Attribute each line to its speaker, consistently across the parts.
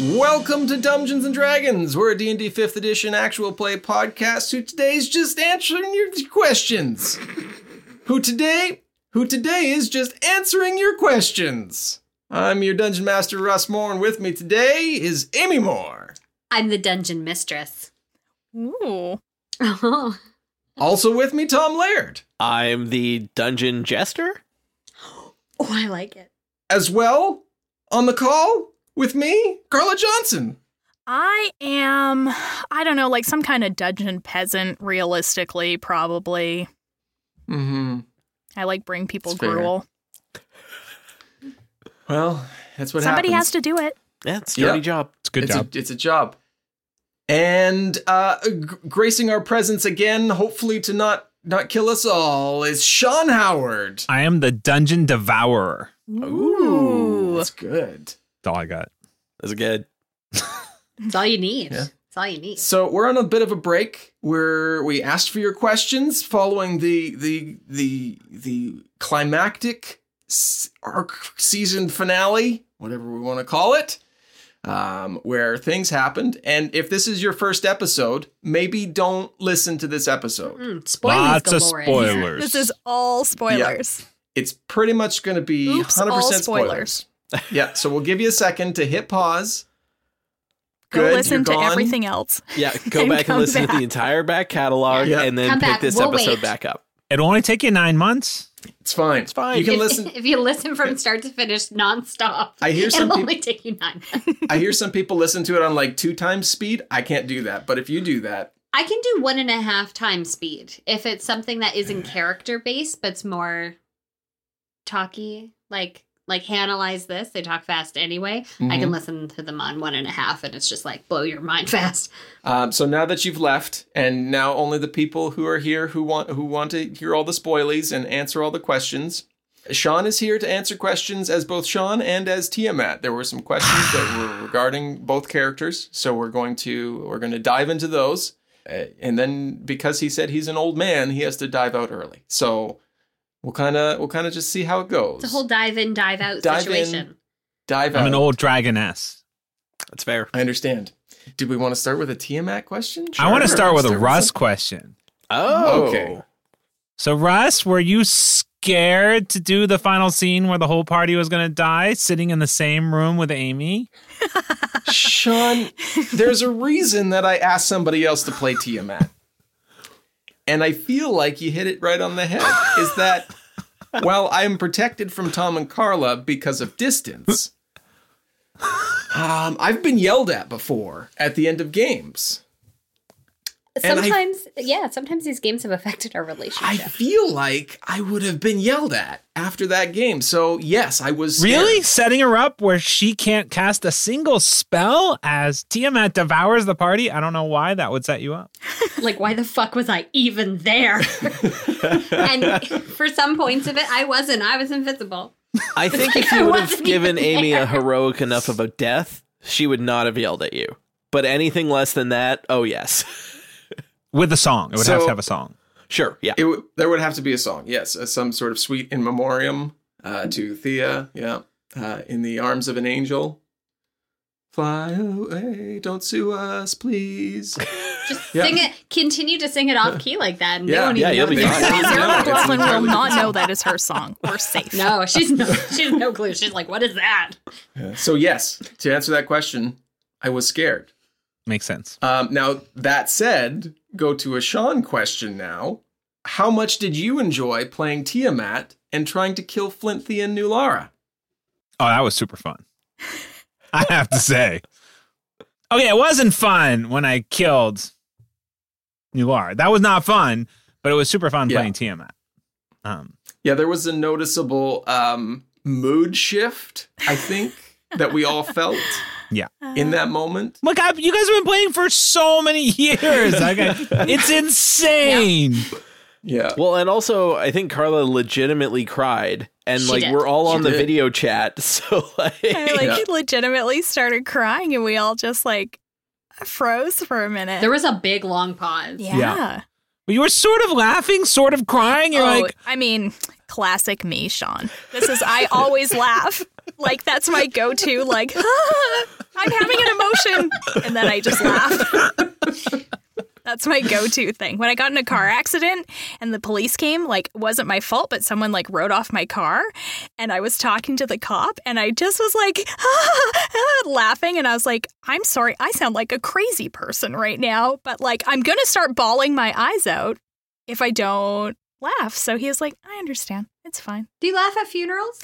Speaker 1: Welcome to Dungeons and Dragons. We're a D&D 5th edition actual play podcast who today's just answering your questions. who today, who today is just answering your questions. I'm your dungeon master Russ Moore and with me today is Amy Moore.
Speaker 2: I'm the dungeon mistress.
Speaker 3: Ooh.
Speaker 2: Oh,
Speaker 1: Also with me Tom Laird.
Speaker 4: I'm the dungeon jester.
Speaker 2: oh I like it.
Speaker 1: As well, on the call with me, Carla Johnson.
Speaker 3: I am, I don't know, like some kind of dungeon peasant, realistically, probably.
Speaker 1: Mhm.
Speaker 3: I like bring people
Speaker 4: That's fair.
Speaker 3: gruel.
Speaker 1: Well, that's what
Speaker 3: Somebody
Speaker 1: happens.
Speaker 3: has to do it.
Speaker 4: Yeah, it's a
Speaker 1: Yeah.
Speaker 4: dirty job.
Speaker 5: It's a good
Speaker 1: it's
Speaker 5: job.
Speaker 1: A, it's a job. And uh, g- gracing our presence again, hopefully to not not kill us all, is Sean Howard.
Speaker 5: I am the dungeon devourer.
Speaker 3: Ooh.
Speaker 1: that's good.
Speaker 5: That's all I got.
Speaker 4: That's good.
Speaker 2: It's all you need.
Speaker 1: Yeah.
Speaker 2: It's all you need.
Speaker 1: So we're on a bit of a break where we asked for your questions following the the the the climactic s- arc season finale, whatever we want to call it, um, where things happened. And if this is your first episode, maybe don't listen to this episode.
Speaker 2: Mm, spoilers
Speaker 5: Lots
Speaker 2: galore.
Speaker 5: of spoilers.
Speaker 3: This is all spoilers.
Speaker 1: it's pretty much going to be
Speaker 3: Oops,
Speaker 1: 100%
Speaker 3: all
Speaker 1: spoilers. yeah, so we'll give you a second to hit pause.
Speaker 3: Go
Speaker 1: Good,
Speaker 3: listen
Speaker 1: you're
Speaker 3: to
Speaker 1: gone.
Speaker 3: everything else.
Speaker 4: Yeah, go
Speaker 3: And
Speaker 4: back
Speaker 3: come
Speaker 4: and listen to
Speaker 3: back.
Speaker 4: the entire back catalog
Speaker 1: Yeah.
Speaker 4: and then
Speaker 2: Come
Speaker 4: pick
Speaker 2: back.
Speaker 4: this
Speaker 2: We'll
Speaker 4: episode
Speaker 2: wait.
Speaker 4: back up.
Speaker 5: It'll only take you nine months.
Speaker 1: It's fine.
Speaker 4: It's fine.
Speaker 1: You can
Speaker 2: If-
Speaker 1: listen.
Speaker 2: If you listen from start to finish nonstop,
Speaker 1: I hear some
Speaker 2: it'll
Speaker 1: peop-
Speaker 2: only take you nine.
Speaker 1: I hear some people listen to it on like two times speed. I can't do that, but if you do that,
Speaker 2: I can do one and a half times speed if it's something that isn't character based, but's more talky. Like like analyze this. They talk fast anyway. I
Speaker 1: Mm-hmm.
Speaker 2: can listen to them on one and a half, and it's just like blow your mind fast.
Speaker 1: um, so now that you've left, and now only the people who are here who want who want to hear all the spoilies and answer all the questions. Sean is here to answer questions as both Sean and as Tiamat. There were some questions that were regarding both characters, so we're going to we're going to dive into those. Uh, and then because he said he's an old man, he has to dive out early. So we'll kind of we'll kind of just see how it goes.
Speaker 2: It's a whole dive in, dive out
Speaker 1: Dive in.
Speaker 2: situation.
Speaker 1: dive out.
Speaker 5: I'm an old dragoness.
Speaker 4: That's fair.
Speaker 1: I understand. Do we want to start with a Tiamat question?
Speaker 5: I want to
Speaker 1: Sure.
Speaker 5: start with a
Speaker 1: Start
Speaker 5: Russ
Speaker 1: some-
Speaker 5: question.
Speaker 4: Oh,
Speaker 1: Okay.
Speaker 5: So, Russ, were you scared to do the final scene where the whole party was going to die, sitting in the same room with Amy?
Speaker 1: Sean, there's a reason that I asked somebody else to play Tiamat. And I feel like you hit it right on the head. Is that while I'm protected from Tom and Carla because of distance, um, I've been yelled at before at the end of games. And I-
Speaker 2: Sometimes, yeah, sometimes these games have affected our
Speaker 1: I
Speaker 2: relationship.
Speaker 1: feel like I would have been yelled at after that game. So yes, I was scared.
Speaker 5: Really? Setting her up where she can't cast a single spell as Tiamat devours the party? I don't know why that would set you up.
Speaker 2: like, why the fuck was I even there? and for some points of it, I wasn't. I was invisible.
Speaker 4: I think if
Speaker 2: I
Speaker 4: you would have
Speaker 2: wasn't
Speaker 4: given
Speaker 2: even
Speaker 4: Amy
Speaker 2: there.
Speaker 4: a heroic enough of a death, she would not have yelled at you. But anything less than that, oh yes,
Speaker 5: With a song. It would
Speaker 1: So-
Speaker 5: have to have a song.
Speaker 4: sure, yeah.
Speaker 1: It w- there would have to be a song, yes, uh, some sort of sweet in memoriam uh, to Thea. Yeah, uh, in the arms of an angel. Fly away, don't sue us, please.
Speaker 2: Just
Speaker 1: Yeah.
Speaker 2: sing it. Continue to sing it off key like that. And
Speaker 1: Yeah.
Speaker 2: yeah, won't
Speaker 4: Yeah,
Speaker 2: even
Speaker 4: you'll be
Speaker 2: notice.
Speaker 4: fine.
Speaker 3: Sarah
Speaker 1: No, it's
Speaker 3: McLaughlin will
Speaker 1: entirely
Speaker 3: not know that is her song. We're safe.
Speaker 2: No, she's no, she's no clue. She's like, what is that?
Speaker 1: So yes, to answer that question, I was scared.
Speaker 5: Makes sense.
Speaker 1: Um, now that said, go to a Sean question now. How much did you enjoy playing Tiamat and trying to kill Flint Thea and New Lara?
Speaker 5: Oh, that was super fun. I have to say. Okay, it wasn't fun when I killed Nular. That was not fun, but it was super fun
Speaker 1: Yeah.
Speaker 5: playing Tiamat. Um,
Speaker 1: Yeah, there was a noticeable um, mood shift. I think that we all felt.
Speaker 5: Yeah.
Speaker 1: In that moment.
Speaker 5: Look, I, you guys have been playing for so many years. Okay. it's insane.
Speaker 1: Yeah.
Speaker 4: Well, and also I think Carla legitimately cried, and
Speaker 2: She
Speaker 4: like
Speaker 2: did.
Speaker 4: we're all on the
Speaker 1: did.
Speaker 4: video chat, so like,
Speaker 3: I like
Speaker 1: Yeah.
Speaker 3: legitimately started crying and we all just like froze for a minute.
Speaker 2: There was a big long pause.
Speaker 3: yeah.
Speaker 5: Yeah. But You were sort of laughing, sort of crying. You're
Speaker 3: oh,
Speaker 5: like,
Speaker 3: I mean, classic me, Sean. This is I always laugh. Like that's my go-to. Like I'm having an emotion, and then I just laugh. That's my go-to thing. When I got in a car accident and the police came, like it wasn't my fault, but someone like rode off my car, and I was talking to the cop, and I just was like laughing, and I was like, "I'm sorry, I sound like a crazy person right now, but like I'm gonna start bawling my eyes out if I don't laugh. So he was like, I understand. It's fine.
Speaker 2: Do you laugh at funerals?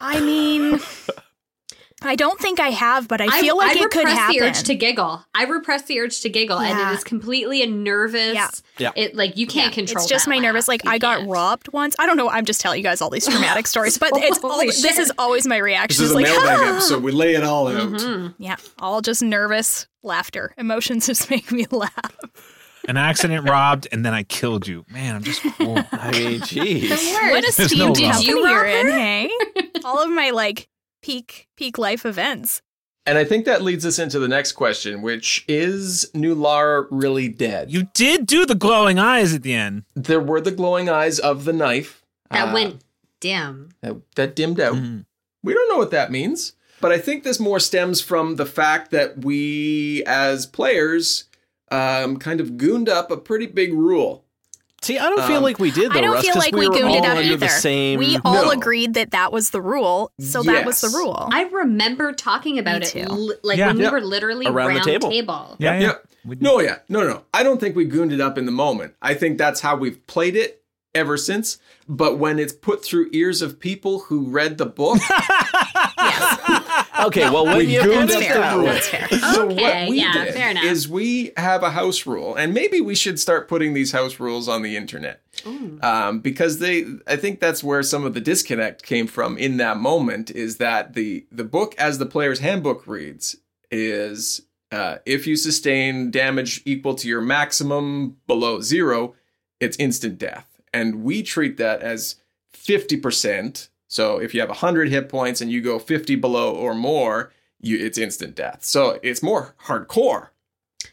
Speaker 3: I mean, I don't think I have, but I feel like it could
Speaker 2: repress
Speaker 3: happen.
Speaker 2: the urge to giggle. I repress the urge to giggle, and
Speaker 3: Yeah.
Speaker 2: it is completely a nervous.
Speaker 3: Yeah.
Speaker 4: Yeah.
Speaker 2: It like you can't control.
Speaker 3: it's just
Speaker 2: that
Speaker 3: my nervous.
Speaker 2: laugh.
Speaker 3: Like
Speaker 2: You
Speaker 3: I got
Speaker 2: can't.
Speaker 3: robbed once. I don't know. I'm just telling you guys all these traumatic stories, but it's all,
Speaker 2: Holy
Speaker 3: this is
Speaker 2: shit.
Speaker 3: always my reaction. It's like, "Ah."
Speaker 1: we lay it all
Speaker 2: Mhm.
Speaker 3: yeah, all just nervous laughter. Emotions just make me laugh.
Speaker 5: an accident robbed, and then I killed you. Man, I'm just cool.
Speaker 4: I mean,
Speaker 2: The
Speaker 4: jeez.
Speaker 2: worst.
Speaker 3: What a
Speaker 5: There's
Speaker 3: steam
Speaker 5: no
Speaker 3: company
Speaker 5: love.
Speaker 2: Did you
Speaker 3: you're
Speaker 2: rob
Speaker 3: in,
Speaker 2: her?
Speaker 3: hey? all of my like peak peak life events.
Speaker 1: And I think that leads us into the next question, which is New Lara really dead?
Speaker 5: you did do the glowing eyes at the end.
Speaker 1: there were the glowing eyes of the knife
Speaker 2: that
Speaker 1: uh,
Speaker 2: went dim.
Speaker 1: that, that dimmed out.
Speaker 5: Mhm.
Speaker 1: We don't know what that means, but I think this more stems from the fact that we, as players, um, kind of gooned up a pretty big rule.
Speaker 4: See, I don't feel
Speaker 1: Um,
Speaker 4: like we did though.
Speaker 3: I don't
Speaker 4: Russ,
Speaker 3: feel
Speaker 4: 'cause
Speaker 3: like we,
Speaker 4: we, were
Speaker 3: gooned
Speaker 4: all
Speaker 3: it up
Speaker 4: under
Speaker 3: either.
Speaker 4: the same.
Speaker 3: we all
Speaker 1: No.
Speaker 3: agreed that that was the rule, so that was the
Speaker 1: Yes.
Speaker 3: rule.
Speaker 2: I remember talking about
Speaker 3: oh. Me
Speaker 2: it,
Speaker 3: too.
Speaker 2: li- like
Speaker 5: Yeah.
Speaker 2: when
Speaker 1: Yeah.
Speaker 2: we were literally
Speaker 4: Around the table.
Speaker 5: Yeah, yeah.
Speaker 1: Yep. No, yeah, no, no, no. I don't think we gooned it up in the moment. I think that's how we've played it ever since. But when it's put through ears of people who read the book,
Speaker 4: Okay, well, when you
Speaker 1: gooned
Speaker 4: put
Speaker 3: That's
Speaker 4: it
Speaker 3: fair.
Speaker 4: that way-
Speaker 3: That's fair.
Speaker 1: So
Speaker 2: Okay,
Speaker 1: what we
Speaker 2: yeah,
Speaker 1: did
Speaker 2: fair enough.
Speaker 1: is we have a house rule, and maybe we should start putting these house rules on the internet um, because they. I think that's where some of the disconnect came from in that moment. Is that the the book as the player's handbook reads is uh, if you sustain damage equal to your maximum below zero, it's instant death, and we treat that as fifty percent. So if you have hundred hit points and you go fifty below or more, you it's instant death. So it's more hardcore.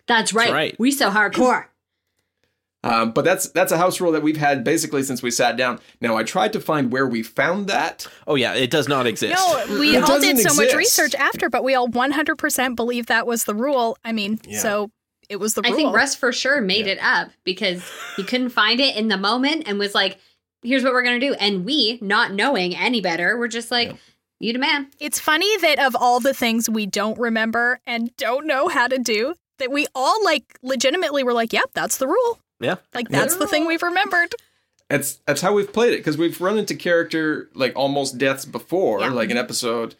Speaker 2: That's right.
Speaker 4: right.
Speaker 2: We so hardcore.
Speaker 1: Um, but that's that's a house rule that we've had basically since we sat down. Now I tried to find where we found that.
Speaker 4: Oh yeah, it does not exist.
Speaker 3: No, we
Speaker 1: It
Speaker 3: all did so
Speaker 1: doesn't
Speaker 3: much
Speaker 1: exist.
Speaker 3: research after, but we all 100% believe that was the rule. I mean, so it was the
Speaker 2: I
Speaker 3: rule.
Speaker 2: think Russ for sure made it up because he couldn't find it in the moment and was like, "Here's what we're gonna do." And we, not knowing any better, were just like, "You the man."
Speaker 3: it's funny that of all the things we don't remember and don't know how to do, that we all like legitimately were like, yep, that's the rule.
Speaker 4: Yeah.
Speaker 3: Like, that's the thing we've remembered.
Speaker 1: That's that's how we've played it because we've run into character like almost deaths before,
Speaker 3: Yeah.
Speaker 1: like an episode.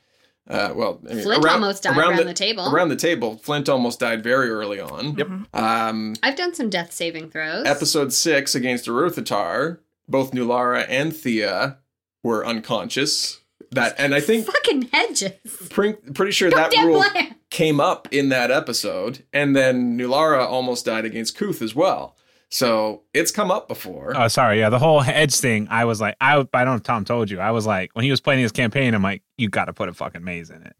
Speaker 1: Uh, well, I mean,
Speaker 2: Flint
Speaker 1: around,
Speaker 2: almost died around the table.
Speaker 1: Around the table, Flint almost died very early on. Yep. Um,
Speaker 2: I've done some death saving throws.
Speaker 1: episode six against Aruthatar, both Nulara and Thea were unconscious. That and I think
Speaker 2: Fucking hedges.
Speaker 1: pre- pretty sure that
Speaker 2: Goddamn
Speaker 1: rule
Speaker 2: plan.
Speaker 1: came up in that episode, and then Nulara almost died against Kuth as well. So it's come up before.
Speaker 4: Uh,
Speaker 5: Oh, sorry. Yeah, the whole edge thing. I was like, I, I don't know if Tom told you. I was like, when he was playing his campaign, I'm like, you got to put a fucking maze in it.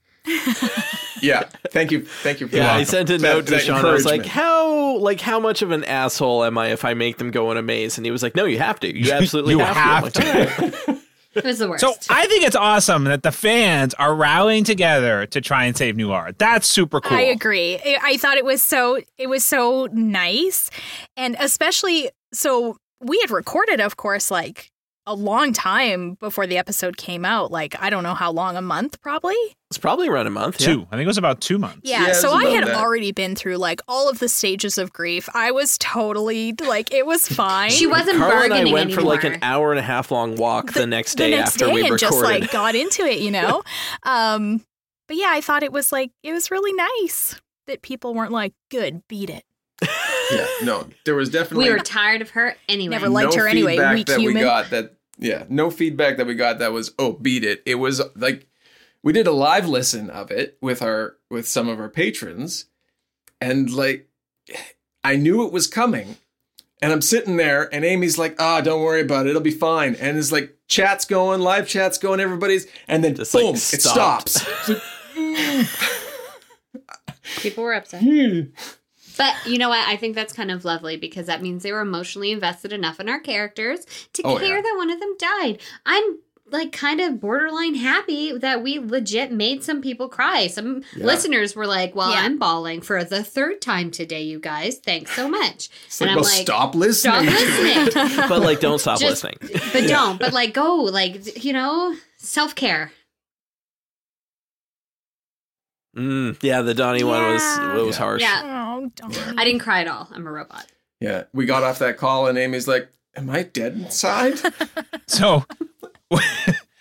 Speaker 1: yeah, thank you, thank you. For
Speaker 4: Yeah,
Speaker 1: that.
Speaker 4: I sent a
Speaker 1: That-
Speaker 4: note to
Speaker 1: that
Speaker 4: Sean. I was like,
Speaker 1: encouragement.
Speaker 4: "How like how much of an asshole am I if I make them go in a maze?" And he was like, "No, you have to. You absolutely
Speaker 5: You
Speaker 4: have,
Speaker 5: have
Speaker 4: to." I'm like,
Speaker 2: It was the worst.
Speaker 5: So I think it's awesome that the fans are rallying together to try and save New Art. That's super cool.
Speaker 3: I agree. I I thought it was so it was so nice, and especially so we had recorded, of course, like a long time before the episode came out. Like I don't know how long, a month probably.
Speaker 4: It's probably around a month. yeah.
Speaker 5: Two. I think it was about two months.
Speaker 3: Yeah.
Speaker 1: Yeah, it
Speaker 3: so
Speaker 1: was
Speaker 3: I
Speaker 1: about
Speaker 3: had
Speaker 1: that.
Speaker 3: already been through like all of the stages of grief. I was totally like it was fine.
Speaker 2: she wasn't
Speaker 4: Carl and I
Speaker 2: bargaining
Speaker 4: went for
Speaker 2: anymore.
Speaker 4: like an hour and a half long walk the, next day
Speaker 3: the next
Speaker 4: after
Speaker 3: day
Speaker 4: we
Speaker 3: and
Speaker 4: recorded.
Speaker 3: just like got into it, you know. um, but yeah, I thought it was like it was really nice that people weren't like, "Good, beat it."
Speaker 1: yeah, no, there was definitely
Speaker 2: we were tired of her anyway.
Speaker 3: Never liked her anyway,
Speaker 1: feedback
Speaker 3: weak
Speaker 1: that we
Speaker 3: human.
Speaker 1: got that yeah no feedback that we got that was oh beat it it was like we did a live listen of it with our with some of our patrons and like i knew it was coming and i'm sitting there and amy's like ah don't worry about it it'll be fine and it's like chat's going live chat's going everybody's and then
Speaker 4: Just, like,
Speaker 1: boom it
Speaker 4: stopped.
Speaker 1: stops
Speaker 2: People were upset.
Speaker 1: Hmm.
Speaker 2: But you know what? I think that's kind of lovely because that means they were emotionally invested enough in our characters to
Speaker 1: Oh,
Speaker 2: care
Speaker 1: yeah.
Speaker 2: that one of them died. I'm like kind of borderline happy that we legit made some people cry. Some
Speaker 1: Yeah.
Speaker 2: listeners were like, "Well,
Speaker 3: Yeah.
Speaker 2: I'm bawling for the third time today, you guys. Thanks so much."
Speaker 1: it's like well stop listening
Speaker 2: "Stop
Speaker 1: to it."
Speaker 2: listening."
Speaker 4: but like, don't stop
Speaker 2: Just-
Speaker 4: listening.
Speaker 2: but don't. But like, go. Like, you know, self care.
Speaker 4: Mm, yeah, the Donnie one was
Speaker 3: Yeah.
Speaker 4: it was
Speaker 1: Yeah.
Speaker 4: harsh.
Speaker 2: Yeah.
Speaker 3: Oh, don't.
Speaker 2: I didn't cry at all. I'm a robot.
Speaker 1: yeah we got off that call and amy's like am i dead inside
Speaker 5: So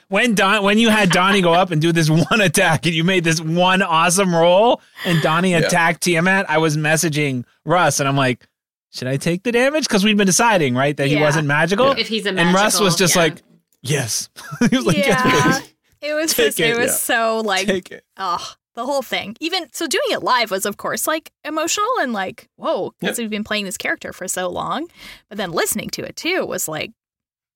Speaker 5: when Don when you had Donnie go up and do this one attack and you made this one awesome roll and Donnie attacked Tiamat, I was messaging Russ and I'm like, should I take the damage? Because we'd been deciding, right, that he
Speaker 3: Yeah.
Speaker 5: wasn't magical.
Speaker 2: If he's a
Speaker 5: and Russ
Speaker 2: magical-
Speaker 5: was just
Speaker 2: yeah.
Speaker 5: like, yes. he was like, yes,
Speaker 3: yeah.
Speaker 5: please.
Speaker 3: It was
Speaker 5: Take
Speaker 3: just,
Speaker 5: it,
Speaker 3: it, was
Speaker 1: yeah.
Speaker 3: so like,
Speaker 5: Take it.
Speaker 3: oh, the whole thing. Even so, doing it live was, of course, like emotional and like, whoa, because we've been playing this character for so long. But then listening to it too was like,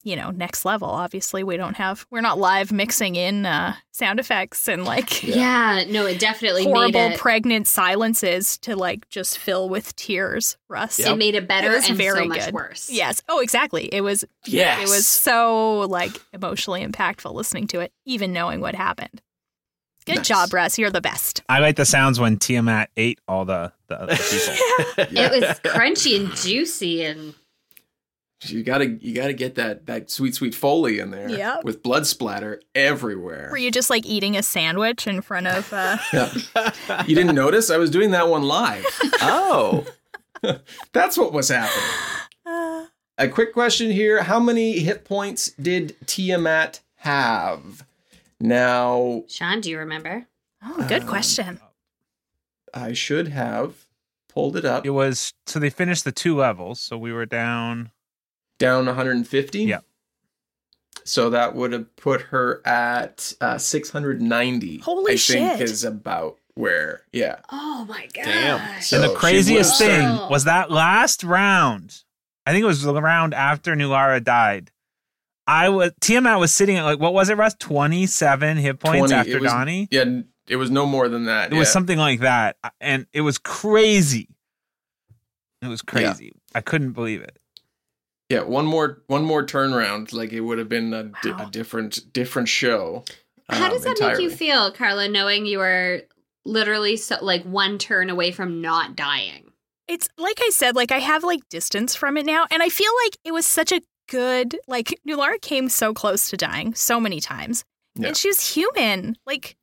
Speaker 3: you know, next level. Obviously, we don't have, we're not live mixing in uh, sound effects and like
Speaker 2: Yeah. no, it definitely
Speaker 3: horrible
Speaker 2: made it.
Speaker 3: pregnant silences to like just fill with tears, Russ.
Speaker 2: it made it better
Speaker 3: was
Speaker 2: and so
Speaker 3: very
Speaker 2: much
Speaker 3: good.
Speaker 2: worse.
Speaker 3: Yes. Oh, exactly. It was
Speaker 4: Yes.
Speaker 3: It was so like emotionally impactful listening to it, even knowing what happened. Good
Speaker 1: Nice.
Speaker 3: job, Russ. You're the best.
Speaker 5: I like the sounds when Tiamat ate all the, the other people.
Speaker 2: It was crunchy and juicy and
Speaker 1: You gotta you gotta get that that sweet sweet foley in there.
Speaker 3: Yep.
Speaker 1: With blood splatter everywhere.
Speaker 3: Were you just like eating a sandwich in front of? Uh...
Speaker 1: Yeah. you didn't notice? I was doing that one live.
Speaker 4: oh,
Speaker 1: That's what was happening.
Speaker 3: Uh.
Speaker 1: A quick question here. How many hit points did Tiamat have? Now
Speaker 2: Sean, do you remember?
Speaker 3: Oh, good question.
Speaker 1: I should have pulled it up.
Speaker 5: it was so they finished the two levels, so we were down
Speaker 1: Down 150.
Speaker 5: Yeah.
Speaker 1: So that would have put her at uh, 690.
Speaker 3: Holy
Speaker 1: I think
Speaker 3: shit.
Speaker 1: is about where. Yeah.
Speaker 2: Oh my god.
Speaker 4: Damn.
Speaker 5: And
Speaker 1: So
Speaker 5: the
Speaker 1: she
Speaker 5: craziest
Speaker 1: was-
Speaker 4: uh,
Speaker 1: uh,
Speaker 5: thing
Speaker 2: Wow.
Speaker 5: was that last round. I think it was the round after Nulara died. I was Tiamat was sitting at like what was it, Russ? Twenty seven hit points
Speaker 1: 20.
Speaker 5: after
Speaker 1: it was,
Speaker 5: Donnie.
Speaker 1: Yeah, n- it was no more than that.
Speaker 5: It was
Speaker 1: yeah.
Speaker 5: something like that, and it was crazy. It was crazy. I couldn't believe it.
Speaker 1: Yeah, one more one more turnaround, like it would have been a, di-
Speaker 3: Wow.
Speaker 1: a different different show.
Speaker 2: How
Speaker 1: um,
Speaker 2: does that make
Speaker 1: entirely.
Speaker 2: you feel, Carla, knowing you were literally so like one turn away from not dying?
Speaker 3: It's like I said, like I have like distance from it now, and I feel like it was such a good like Nulara came so close to dying so many times,
Speaker 1: Yeah.
Speaker 3: and she was human. Like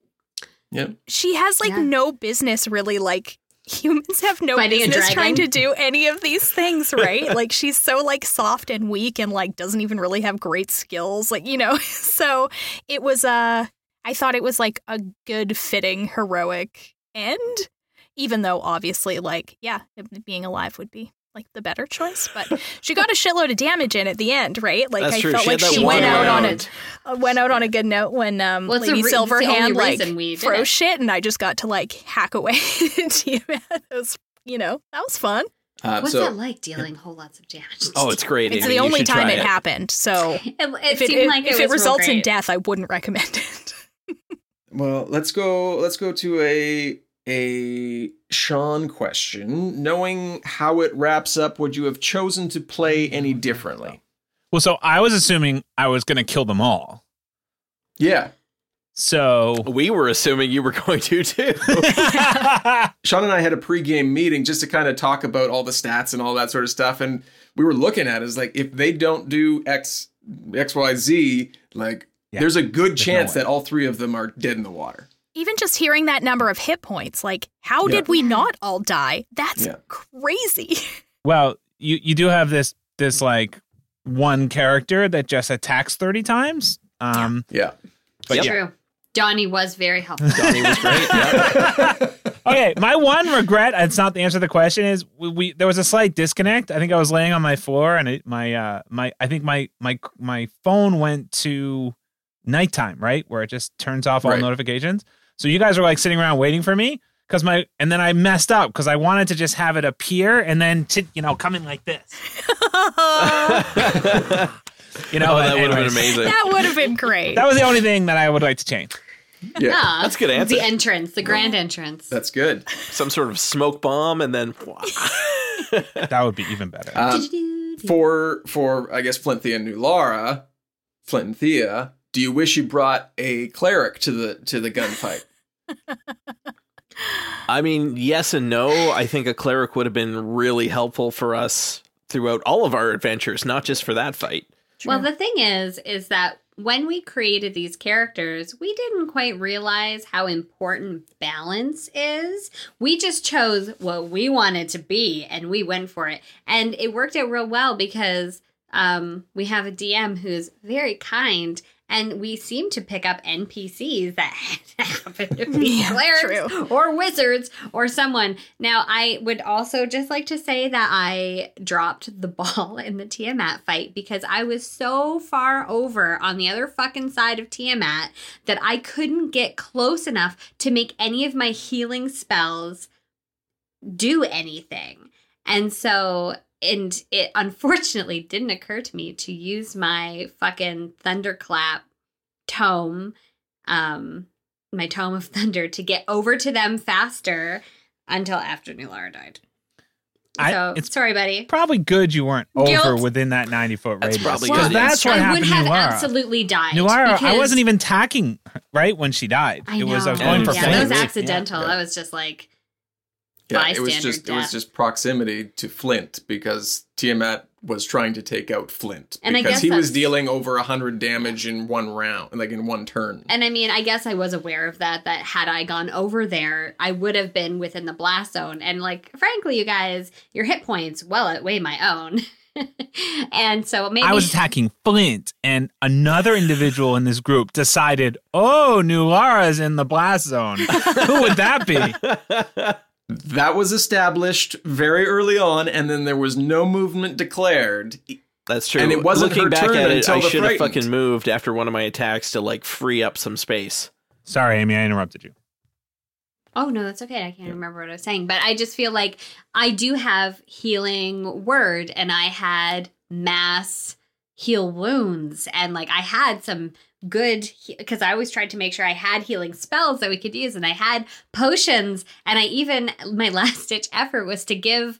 Speaker 1: Yeah.
Speaker 3: she has like
Speaker 2: Yeah.
Speaker 3: no business really like humans have no
Speaker 2: Fighting a
Speaker 3: business
Speaker 2: dragon.
Speaker 3: trying to do any of these things right like she's so like soft and weak and like doesn't even really have great skills like you know so it was uh i thought it was like a good fitting heroic end even though obviously like yeah being alive would be like the better choice but she got a shitload of damage in at the end right like
Speaker 4: That's
Speaker 3: i
Speaker 4: true.
Speaker 3: felt
Speaker 4: She
Speaker 3: like
Speaker 4: had that
Speaker 3: she
Speaker 4: one
Speaker 3: went out on
Speaker 4: round.
Speaker 3: it uh, went out on a good note when um,
Speaker 2: Well, it's the
Speaker 3: Lady
Speaker 2: re- it's the only
Speaker 3: Silverhand like
Speaker 2: reason we did
Speaker 3: froze
Speaker 2: it.
Speaker 3: shit, and I just got to like hack away at Tiamat. That was, you know, that was fun.
Speaker 1: Uh,
Speaker 2: What's
Speaker 1: so
Speaker 2: that like dealing whole lots of damage?
Speaker 4: oh, it's great.
Speaker 3: It's the
Speaker 4: Amy. You
Speaker 3: only
Speaker 4: should try
Speaker 3: time it,
Speaker 4: it.
Speaker 3: happened, so
Speaker 2: it, it
Speaker 3: if it,
Speaker 2: seemed
Speaker 3: if,
Speaker 2: like
Speaker 3: if
Speaker 2: it,
Speaker 3: it
Speaker 2: was real
Speaker 3: results in
Speaker 2: great.
Speaker 3: death, I wouldn't recommend it.
Speaker 1: well, let's go. Let's go to a a Sean question. Knowing how it wraps up, would you have chosen to play any differently?
Speaker 5: Well, so I was assuming I was going to kill them all,
Speaker 1: Yeah.
Speaker 5: So
Speaker 4: We were assuming you were going to too.
Speaker 1: Sean and I had a pregame meeting just to kind of talk about all the stats and all that sort of stuff. And we were looking at it as like, if they don't do X, X, Y, Z, like,
Speaker 5: Yeah.
Speaker 1: there's a good
Speaker 5: no
Speaker 1: chance
Speaker 5: way.
Speaker 1: that all three of them are dead in the water.
Speaker 3: Even just hearing that number of hit points, like, how
Speaker 1: Yeah.
Speaker 3: did we not all die? That's
Speaker 1: Yeah.
Speaker 3: crazy.
Speaker 5: well, you you do have this this like one character that just attacks thirty times. Um,
Speaker 1: Yeah.
Speaker 4: But yeah.
Speaker 2: True. Donnie was very helpful.
Speaker 4: Donnie was great. Yeah.
Speaker 5: okay, my one regret, and it's not the answer to the question, is we, we there was a slight disconnect. I think I was laying on my floor and it, my uh my I think my my my phone went to nighttime, right? Where it just turns off all
Speaker 1: Right.
Speaker 5: notifications. So you guys were like sitting around waiting for me cuz my and then I messed up cuz I wanted to just have it appear and then to, you know come in like this. You know,
Speaker 4: Oh, that would have Oh, been
Speaker 5: anyways,
Speaker 4: amazing.
Speaker 3: that would have been great.
Speaker 5: That was the only thing that I would like to change.
Speaker 1: Yeah.
Speaker 2: Ah,
Speaker 4: That's a good answer.
Speaker 2: The entrance, the grand entrance.
Speaker 1: That's good.
Speaker 4: Some sort of smoke bomb and then
Speaker 5: That would be even better.
Speaker 4: Uh,
Speaker 1: Um, for for I guess Flinthea and New Lara, Flinthea, do you wish you brought a cleric to the to the gunfight?
Speaker 4: I mean, yes and no. I think a cleric would have been really helpful for us throughout all of our adventures, not just for that fight.
Speaker 2: Well, the thing is, is that when we created these characters, we didn't quite realize how important balance is. We just chose what we wanted to be and we went for it. And it worked out real well because um, we have a DM who's very kind. And we seem to pick up NPCs that happen to be
Speaker 3: Yeah,
Speaker 2: clerics or wizards or someone. Now, I would also just like to say that I dropped the ball in the Tiamat fight because I was so far over on the other fucking side of Tiamat that I couldn't get close enough to make any of my healing spells do anything. And so, and it unfortunately didn't occur to me to use my fucking thunderclap tome, um, my tome of thunder to get over to them faster until after New Lara died.
Speaker 5: I-
Speaker 2: so
Speaker 5: it's-
Speaker 2: sorry, buddy.
Speaker 5: Probably good you weren't over
Speaker 2: Guilt.
Speaker 5: within that 90 foot
Speaker 4: That's
Speaker 5: radius.
Speaker 4: probably
Speaker 5: Because
Speaker 4: good
Speaker 5: that's what
Speaker 2: I
Speaker 5: happened
Speaker 2: would
Speaker 5: to
Speaker 2: have
Speaker 5: Nuara.
Speaker 2: absolutely died.
Speaker 5: Nuara, I
Speaker 2: because-
Speaker 5: wasn't even tacking right when she died.
Speaker 2: I
Speaker 5: It was I was
Speaker 2: know.
Speaker 5: going for
Speaker 2: yeah, that was
Speaker 5: flames.
Speaker 2: accidental. That was just like
Speaker 1: it was
Speaker 2: Bystander
Speaker 1: just it was
Speaker 2: death.
Speaker 1: just proximity to Flint because Tiamat was trying to take out Flint
Speaker 2: And I
Speaker 1: because
Speaker 2: guess
Speaker 1: he was
Speaker 2: that's-
Speaker 1: dealing over hundred damage in one round, like in one turn.
Speaker 2: And I mean, I guess I was aware of that. That had I gone over there, I would have been within the blast zone. And like, frankly, you guys, your hit points well outweigh my own. and so maybe
Speaker 5: I was attacking Flint, and another individual in this group decided, "Oh, New Lara's in the blast zone. Who would that be?"
Speaker 1: that was established very early on, and then there was no movement declared.
Speaker 4: That's true.
Speaker 1: And it wasn't
Speaker 4: Looking
Speaker 1: her
Speaker 4: back
Speaker 1: turn
Speaker 4: at it,
Speaker 1: until
Speaker 4: I
Speaker 1: the
Speaker 4: should have
Speaker 1: frightened.
Speaker 4: fucking moved after one of my attacks to like free up some space.
Speaker 5: Sorry, Amy, I interrupted you.
Speaker 2: Oh no, that's okay. I can't remember what I was saying, but I just feel like I do have healing word and I had mass heal wounds and like I had some good because I always tried to make sure I had healing spells that we could use and I had potions and I even my last ditch effort was to give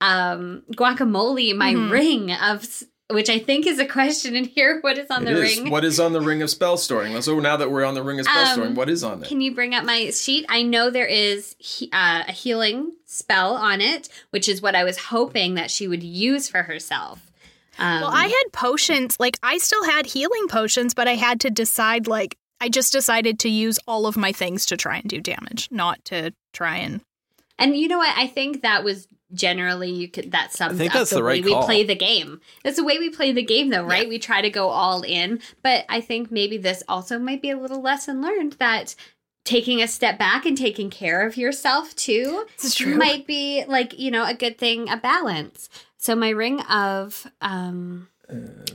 Speaker 2: um guacamole my
Speaker 1: Mm-hmm.
Speaker 3: Mhm.
Speaker 2: ring of s- which I think is a question in here what is on
Speaker 1: It
Speaker 2: the
Speaker 1: is.
Speaker 2: ring
Speaker 1: What is on the ring of spell storing? So now that we're on the ring of spell
Speaker 2: Um,
Speaker 1: storing, what is on there?
Speaker 2: Can you bring up my sheet? I know there is he- uh, a healing spell on it, which is what I was hoping that she would use for herself. Um,
Speaker 3: Well, I had potions. Like, I still had healing potions, but I had to decide, like, I just decided to use all of my things to try and do damage, not to try and.
Speaker 2: and you know what? I think that was generally you could that sums
Speaker 4: think
Speaker 2: up
Speaker 4: that's
Speaker 2: the,
Speaker 4: the
Speaker 2: way
Speaker 4: right
Speaker 2: we
Speaker 4: call.
Speaker 2: play the game. That's the way we play the game, though, right? We try to go all in, but I think maybe this also might be a little lesson learned that taking a step back and taking care of yourself too
Speaker 3: It's true.
Speaker 2: might be like you know a good thing, a balance. So my ring of um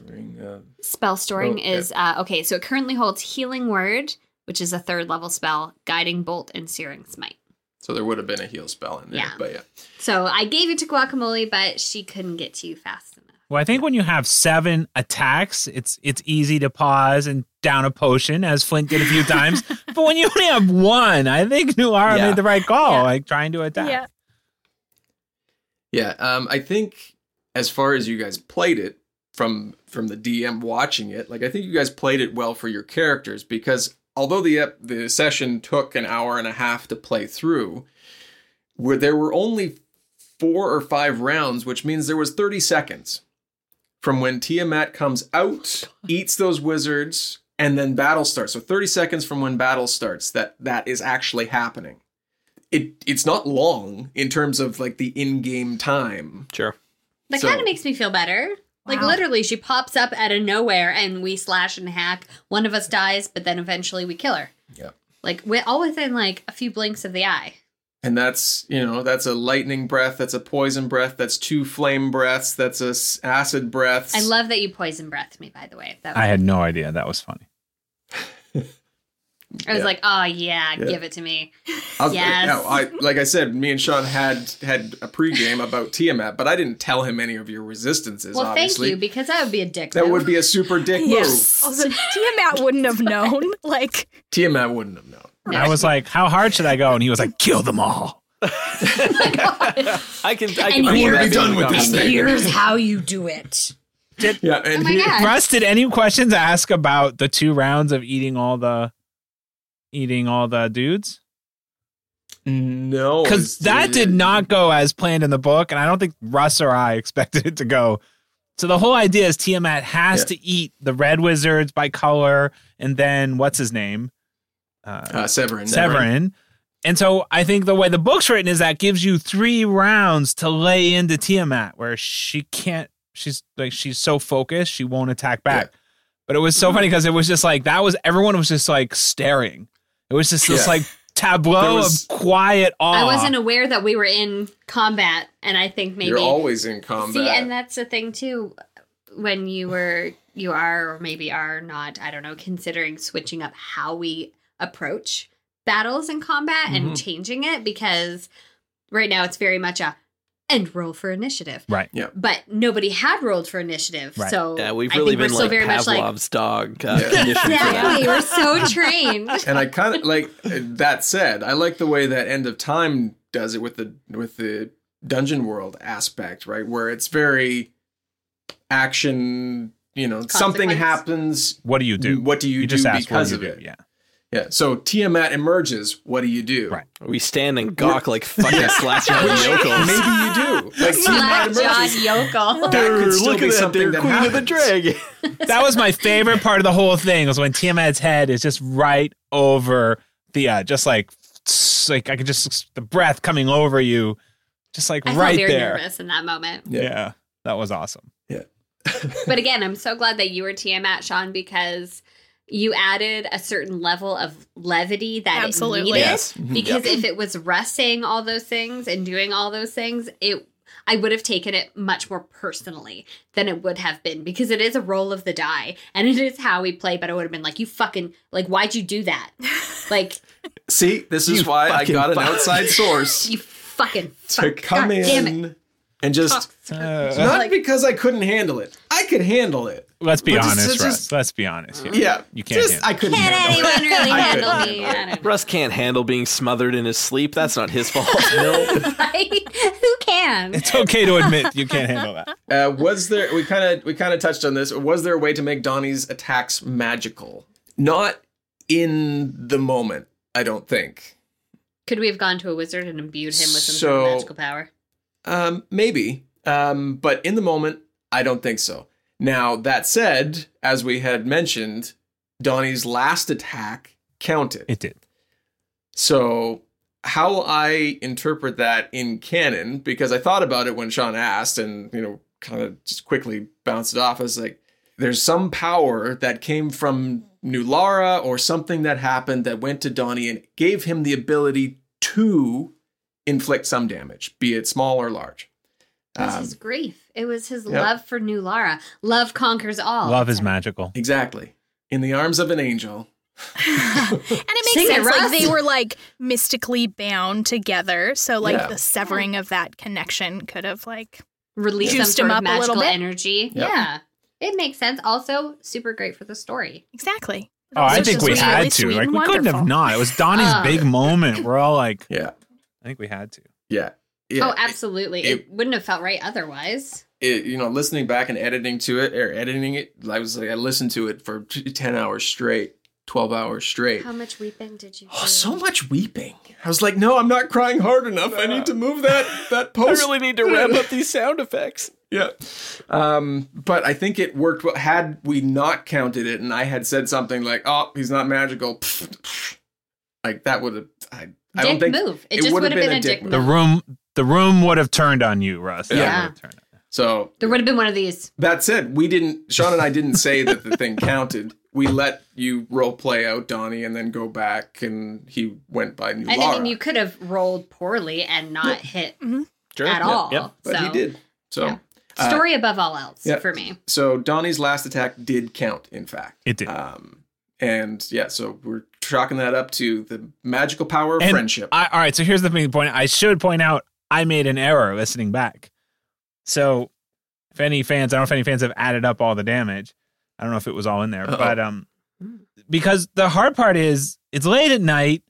Speaker 1: Ring of-
Speaker 2: spell storing
Speaker 1: Oh, yeah.
Speaker 2: is uh, okay. So it currently holds Healing Word, which is a third level spell, Guiding Bolt, and Searing Smite.
Speaker 1: So there would have been a heal spell in there,
Speaker 2: Yeah.
Speaker 1: but yeah.
Speaker 2: So I gave it to Guacamole, but she couldn't get to you fast enough.
Speaker 5: Well, I think when you have seven attacks, it's it's easy to pause and down a potion, as Flint did a few times. but when you only have one, I think Nuara
Speaker 4: Yeah.
Speaker 5: made the right call,
Speaker 3: Yeah.
Speaker 5: like trying to attack.
Speaker 1: Yeah, um, I think as far as you guys played it, from from the DM watching it. Like I think you guys played it well for your characters because although the ep- the session took an hour and a half to play through, where there were only four or five rounds, which means there was 30 seconds from when Tiamat comes out, eats those wizards, and then battle starts. So 30 seconds from when battle starts that that is actually happening. It it's not long in terms of like the in-game time.
Speaker 4: Sure.
Speaker 2: That
Speaker 1: So-
Speaker 2: kind of makes me feel better. Like
Speaker 3: Wow.
Speaker 2: literally, she pops up out of nowhere, and we slash and hack. One of us dies, but then eventually we kill her.
Speaker 1: Yeah.
Speaker 2: Like we all within like a few blinks of the eye.
Speaker 1: And that's, you know, that's a lightning breath, that's a poison breath, that's two flame breaths, that's a s- acid breaths.
Speaker 2: I love that you poison breathed me. By the way, that was,
Speaker 5: I had no idea. That was funny.
Speaker 2: I was
Speaker 1: Yeah.
Speaker 2: like, oh yeah,
Speaker 1: Yeah.
Speaker 2: give it to me.
Speaker 1: I've-
Speaker 2: Yes.
Speaker 1: no, I, like I said, me and Sean had had a pregame about Tiamat, but I didn't tell him any of your resistances.
Speaker 2: well,
Speaker 1: obviously,
Speaker 2: thank you because that would be a dick.
Speaker 1: that
Speaker 2: move.
Speaker 1: would be a super dick move.
Speaker 3: Also, Tiamat wouldn't have known. Like,
Speaker 1: Tiamat wouldn't have known.
Speaker 5: I was like, how hard should I go? And he was like, kill them all.
Speaker 4: I can. I
Speaker 2: And
Speaker 4: can.
Speaker 2: I wanna
Speaker 4: picture
Speaker 2: be
Speaker 4: that being
Speaker 1: done with
Speaker 4: done.
Speaker 1: this thing.
Speaker 2: Here's how you do it.
Speaker 1: Yeah,
Speaker 2: Oh
Speaker 1: and
Speaker 2: my
Speaker 1: he-
Speaker 2: god!
Speaker 5: Russ, did any questions ask about the two rounds of eating all the eating all the dudes?
Speaker 1: no,
Speaker 5: Because that did not go as planned in the book, and I don't think Russ or I expected it to go. So the whole idea is Tiamat has
Speaker 1: Yeah.
Speaker 5: to eat the red wizards by color, and then what's his name?
Speaker 1: uh, Severin.
Speaker 5: Severin. And so I think the way the book's written is that gives you three rounds to lay into Tiamat, where she can't. She's like she's so focused, she won't attack back. But it was so funny because it was just like that was everyone was just like staring. It was just this
Speaker 1: Yeah.
Speaker 5: like
Speaker 1: There
Speaker 5: tableau
Speaker 1: was-
Speaker 5: of quiet awe.
Speaker 2: I wasn't aware that we were in combat, and I think maybe
Speaker 1: You're always in
Speaker 5: Um,
Speaker 1: combat.
Speaker 2: See, and that's the thing too. When you were, you are, or maybe are not, I don't know, considering switching up how we approach battles and combat
Speaker 5: Mm-hmm.
Speaker 2: and
Speaker 1: Mhm.
Speaker 2: changing it because right now it's very much a and roll for initiative.
Speaker 5: right.
Speaker 2: But nobody had rolled for initiative,
Speaker 5: Right.
Speaker 2: so
Speaker 4: Yeah, we've
Speaker 2: I
Speaker 4: really
Speaker 2: think we're
Speaker 4: been
Speaker 2: still
Speaker 4: like
Speaker 2: very
Speaker 4: Pavlov's
Speaker 2: much like
Speaker 4: dog.
Speaker 1: Yeah.
Speaker 4: Uh, conditioned for that.
Speaker 2: exactly. we're so trained.
Speaker 1: and I kind of like that said. I like the way that End of Time does it with the with the dungeon world aspect, right? Where it's very action. You know, something
Speaker 2: Consequence.
Speaker 1: happens.
Speaker 5: What do you do?
Speaker 1: What do you,
Speaker 5: you, just
Speaker 1: do
Speaker 5: asked
Speaker 1: because
Speaker 5: what do
Speaker 1: of
Speaker 5: you
Speaker 1: it?
Speaker 5: do. Yeah.
Speaker 1: Yeah. So Tiamat emerges. What do you do?
Speaker 5: Right.
Speaker 4: We stand and gawk like fucking slackjawed yokels.
Speaker 1: Maybe you do. Like Tiamat
Speaker 2: Black
Speaker 1: emerges.
Speaker 2: John Yokel.
Speaker 1: That could still
Speaker 4: look
Speaker 1: be
Speaker 4: at that,
Speaker 1: something
Speaker 4: they're
Speaker 1: that
Speaker 4: Queen of the
Speaker 1: happens.
Speaker 4: Dragon.
Speaker 5: that was my favorite part of the whole thing was when Tiamat's head is just right over Thea, just like s- like I could just the breath coming over you, just like
Speaker 2: I felt
Speaker 5: right
Speaker 2: very
Speaker 5: there.
Speaker 2: nervous in that moment.
Speaker 5: Yeah. that was awesome.
Speaker 2: But again, I'm so glad that you were Tiamat, Sean, because you added a certain level of levity that
Speaker 3: Absolutely.
Speaker 2: it needed.
Speaker 4: Yes.
Speaker 2: Because if it was Russ saying all those things and doing all those things, it I would have taken it much more personally than it would have been because it is a roll of the die and it is how we play. But I would have been like, "You fucking like, why'd you do that? Like,
Speaker 1: See, this is
Speaker 4: You
Speaker 1: why I
Speaker 4: fucking
Speaker 1: got an
Speaker 4: fuck.
Speaker 1: outside source
Speaker 2: you fucking
Speaker 1: to
Speaker 2: fuck,
Speaker 1: come
Speaker 2: God damn it."
Speaker 1: in and just
Speaker 5: Uh,
Speaker 1: not because I couldn't handle it. I could handle it.
Speaker 5: let's be
Speaker 1: But just-
Speaker 5: honest,
Speaker 1: just-
Speaker 5: Russ.
Speaker 1: just-
Speaker 5: Let's be honest. Here.
Speaker 1: Yeah,
Speaker 5: You can't
Speaker 1: Just,
Speaker 5: handle
Speaker 1: I couldn't
Speaker 2: Can
Speaker 1: handle it.
Speaker 2: anyone really
Speaker 1: I couldn't
Speaker 2: handle me? I don't know.
Speaker 4: Russ can't handle being smothered in his sleep. That's not his fault.
Speaker 2: Right? Who can?
Speaker 5: It's okay to admit you can't handle that.
Speaker 1: Uh, was there? We kind of we kind of touched on this. Was there a way to make Donnie's attacks magical? Not in the moment, I don't think.
Speaker 2: Could we have gone to a wizard and imbued him with some sort
Speaker 1: So-
Speaker 2: of magical power?
Speaker 1: Um, maybe. Um, but in the moment, I don't think so. Now, that said, as we had mentioned, Donnie's last attack counted.
Speaker 5: It did.
Speaker 1: so, how I interpret that in canon, because I thought about it when Sean asked and, you know, kind of just quickly bounced it off. I was like, there's some power that came from Nulara or something that happened that went to Donnie and gave him the ability to inflict some damage, be it small or large.
Speaker 2: It was
Speaker 1: Um,
Speaker 2: his grief. It was his
Speaker 1: yep.
Speaker 2: love for New Lara. Love conquers all.
Speaker 5: Love is magical.
Speaker 1: Exactly. In the arms of an angel.
Speaker 3: and it makes
Speaker 2: Sing it,
Speaker 3: sense.
Speaker 2: Russ.
Speaker 3: like they were like mystically bound together, so like
Speaker 1: Yeah.
Speaker 3: the severing of that connection could have like
Speaker 2: Release some
Speaker 3: Juiced him
Speaker 2: sort of
Speaker 3: up a little
Speaker 2: magical
Speaker 3: bit.
Speaker 2: energy.
Speaker 1: Yep.
Speaker 2: Yeah. It makes sense. Also, super great for the story.
Speaker 3: exactly.
Speaker 5: Oh, I
Speaker 3: So
Speaker 5: think
Speaker 3: it's
Speaker 5: we
Speaker 3: just
Speaker 5: had
Speaker 3: really
Speaker 5: to.
Speaker 3: sweet
Speaker 5: Like we
Speaker 3: and
Speaker 5: couldn't have
Speaker 3: wonderful.
Speaker 5: not. It was Donnie's
Speaker 2: Uh.
Speaker 5: big moment. We're all like,
Speaker 1: Yeah.
Speaker 5: I think we had to.
Speaker 1: Yeah. Yeah.
Speaker 2: oh, absolutely. It,
Speaker 1: it-
Speaker 2: wouldn't have felt right otherwise.
Speaker 1: it, you know, listening back and editing to it or editing it, I was like, I listened to it for t- 10 hours straight, 12 hours straight.
Speaker 2: How much weeping did you?
Speaker 1: Oh,
Speaker 2: do?
Speaker 1: so much weeping. I was like, no, I'm not crying hard enough. I need to move that, that
Speaker 4: I
Speaker 1: post.
Speaker 4: really need to ramp up these sound effects.
Speaker 1: Yeah. Um, but I think it worked well. Had we not counted it and I had said something like, oh, he's not magical, pfft, pfft, like that would have, I, I don't
Speaker 2: Dick
Speaker 1: think.
Speaker 2: move. It,
Speaker 1: it
Speaker 2: just would
Speaker 1: would've
Speaker 2: have been, a dick, move.
Speaker 5: The room, the room would have turned on you, Russ. That
Speaker 1: Yeah.
Speaker 5: would have turned on you.
Speaker 1: So
Speaker 2: There would have been one of these.
Speaker 1: that said, we didn't, Sean and I didn't say that the thing counted. We let you role play out Donnie and then go back and he went by new
Speaker 2: And I
Speaker 1: Lara.
Speaker 2: mean, you could have rolled poorly and not hit
Speaker 4: Sure.
Speaker 2: at all.
Speaker 4: Yep.
Speaker 1: but
Speaker 2: so
Speaker 1: he did. Uh, So,
Speaker 2: yeah. story above all else
Speaker 1: yeah.
Speaker 2: for me.
Speaker 1: so Donnie's last attack did count, in fact.
Speaker 5: It did.
Speaker 1: Um, and yeah, so we're chalking that up to the magical power of
Speaker 5: And
Speaker 1: friendship.
Speaker 5: I, all right, so here's the main point. I should point out I made an error listening back. So if any fans, I don't know if any fans have added up all the damage. I don't know if it was all in there,
Speaker 1: Uh-oh.
Speaker 5: but um, because the hard part is it's late at night,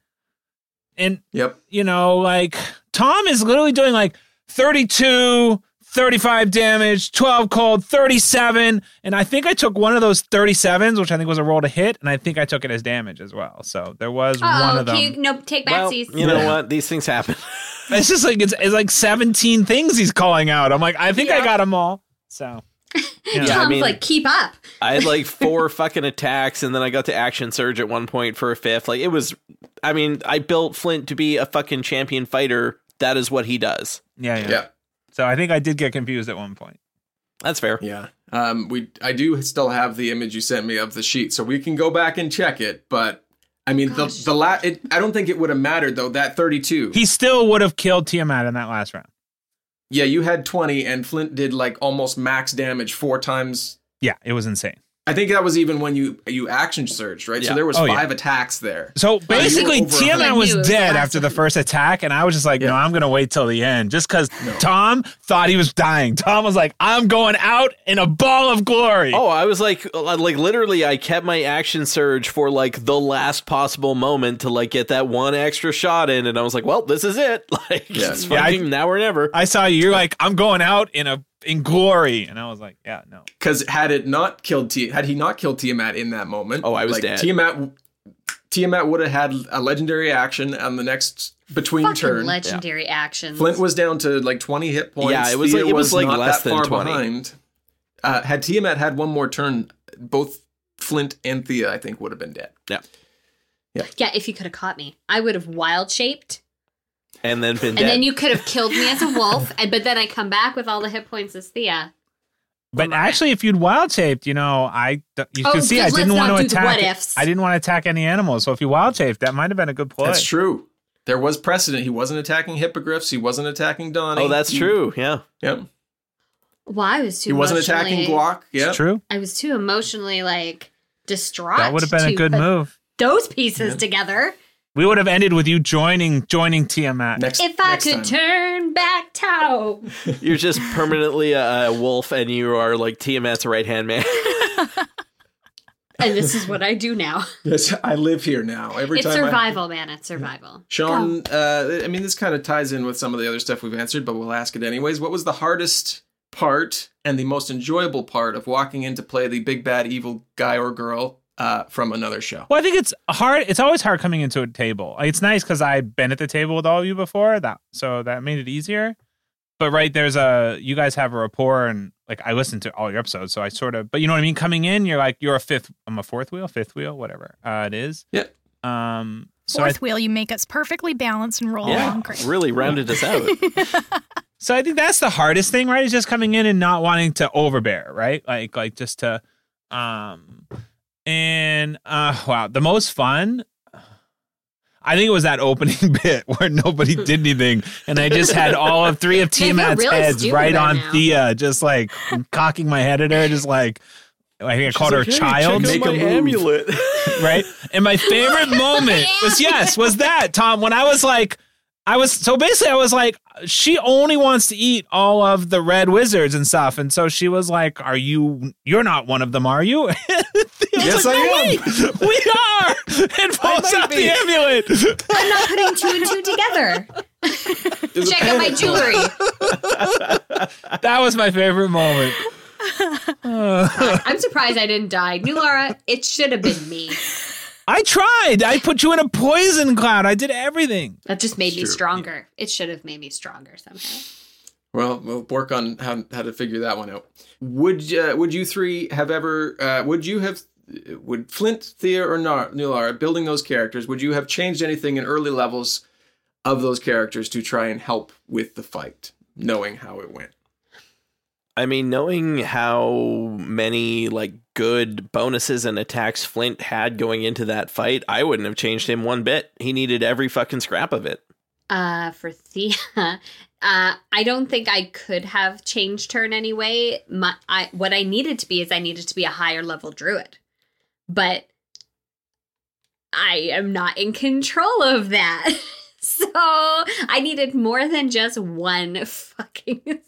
Speaker 5: and
Speaker 1: yep.
Speaker 5: you know, like Tom is literally doing like 32, 35 damage, 12 cold, 37. And I think I took one of those 37s, which I think was a roll to hit. And I think I took it as damage as well. So there was one
Speaker 2: Oh,
Speaker 5: of them.
Speaker 2: can you no take
Speaker 4: Well,
Speaker 2: backsies?
Speaker 4: you know what? These things happen.
Speaker 5: It's just like, it's, it's like 17 things he's calling out. I'm like, I think I got them all. So Yeah, I
Speaker 2: Tom's
Speaker 4: mean-
Speaker 2: like, keep up.
Speaker 4: I had like four fucking attacks, and then I got to action surge at one point for a fifth. Like it was, I mean, I built Flint to be a fucking champion fighter. That is what he does.
Speaker 5: yeah, yeah.
Speaker 1: Yeah.
Speaker 5: So I think I did get confused at one point.
Speaker 4: That's fair.
Speaker 1: Yeah. Um, we I do still have the image you sent me of the sheet, so we can go back and check it. But I mean, the the la- it, I don't think it would have mattered though. That thirty two.
Speaker 5: He still would have killed Tiamat in that last round.
Speaker 1: Yeah, you had twenty, and Flint did like almost max damage four times.
Speaker 5: Yeah, it was insane.
Speaker 1: I think that was even when you you action surged, right? So
Speaker 4: Yeah.
Speaker 1: there was
Speaker 5: Oh,
Speaker 1: five
Speaker 5: yeah.
Speaker 1: attacks there.
Speaker 5: So basically,
Speaker 1: over a
Speaker 5: Tiamat
Speaker 2: hundred.
Speaker 5: was
Speaker 2: I knew it was
Speaker 5: dead
Speaker 2: the last
Speaker 5: after the
Speaker 2: one.
Speaker 5: first attack, and I was just like, no,
Speaker 1: Yeah.
Speaker 5: I'm going to wait till the end, just because Tom thought he was dying. Tom was like, I'm going out in a ball of glory.
Speaker 4: Oh, I was like, like literally, I kept my action surge for like the last possible moment to like get that one extra shot in, and I was like, well, this is it. Like,
Speaker 1: Yeah.
Speaker 4: it's
Speaker 5: Yeah, I-
Speaker 4: fucking now or never.
Speaker 5: I saw you. You're like, I'm going out in a in glory, and I was like, yeah, no.
Speaker 1: Because had it not killed T, had he not killed Tiamat in that moment,
Speaker 4: Oh, I was
Speaker 1: like,
Speaker 4: dead.
Speaker 1: Tiamat, Tiamat would have had a legendary action on the next between
Speaker 2: Fucking
Speaker 1: turn.
Speaker 2: legendary actions.
Speaker 1: Flint was down to like 20 hit points.
Speaker 4: Yeah, it was
Speaker 1: Thea
Speaker 4: like- it was, like,
Speaker 1: not
Speaker 4: less
Speaker 1: that
Speaker 4: than
Speaker 1: far
Speaker 4: 20.
Speaker 1: behind. Uh, had Tiamat had one more turn, both Flint and Thea, I think, would have been dead.
Speaker 4: yeah,
Speaker 2: yeah, if you could have caught me, I would have wild shaped,
Speaker 4: and then been
Speaker 2: and
Speaker 4: dead.
Speaker 2: then you could have killed me as a wolf. and but then I come back with all the hit points as Thea.
Speaker 5: But actually, if you'd wild shaped, you know, I you
Speaker 2: Oh,
Speaker 5: can see
Speaker 2: good,
Speaker 5: I
Speaker 2: let's
Speaker 5: didn't want
Speaker 2: not
Speaker 5: to
Speaker 2: do the
Speaker 5: attack.
Speaker 2: what ifs.
Speaker 5: I didn't want to attack any animals. So if you wild shaped, that might have been a good play.
Speaker 1: That's true. There was precedent. He wasn't attacking hippogriffs. He wasn't attacking Donnie.
Speaker 4: oh, that's
Speaker 1: He-
Speaker 4: true. Yeah,
Speaker 1: Yep.
Speaker 2: Well, I was too.
Speaker 1: He wasn't attacking
Speaker 2: emotionally-
Speaker 1: Glock. Yeah.
Speaker 5: It's true.
Speaker 2: I was too emotionally like distraught.
Speaker 5: That would have been a
Speaker 2: to
Speaker 5: good
Speaker 2: put
Speaker 5: move.
Speaker 2: Those pieces together.
Speaker 5: We would have ended with you joining joining Tiamat.
Speaker 1: Next,
Speaker 2: If I
Speaker 1: next
Speaker 2: could
Speaker 1: time.
Speaker 2: turn back time,
Speaker 4: you're just permanently a, a wolf, and you are like Tiamat's right hand man.
Speaker 2: and this is what I do now.
Speaker 1: Yes, I live here now. Every
Speaker 2: it's
Speaker 1: time I.
Speaker 2: survival, man. It's survival.
Speaker 1: Sean, uh, I mean, this kind of ties in with some of the other stuff we've answered, but we'll ask it anyways. What was the hardest part and the most enjoyable part of walking in to play the big bad evil guy or girl uh, from another show?
Speaker 5: Well, I think it's hard. It's always hard coming into a table. Like, It's nice because I've been at the table with all of you before, that so that made it easier. But right there's a you guys have a rapport, and like I listened to all your episodes, so I sort of. But you know what I mean. Coming in, you're like you're a fifth. I'm a fourth wheel, fifth wheel, whatever uh, it is.
Speaker 1: Yeah.
Speaker 5: Um. So I,
Speaker 3: Fourth wheel, you make us perfectly balanced and roll
Speaker 2: Oh,
Speaker 4: yeah,
Speaker 3: along great.
Speaker 4: really rounded us out.
Speaker 5: so I think that's the hardest thing, right? Is just coming in and not wanting to overbear, right? Like like just to, um, and uh, wow, the most fun. I think it was that opening bit where nobody did anything, and I just had all of three of
Speaker 2: feel
Speaker 5: Team Mat's
Speaker 2: really
Speaker 5: heads
Speaker 2: stupid
Speaker 5: right
Speaker 2: right
Speaker 5: on
Speaker 2: now.
Speaker 5: Thea, just like cocking my head at her, just like I think I called her child.
Speaker 1: out Make a my move.
Speaker 4: amulet.
Speaker 5: right? And my favorite moment was yes, was that Tom when I was like, I was so basically I was like, she only wants to eat all of the red wizards and stuff, and so she was like, "Are you? You're not one of them, are you?" And I was
Speaker 1: Yes,
Speaker 5: like,
Speaker 1: I
Speaker 5: "No,
Speaker 1: am."
Speaker 5: wait, we are, and pulls
Speaker 4: might
Speaker 5: out
Speaker 4: be.
Speaker 5: the amulet.
Speaker 2: I'm not putting two and two together. Check out my jewelry.
Speaker 5: that was my favorite moment. Uh,
Speaker 2: I'm surprised I didn't die. New Laura, it should have been me.
Speaker 5: I tried. I put you in a poison cloud. I did everything.
Speaker 2: That just made me
Speaker 1: true.
Speaker 2: stronger. It should have made me stronger somehow.
Speaker 1: Well, we'll work on how, how to figure that one out. Would uh, would you three have ever? Uh, would you have? Would Flint, Thea, or Nar- Nulara building those characters? Would you have changed anything in early levels of those characters to try and help with the fight, knowing how it went?
Speaker 4: I mean, knowing how many like good bonuses and attacks Flint had going into that fight, I wouldn't have changed him one bit. He needed every fucking scrap of it.
Speaker 2: Uh, for Thea, uh, I don't think I could have changed her in any way. My, I, what I needed to be is I needed to be a higher level druid, but I am not in control of that. so I needed more than just one fucking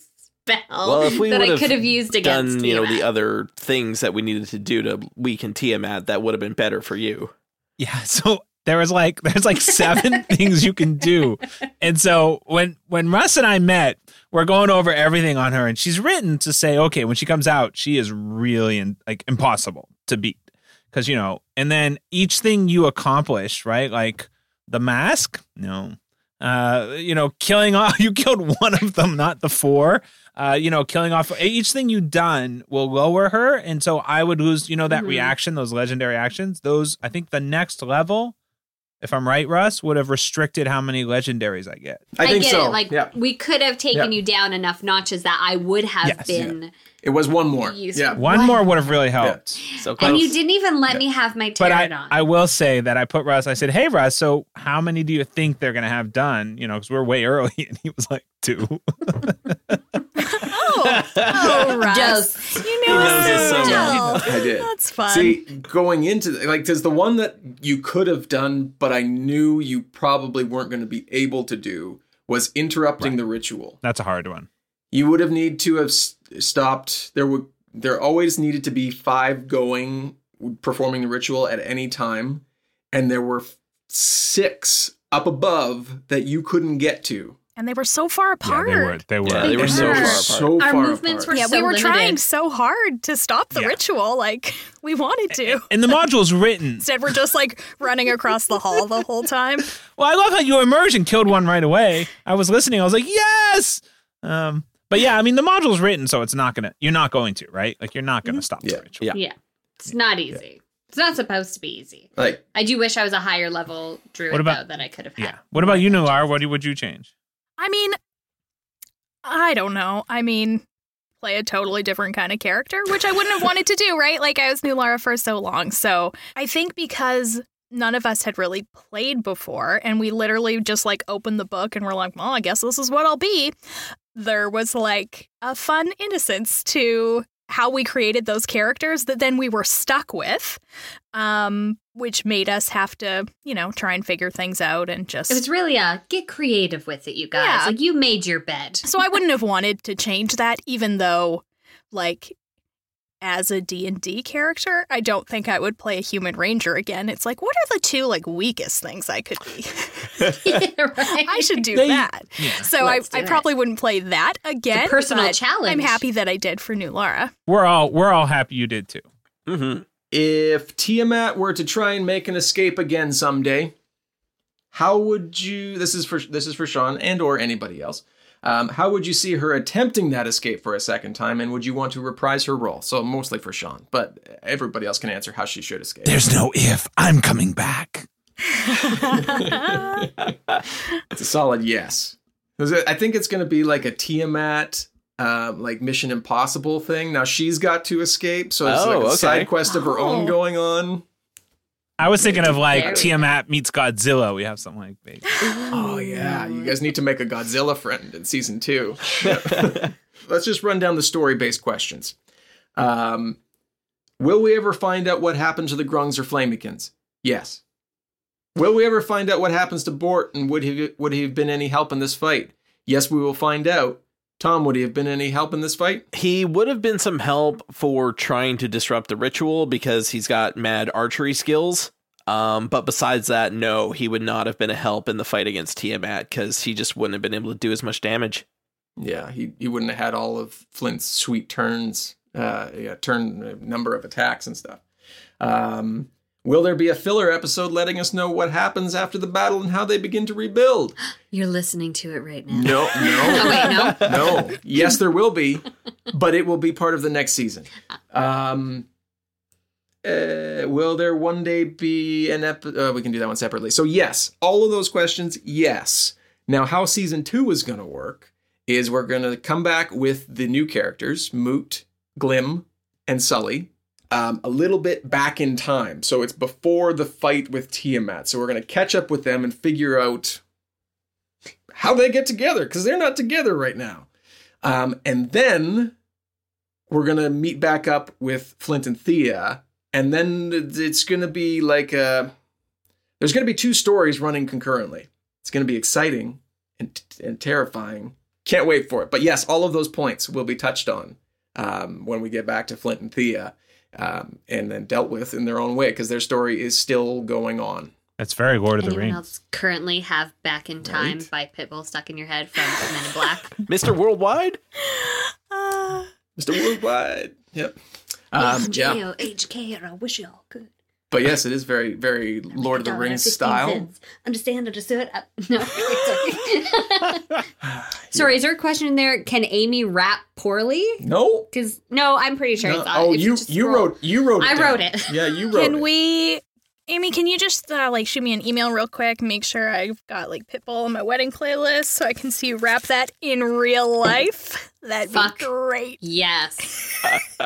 Speaker 2: spell
Speaker 4: Well, if we
Speaker 2: that I
Speaker 4: would've
Speaker 2: could have used against
Speaker 4: Done you know the
Speaker 2: Tiamat.
Speaker 4: other things that we needed to do to weaken Tiamat that would have been better for you.
Speaker 5: Yeah. So there was like there's like seven things you can do. And so when when Russ and I met, we're going over everything on her, and she's written to say, okay, when she comes out, she is really in, like impossible to beat because you know. And then each thing you accomplished, right? Like the mask, no. Uh, you know, killing off you killed one of them, not the four. Uh, you know, killing off each thing you done will lower her, and so I would lose. You know that
Speaker 2: Mhm.
Speaker 5: reaction, those legendary actions. Those I think the next level, if I'm right, Russ would have restricted how many legendaries I get.
Speaker 1: I, think
Speaker 2: get
Speaker 1: so.
Speaker 2: it. Like
Speaker 1: yeah,
Speaker 2: we could have taken
Speaker 1: Yeah.
Speaker 2: you down enough notches that I would have
Speaker 5: Yes.
Speaker 2: been.
Speaker 1: it was one more.
Speaker 2: Use-
Speaker 1: Yeah,
Speaker 5: One
Speaker 2: What?
Speaker 5: more would have really helped.
Speaker 4: So
Speaker 2: And
Speaker 4: close.
Speaker 2: you didn't even let me have my
Speaker 5: But I,
Speaker 2: pterodon.
Speaker 5: I will say that I put Russ, I said, Hey, Russ, so how many do you think they're going to have done? You know, because we're way early. And he was like, Two.
Speaker 3: Oh, oh Russ.
Speaker 2: Just-
Speaker 3: You know
Speaker 4: knows us so well.
Speaker 3: well.
Speaker 1: I did.
Speaker 3: That's fun.
Speaker 1: See, going into the, like, does the one that you could have done, but I knew you probably weren't going to be able to do, was interrupting the ritual.
Speaker 5: That's a hard one.
Speaker 1: You would have need to have s- stopped. There would there always needed to be five going performing the ritual at any time, and there were f- six up above that you couldn't get to.
Speaker 3: and they were so far apart.
Speaker 5: Yeah, they were. They were.
Speaker 4: Yeah, they were
Speaker 1: And
Speaker 4: so
Speaker 1: they
Speaker 4: far
Speaker 1: were
Speaker 4: apart.
Speaker 1: So
Speaker 2: Our
Speaker 1: far
Speaker 2: movements
Speaker 1: apart.
Speaker 2: were
Speaker 3: Yeah,
Speaker 2: so
Speaker 3: we were
Speaker 2: limited.
Speaker 3: trying so hard to stop the
Speaker 5: Yeah.
Speaker 3: ritual, like we wanted to.
Speaker 5: And the module's written.
Speaker 3: Instead, we're just like running across the hall the whole time.
Speaker 5: Well, I love how your immersion killed one right away. I was listening. I was like, yes. Um, but yeah, I mean, the module's written, so it's not gonna. You're not going to, right? Like, you're not gonna stop
Speaker 1: Yeah.
Speaker 5: the ritual.
Speaker 4: Yeah.
Speaker 2: Yeah. It's not easy. It's not supposed to be easy.
Speaker 1: like
Speaker 2: I do wish I was a higher level druid
Speaker 5: What about-
Speaker 2: though that I could have had.
Speaker 5: Yeah. What about you, Nular? What do- would you change?
Speaker 3: I mean, I don't know. I mean, play a totally different kind of character, which I wouldn't have wanted to do, right? Like I was new Lara for so long. So I think because none of us had really played before and we literally just like opened the book and we're like, well, I guess this is what I'll be. There was like a fun innocence to how we created those characters that then we were stuck with, um, which made us have to, you know, try and figure things out and just
Speaker 2: It was really a get creative with it, you guys.
Speaker 3: Yeah.
Speaker 2: Like you made your bed.
Speaker 3: so I wouldn't have wanted to change that, even though, like, as a D&D character, I don't think I would play a human ranger again. It's like, what are the two, like, weakest things I could be? I
Speaker 2: I
Speaker 3: should do
Speaker 5: They-
Speaker 3: that. So I,
Speaker 2: Let's do
Speaker 3: I
Speaker 2: it.
Speaker 3: probably wouldn't play that again.
Speaker 2: personal
Speaker 3: but I'm
Speaker 2: challenge.
Speaker 3: happy that I did for New Lara.
Speaker 5: We're all we're all happy you did too.
Speaker 4: Mhm.
Speaker 1: if Tiamat were to try and make an escape again someday, how would you? This is for this is for Sean and or anybody else. Um, how would you see her attempting that escape for a second time, and would you want to reprise her role? So mostly for Sean, but everybody else can answer how she should escape.
Speaker 5: no if. I'm coming back.
Speaker 1: It's a solid yes. 'Cause I think it's going to be like a Tiamat, um, like Mission Impossible thing. Now she's got to escape, so it's
Speaker 4: Oh,
Speaker 1: like a
Speaker 4: okay.
Speaker 1: side quest of her own
Speaker 2: Oh.
Speaker 1: going on.
Speaker 5: I was thinking
Speaker 2: There
Speaker 5: of
Speaker 2: we
Speaker 5: like
Speaker 2: go.
Speaker 5: Tiamat meets Godzilla. We have something like big.
Speaker 1: Oh yeah, you guys need to make a Godzilla friend in season two.
Speaker 4: Mm-hmm.
Speaker 1: Let's just run down the story-based questions. Um, will we ever find out what happened to the Grungs or Flamikins? Yes. Will we ever find out what happens to Bort and would he would he have been any help in this fight? Yes, we will find out. Tom, would he have been any help in this fight?
Speaker 4: He would have been some help for trying to disrupt the ritual because he's got mad archery skills. Um, but besides that, no, he would not have been a help in the fight against Tiamat because he just wouldn't have been able to do as much damage.
Speaker 1: Yeah, he, he wouldn't have had all of Flint's sweet turns, uh, yeah, turn uh, number of attacks and stuff. Um, will there be a filler episode letting us know what happens after the battle and how they begin to rebuild?
Speaker 2: You're listening to it right now.
Speaker 1: No,
Speaker 2: Oh,
Speaker 1: no,
Speaker 2: wait, no.
Speaker 1: no. Yes, there will be, but it will be part of the next season. Um, uh, will there one day be an ep? Uh, we can do that one separately. So yes, all of those questions, yes. Now, how season two is going to work is we're going to come back with the new characters, Moot, Glim, and Sully, um, a little bit back in time. So it's before the fight with Tiamat. So we're going to catch up with them and figure out how they get together because they're not together right now. Um, and then we're going to meet back up with Flint and Thea. And then it's going to be like a, there's going to be two stories running concurrently. It's going to be exciting and, and terrifying. Can't wait for it. But yes, all of those points will be touched on um, when we get back to Flint and Thea um, and then dealt with in their own way because their story is still going on.
Speaker 5: That's very Lord of the
Speaker 2: Anyone
Speaker 5: Rings.
Speaker 2: else currently have Back in Time by Pitbull stuck in your head from Men in Black?
Speaker 4: Mr. Worldwide?
Speaker 3: Uh,
Speaker 1: Mr. Worldwide. Yep. Um, yeah.
Speaker 2: HK, and I wish y'all could.
Speaker 1: But yes, it is very, very Lord of the Rings style.
Speaker 2: Understand, understood. Uh, no. Sorry, is there a question in there? Can Amy rap poorly?
Speaker 1: No.
Speaker 2: Because no, I'm pretty sure
Speaker 1: No.
Speaker 2: it's
Speaker 1: Oh, you
Speaker 2: just
Speaker 1: you
Speaker 2: scroll-
Speaker 1: wrote you wrote. It
Speaker 2: I
Speaker 1: down.
Speaker 2: wrote it.
Speaker 1: Yeah, you wrote.
Speaker 3: can
Speaker 1: it.
Speaker 3: we, Amy? Can you just uh, like shoot me an email real quick? Make sure I've got like Pitbull on my wedding playlist so I can see you wrap that in real life. That'd
Speaker 2: Fuck.
Speaker 3: be great.
Speaker 2: Yes.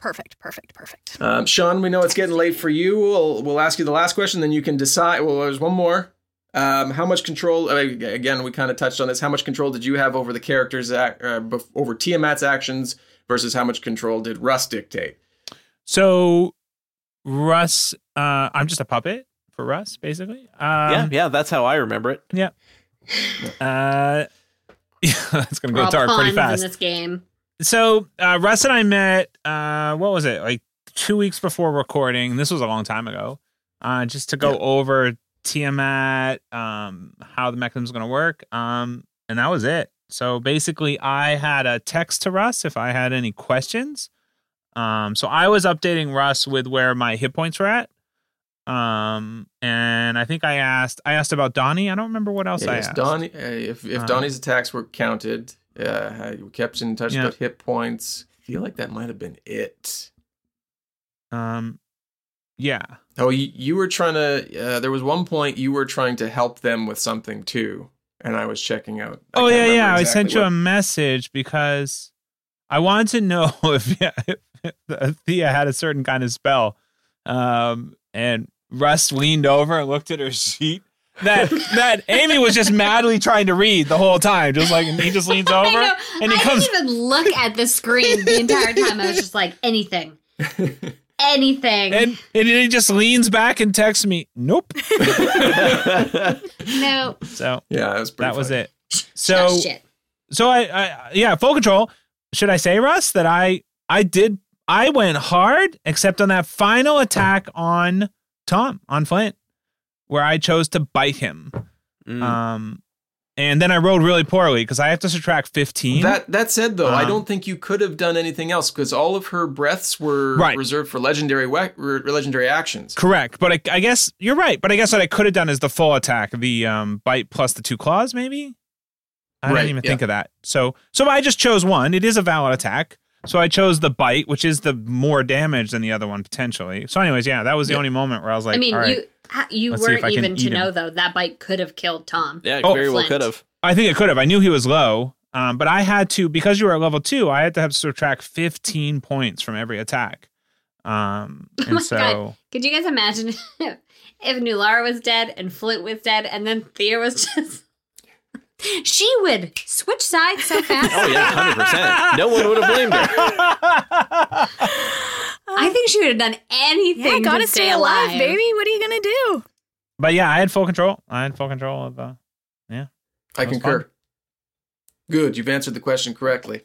Speaker 3: Perfect. Perfect. Perfect.
Speaker 1: Um, Sean, we know it's getting late for you. We'll we'll ask you the last question, then you can decide. Well, there's one more. Um, how much control? uh, Again, we kind of touched on this. How much control did you have over the characters' ac- uh, bef- over Tiamat's actions versus how much control did Russ dictate?
Speaker 5: So, Russ, uh, I'm just a puppet for Russ, basically.
Speaker 4: yeah,
Speaker 5: Um,
Speaker 4: yeah, that's how I remember it.
Speaker 5: Uh, it's gonna
Speaker 2: We're
Speaker 5: go
Speaker 2: all
Speaker 5: dark pretty
Speaker 2: pawns
Speaker 5: fast.
Speaker 2: in this game.
Speaker 5: so uh, Russ and I met. Uh, what was it? Like two weeks before recording. This was a long time ago. Uh, just to go over Tiamat, um, how the mechanism's going to work, um, and that was it. So basically, I had a text to Russ if I had any questions. Um, so I was updating Russ with where my hit points were at. Um, and I think I asked I asked about Donnie. I don't remember what else I
Speaker 1: yes,
Speaker 5: asked.
Speaker 1: Donnie, uh, if if
Speaker 5: Uh,
Speaker 1: Donnie's attacks were counted, uh, how you kept in touch
Speaker 5: Yeah.
Speaker 1: about hit points. I feel like that might have been it.
Speaker 5: Um, yeah.
Speaker 1: Oh, you, you were trying to. Uh, there was one point you were trying to help them with something too, and I was checking out. I
Speaker 5: oh
Speaker 1: can't
Speaker 5: yeah,
Speaker 1: remember
Speaker 5: yeah. I
Speaker 1: exactly
Speaker 5: sent you
Speaker 1: what-
Speaker 5: a message because I wanted to know if, yeah, if Thea had a certain kind of spell. Um, and Rust leaned over and looked at her sheet that that Amy was just madly trying to read the whole time, just like and he just leans over
Speaker 2: I know.
Speaker 5: and he
Speaker 2: I
Speaker 5: comes.
Speaker 2: didn't even look at the screen the entire time. I was just like, anything. Anything.
Speaker 5: And, and he just leans back and texts me, "Nope."
Speaker 1: um,
Speaker 2: no.
Speaker 5: So
Speaker 1: Yeah, that was pretty
Speaker 5: that was
Speaker 1: funny.
Speaker 5: it. So
Speaker 2: Oh, shit.
Speaker 5: so I, I yeah full control should i say russ that i i did i went hard except on that final attack on tom on flint where i chose to bite him
Speaker 4: Mm.
Speaker 5: um and then i rolled really poorly because i have to subtract 15
Speaker 1: That that said, though, I
Speaker 5: Um,
Speaker 1: don't think you could have done anything else because all of her breaths were
Speaker 5: Right.
Speaker 1: reserved for legendary we- re- legendary actions.
Speaker 5: correct but I, I guess you're right but i guess what i could have done is the full attack the um bite plus the two claws maybe i
Speaker 1: Right,
Speaker 5: didn't even
Speaker 1: yeah.
Speaker 5: think of that so so i just chose one it is a valid attack so i chose the bite which is the more damage than the other one potentially so anyways yeah that was the only moment where i was like
Speaker 2: I mean,
Speaker 5: all right.
Speaker 2: you ha- you
Speaker 5: Let's see if
Speaker 2: weren't
Speaker 5: I can
Speaker 2: even to
Speaker 5: eat him.
Speaker 2: know though that bite could have killed Tom.
Speaker 4: yeah,
Speaker 5: Oh,
Speaker 4: very well
Speaker 2: Flint.
Speaker 4: could have.
Speaker 5: I think it could have. I knew he was low, um, but I had to because you were at level two. I had to have subtract fifteen points from every attack. Um, and
Speaker 2: Oh my
Speaker 5: so
Speaker 2: God. Could you guys imagine if, if Nulara was dead and Flint was dead and then Thea was just She would switch sides so fast.
Speaker 4: Oh yeah, hundred percent. No one would have blamed her.
Speaker 2: I think she would have done anything.
Speaker 3: Yeah, gotta
Speaker 2: to
Speaker 3: stay alive, baby. What are you gonna do?
Speaker 5: but yeah, I had full control. I had full control of. Uh,
Speaker 1: I
Speaker 5: That was
Speaker 1: concur.
Speaker 5: fun.
Speaker 1: Good, you've answered the question correctly.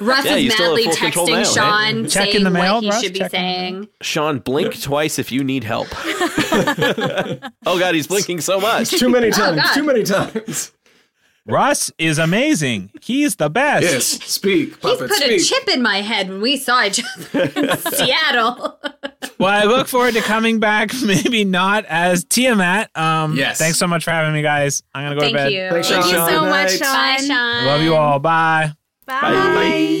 Speaker 2: Russ
Speaker 4: Yeah, you
Speaker 2: is
Speaker 4: still
Speaker 2: madly
Speaker 4: have full control
Speaker 2: texting
Speaker 4: now, right?
Speaker 2: Sean
Speaker 5: Check in
Speaker 2: saying
Speaker 5: the mail,
Speaker 2: what he
Speaker 5: Russ,
Speaker 2: should be
Speaker 5: check in the mail.
Speaker 2: saying.
Speaker 4: Sean, blink twice if you need help. oh god, he's blinking so much.
Speaker 1: Too many
Speaker 2: Oh times, God. too
Speaker 1: many times.
Speaker 5: Russ is amazing. He's the best.
Speaker 1: Yes, speak,
Speaker 2: He's
Speaker 1: puppet,
Speaker 2: put a
Speaker 1: speak.
Speaker 2: chip in my head when we saw each other in Seattle.
Speaker 5: Well, I look forward to coming back, maybe not as Tiamat. Um,
Speaker 1: Yes.
Speaker 5: Thanks so much for having me, guys. I'm going to go
Speaker 2: Thank
Speaker 5: to bed.
Speaker 2: you.
Speaker 1: Thanks,
Speaker 3: Thank you
Speaker 1: Sean.
Speaker 3: so much,
Speaker 4: Night.
Speaker 3: Sean.
Speaker 2: Bye, Sean.
Speaker 5: Love you all. Bye.
Speaker 4: Bye.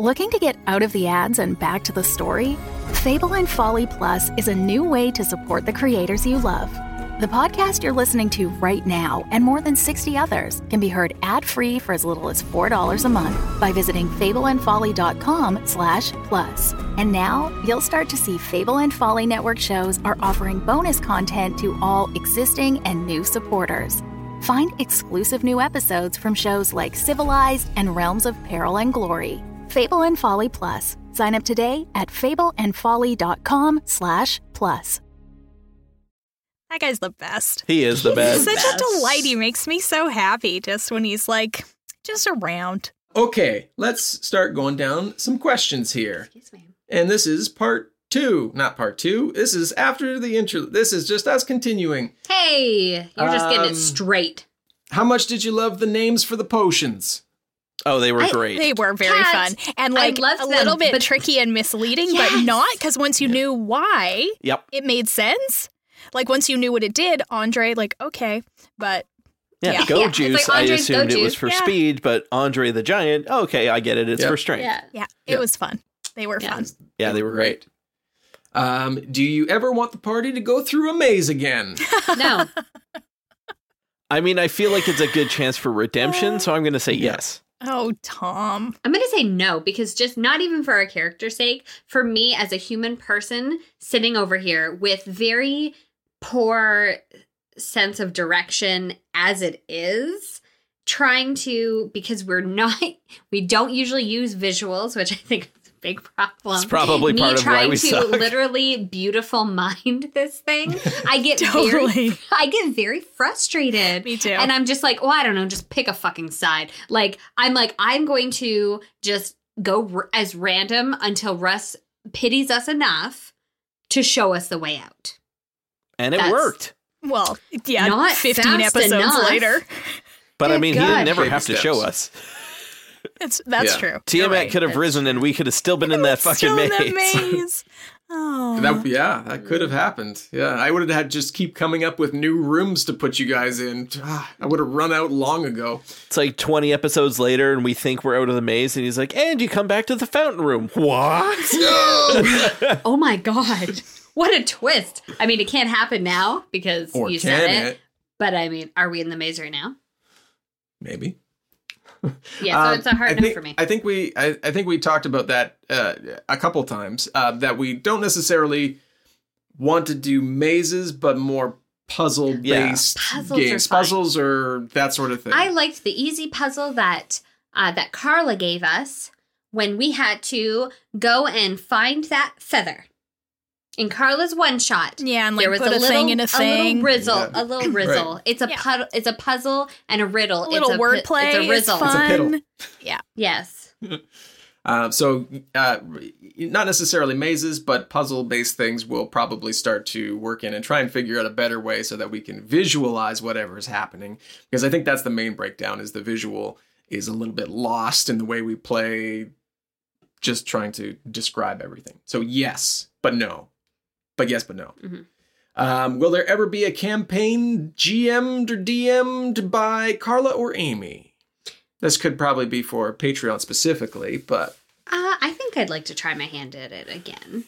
Speaker 6: Looking to get out of the ads and back to the story? Fable and Folly Plus is a new way to support the creators you love. The podcast you're listening to right now and more than 60 others can be heard ad-free for as little as $4 a month by visiting fableandfolly.com slash plus. And now you'll start to see Fable and Folly Network shows are offering bonus content to all existing and new supporters. Find exclusive new episodes from shows like Civilized and Realms of Peril and Glory. Fable and Folly Plus. Sign up today at fableandfolly.com slash plus.
Speaker 3: That guy's the best.
Speaker 4: He is the
Speaker 3: He's
Speaker 4: best.
Speaker 3: such a delight. He makes me so happy just when he's like just around.
Speaker 1: Okay, let's start going down some questions here.
Speaker 2: Excuse me.
Speaker 1: And this is part two. Not part two. This is after the intro. This is just us continuing.
Speaker 2: Hey, you're just getting
Speaker 1: Um,
Speaker 2: it straight.
Speaker 1: How much did you love the names for the potions?
Speaker 4: Oh, they were
Speaker 2: I-
Speaker 4: great.
Speaker 3: They were very
Speaker 2: Cat,
Speaker 3: fun and
Speaker 2: I
Speaker 3: like
Speaker 2: loved
Speaker 3: a little
Speaker 2: them,
Speaker 3: bit
Speaker 2: but-
Speaker 3: tricky and misleading, but
Speaker 2: Yes.
Speaker 3: not because once you knew why,
Speaker 4: yep.
Speaker 3: it made sense. Like once you knew what it did, Andre, like okay, but
Speaker 4: Yeah,
Speaker 3: Yeah.
Speaker 4: Go
Speaker 2: Yeah, it's
Speaker 4: Juice.
Speaker 2: like
Speaker 4: I
Speaker 2: Andre's Go
Speaker 4: assumed it was
Speaker 2: Juice.
Speaker 4: for
Speaker 3: Yeah.
Speaker 4: speed, but Andre the Giant. Okay, I get it. It's
Speaker 1: Yep.
Speaker 4: for strength. Yeah.
Speaker 2: Yeah.
Speaker 3: yeah,
Speaker 1: Yeah.
Speaker 3: it was fun. They were
Speaker 2: Yeah.
Speaker 3: fun.
Speaker 4: they were great.
Speaker 1: Um, do you ever want the party to go through a maze again?
Speaker 2: No.
Speaker 4: I mean, I feel like it's a good chance for redemption, so I'm going to say yes.
Speaker 3: Oh, Tom.
Speaker 2: I'm going to say no because just not even for our character's sake, for me as a human person sitting over here with very poor sense of direction as it is, trying to because we're not we don't usually use visuals, which I think is a big problem.
Speaker 4: It's probably
Speaker 2: me
Speaker 4: part of why
Speaker 2: trying
Speaker 4: we
Speaker 2: to
Speaker 4: suck.
Speaker 2: literally beautiful mind this thing. I get very
Speaker 3: Totally.
Speaker 2: I get very frustrated.
Speaker 3: Me too.
Speaker 2: And I'm just like, well, I don't know, just pick a fucking side. Like, I'm like, I'm going to just go r- as random until Russ pities us enough to show us the way out.
Speaker 4: And it
Speaker 2: That's-
Speaker 4: worked.
Speaker 3: Well, yeah,
Speaker 2: Not
Speaker 3: 15
Speaker 2: fast
Speaker 3: episodes
Speaker 2: enough.
Speaker 3: later.
Speaker 4: But I
Speaker 2: Good
Speaker 4: mean, he didn't
Speaker 2: God.
Speaker 4: never
Speaker 1: Baby
Speaker 4: have to
Speaker 1: steps.
Speaker 4: show us.
Speaker 3: It's that's
Speaker 1: Yeah.
Speaker 3: true.
Speaker 4: Tiamat
Speaker 2: right.
Speaker 4: could have
Speaker 2: That's
Speaker 4: risen and we could have still been in that fucking
Speaker 3: Still in
Speaker 4: maze.
Speaker 3: that maze. Oh.
Speaker 1: That, yeah, that could have happened. Yeah, I would have had just keep coming up with new rooms to put you guys in. Ah, I would have run out long ago.
Speaker 4: It's like 20 episodes later and we think we're out of the maze and he's like, "And you come back to the fountain room." What?
Speaker 2: Oh my God. What a twist. I mean, it can't happen now because
Speaker 1: Or
Speaker 2: you
Speaker 1: can
Speaker 2: said
Speaker 1: it?
Speaker 2: it, But I mean, are we in the maze right now?
Speaker 1: Maybe.
Speaker 2: Yeah, so
Speaker 1: Um,
Speaker 2: it's a hard
Speaker 1: I
Speaker 2: no
Speaker 1: think,
Speaker 2: for me.
Speaker 1: I think we I, I think we talked about that uh, a couple times uh, that we don't necessarily want to do mazes, but more puzzle based
Speaker 2: Yeah. Puzzles are
Speaker 1: games,
Speaker 2: fine.
Speaker 1: puzzles or that sort of thing.
Speaker 2: I liked the easy puzzle that uh, that Carla gave us when we had to go and find that feather. In Carla's one shot,
Speaker 3: Yeah, and, like, put a thing in a thing.
Speaker 2: little rizzle,
Speaker 1: Yeah.
Speaker 2: a little rizzle. It's a
Speaker 3: Yeah.
Speaker 2: puddle, it's a puzzle and a riddle.
Speaker 3: a little
Speaker 2: it's a, pu-
Speaker 3: wordplay.
Speaker 2: It's a
Speaker 3: is
Speaker 2: rizzle.
Speaker 3: fun.
Speaker 1: piddle.
Speaker 2: Yes,
Speaker 1: Uh, so uh, not necessarily mazes, but puzzle based things we'll probably start to work in and try and figure out a better way so that we can visualize whatever is happening. Because I think that's the main breakdown is the visual is a little bit lost in the way we play, just trying to describe everything. So yes, but no, but yes, but no.
Speaker 2: Mhm.
Speaker 1: Um, will there ever be a campaign GM'd or DM'd by Carla or Amy? This could probably be for Patreon specifically, but
Speaker 2: uh, I think I'd like to try my hand at it again.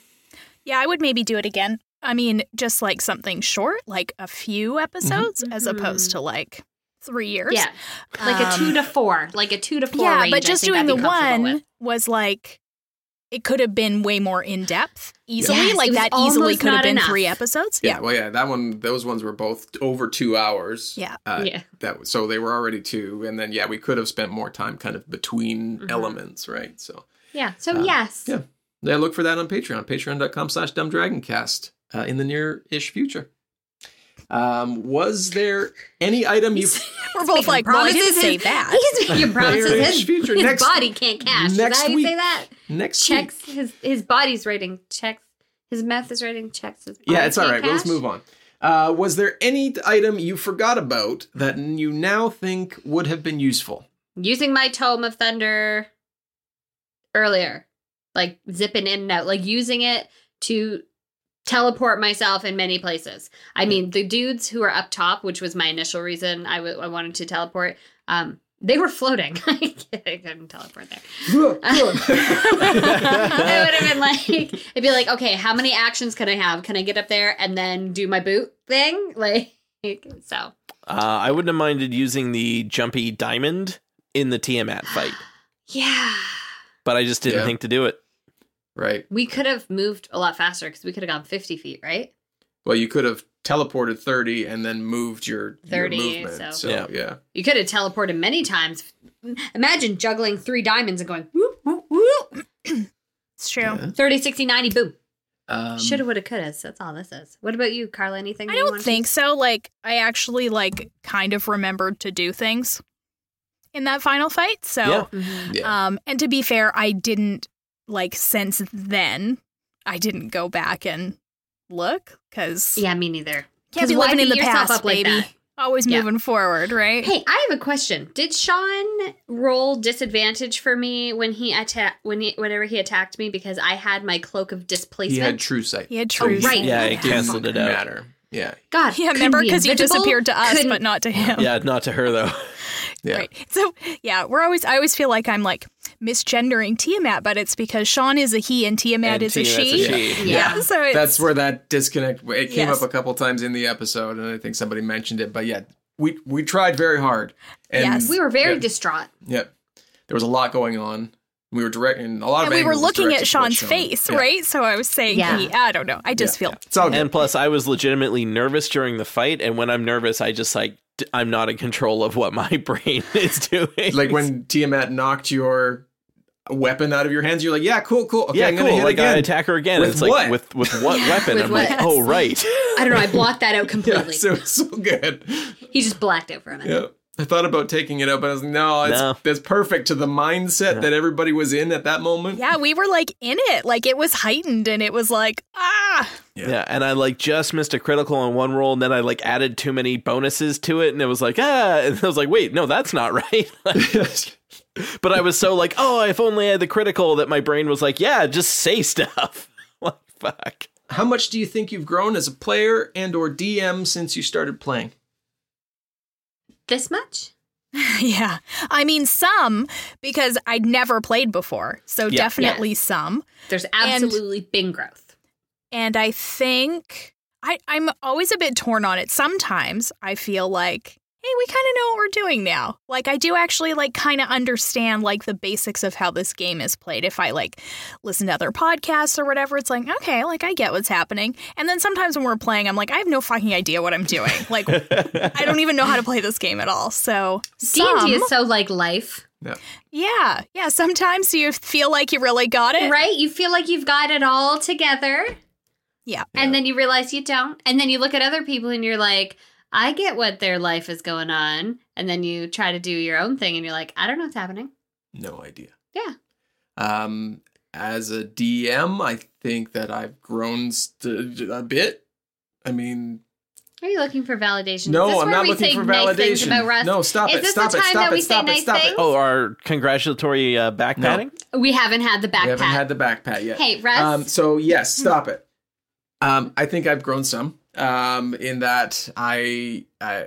Speaker 3: Yeah, I would maybe do it again. I mean, just like something short, like a few episodes, as opposed to like three years.
Speaker 2: Mm-hmm. Yeah, like a
Speaker 3: Um,
Speaker 2: two to four, like a two to four.
Speaker 3: yeah,
Speaker 2: range,
Speaker 3: but
Speaker 2: I
Speaker 3: just
Speaker 2: think
Speaker 3: doing
Speaker 2: I'd
Speaker 3: the
Speaker 2: be comfortable
Speaker 3: one
Speaker 2: with.
Speaker 3: was like it could have been way more in depth easily.
Speaker 2: Yes, it
Speaker 3: like
Speaker 2: was
Speaker 3: that easily
Speaker 2: almost
Speaker 3: could have
Speaker 2: not
Speaker 3: been
Speaker 2: enough.
Speaker 3: three episodes.
Speaker 1: Yeah, well, yeah, that one, those ones were both over two hours.
Speaker 3: Yeah.
Speaker 1: uh,
Speaker 2: Yeah.
Speaker 1: That so they were already two, and then yeah, we could have spent more time kind of between elements, right? So
Speaker 2: Yeah. So yes.
Speaker 1: yeah, yeah, look for that on Patreon, Patreon.com/slash Dumb Dragoncast uh, in the near-ish future. Um, was there any item you?
Speaker 3: We're both like, well, I didn't say that.
Speaker 2: He's making promises.
Speaker 1: Near-ish
Speaker 2: His,
Speaker 1: future.
Speaker 2: his
Speaker 1: Next-
Speaker 2: body can't cash. Did
Speaker 1: next
Speaker 2: I
Speaker 1: week.
Speaker 2: say that?
Speaker 1: Next week.
Speaker 2: Checks his his body's writing. Checks his mouth is writing. Checks his. Body
Speaker 1: Yeah, it's all
Speaker 2: can't
Speaker 1: right. Let's
Speaker 2: cash.
Speaker 1: move on. Uh, was there any item you forgot about that you now think would have been useful?
Speaker 2: Using my tome of thunder earlier, like zipping in and out, like using it to teleport myself in many places. I mean, the dudes who are up top, which was my initial reason I wa- I wanted to teleport. Um, they were floating. I couldn't teleport there. it would have been like it'd be like, okay, how many actions can I have? Can I get up there and then do my boot thing? Like so.
Speaker 4: Uh, I wouldn't have minded using the jumpy diamond in the Tiamat fight,
Speaker 2: Yeah.
Speaker 4: but I just didn't
Speaker 1: Yeah.
Speaker 4: think to do it.
Speaker 1: Right.
Speaker 2: We could have moved a lot faster because we could have gone fifty feet, right?
Speaker 1: Well, you could have teleported 30 and then moved your, your
Speaker 2: 30,
Speaker 1: movement.
Speaker 2: so-
Speaker 1: So,
Speaker 4: Yeah.
Speaker 1: yeah.
Speaker 2: You could have teleported many times. Imagine juggling three diamonds and going whoop, whoop, whoop.
Speaker 3: It's true.
Speaker 2: 30, 60, 90, boom.
Speaker 1: Um,
Speaker 2: Shoulda, woulda, coulda. So that's all this is. What about you, Carla? Anything?
Speaker 3: I
Speaker 2: that you
Speaker 3: don't
Speaker 2: wanted
Speaker 3: think so. Like, I actually like kind of remembered to do things in that final fight. So
Speaker 4: Yeah.
Speaker 2: to- Mhm.
Speaker 1: yeah.
Speaker 3: Um, and to be fair, I didn't like since then. I didn't go back and look because
Speaker 2: Yeah, me neither.
Speaker 3: can't be
Speaker 2: 'Cause why
Speaker 3: living in
Speaker 2: beat
Speaker 3: the
Speaker 2: yourself
Speaker 3: past,
Speaker 2: up like
Speaker 3: baby.
Speaker 2: that?
Speaker 3: Always
Speaker 2: Yeah.
Speaker 3: moving forward, right?
Speaker 2: Hey, I have a question. Did Sean roll disadvantage for me when he atta- when he, whenever he attacked me because I had my cloak of displacement?
Speaker 1: he had true sight.
Speaker 3: He had true.
Speaker 2: Oh, right.
Speaker 3: sight.
Speaker 2: Yeah.
Speaker 4: Yeah, it canceled it out.
Speaker 1: matter. Yeah.
Speaker 2: God,
Speaker 3: Yeah,
Speaker 2: couldn't
Speaker 3: remember because you
Speaker 2: invisible,
Speaker 3: disappeared to us,
Speaker 2: couldn't-
Speaker 3: but not to him.
Speaker 4: Yeah, not to her though.
Speaker 1: Yeah.
Speaker 3: Right. So yeah, we're always I always feel like I'm like misgendering Tiamat, but it's because Sean is a he and Tiamat
Speaker 4: And
Speaker 3: is a
Speaker 4: Tiamat's
Speaker 3: she.
Speaker 2: Yeah.
Speaker 3: So it's,
Speaker 1: That's where that disconnect it came
Speaker 3: Yes.
Speaker 1: up a couple times in the episode and I think somebody mentioned it, but yeah, we we tried very hard. And
Speaker 3: Yes.
Speaker 2: We were very
Speaker 1: Yeah.
Speaker 2: distraught.
Speaker 1: Yep. There was a lot going on. We were directing a lot
Speaker 3: and
Speaker 1: of
Speaker 3: we were
Speaker 1: anger was
Speaker 3: looking
Speaker 1: directed
Speaker 3: at Sean's
Speaker 1: towards Sean.
Speaker 3: face,
Speaker 1: Yeah.
Speaker 3: right? So I was saying
Speaker 2: Yeah.
Speaker 3: he. I don't know. I just feel
Speaker 1: It's all good.
Speaker 4: And plus, I was legitimately nervous during the fight, and when I'm nervous, I just like d- I'm not in control of what my brain is doing.
Speaker 1: like when Tiamat knocked your weapon out of your hands, you're like, yeah, cool, cool. Okay,
Speaker 4: yeah,
Speaker 1: I'm gonna
Speaker 4: cool.
Speaker 1: hit
Speaker 4: Like
Speaker 1: again.
Speaker 4: I attack her again.
Speaker 1: With
Speaker 4: it's like
Speaker 1: what?
Speaker 4: with with what weapon?
Speaker 2: With
Speaker 4: I'm
Speaker 2: what?
Speaker 4: like, oh right.
Speaker 2: I don't know. I blocked that out
Speaker 1: yeah,
Speaker 2: completely.
Speaker 1: so so good.
Speaker 2: he just blacked out for a minute.
Speaker 1: Yeah. I thought about taking it out, but I was like, no, it's,
Speaker 4: No.
Speaker 1: that's perfect to the mindset that everybody was in at that moment.
Speaker 3: Yeah, we were like in it. Like it was heightened and it was like, ah.
Speaker 4: Yeah. and I like just missed a critical on one roll, and then I like added too many bonuses to it, and it was like ah, and I was like, wait, no, that's not right. but I was so like, oh, if only I had the critical that my brain was like, yeah, just say stuff. like fuck.
Speaker 1: How much do you think you've grown as a player and or DM since you started playing?
Speaker 2: This much?
Speaker 3: yeah. I mean, some because I'd never played before. So
Speaker 4: Yeah.
Speaker 3: definitely some.
Speaker 2: There's
Speaker 3: And-
Speaker 2: absolutely been growth.
Speaker 3: And I think I, I'm always a bit torn on it. Sometimes I feel like, hey, we kind of know what we're doing now. Like I do actually like kind of understand like the basics of how this game is played. If I like listen to other podcasts or whatever, it's like, okay, like I get what's happening. And then sometimes when we're playing, I'm like, I have no fucking idea what I'm doing. Like I don't even know how to play this game at all. So
Speaker 2: D and
Speaker 3: some-
Speaker 2: D is so like life,
Speaker 3: Yeah. Yeah. Sometimes you feel like you really got it.
Speaker 2: right? You feel like you've got it all together.
Speaker 3: Yeah.
Speaker 2: And then you realize you don't. And then you look at other people and you're like, I get what their life is going on. And then you try to do your own thing and you're like, I don't know what's happening.
Speaker 1: No idea.
Speaker 2: Yeah.
Speaker 1: Um, as a DM, I think that I've grown st- a bit. I mean,
Speaker 2: Are you looking for validation? is
Speaker 1: no,
Speaker 2: this
Speaker 1: I'm
Speaker 2: where
Speaker 1: not
Speaker 2: we say
Speaker 1: looking for
Speaker 2: nice things
Speaker 1: validation.
Speaker 2: about Russ?
Speaker 1: no, stop
Speaker 2: Is
Speaker 1: it,
Speaker 2: this
Speaker 1: stop
Speaker 2: the
Speaker 1: it,
Speaker 2: time
Speaker 1: stop
Speaker 2: that we
Speaker 1: it,
Speaker 2: say
Speaker 1: stop
Speaker 2: nice
Speaker 1: it, stop it.
Speaker 2: things?
Speaker 4: Oh, our congratulatory uh,
Speaker 1: No.
Speaker 4: backpatting.
Speaker 2: We haven't had the backpack.
Speaker 1: We haven't had the backpack yet.
Speaker 2: Hey, Russ.
Speaker 1: Um, so yes,
Speaker 2: Mm-hmm.
Speaker 1: stop it. Um, I think I've grown some. Um, in that I I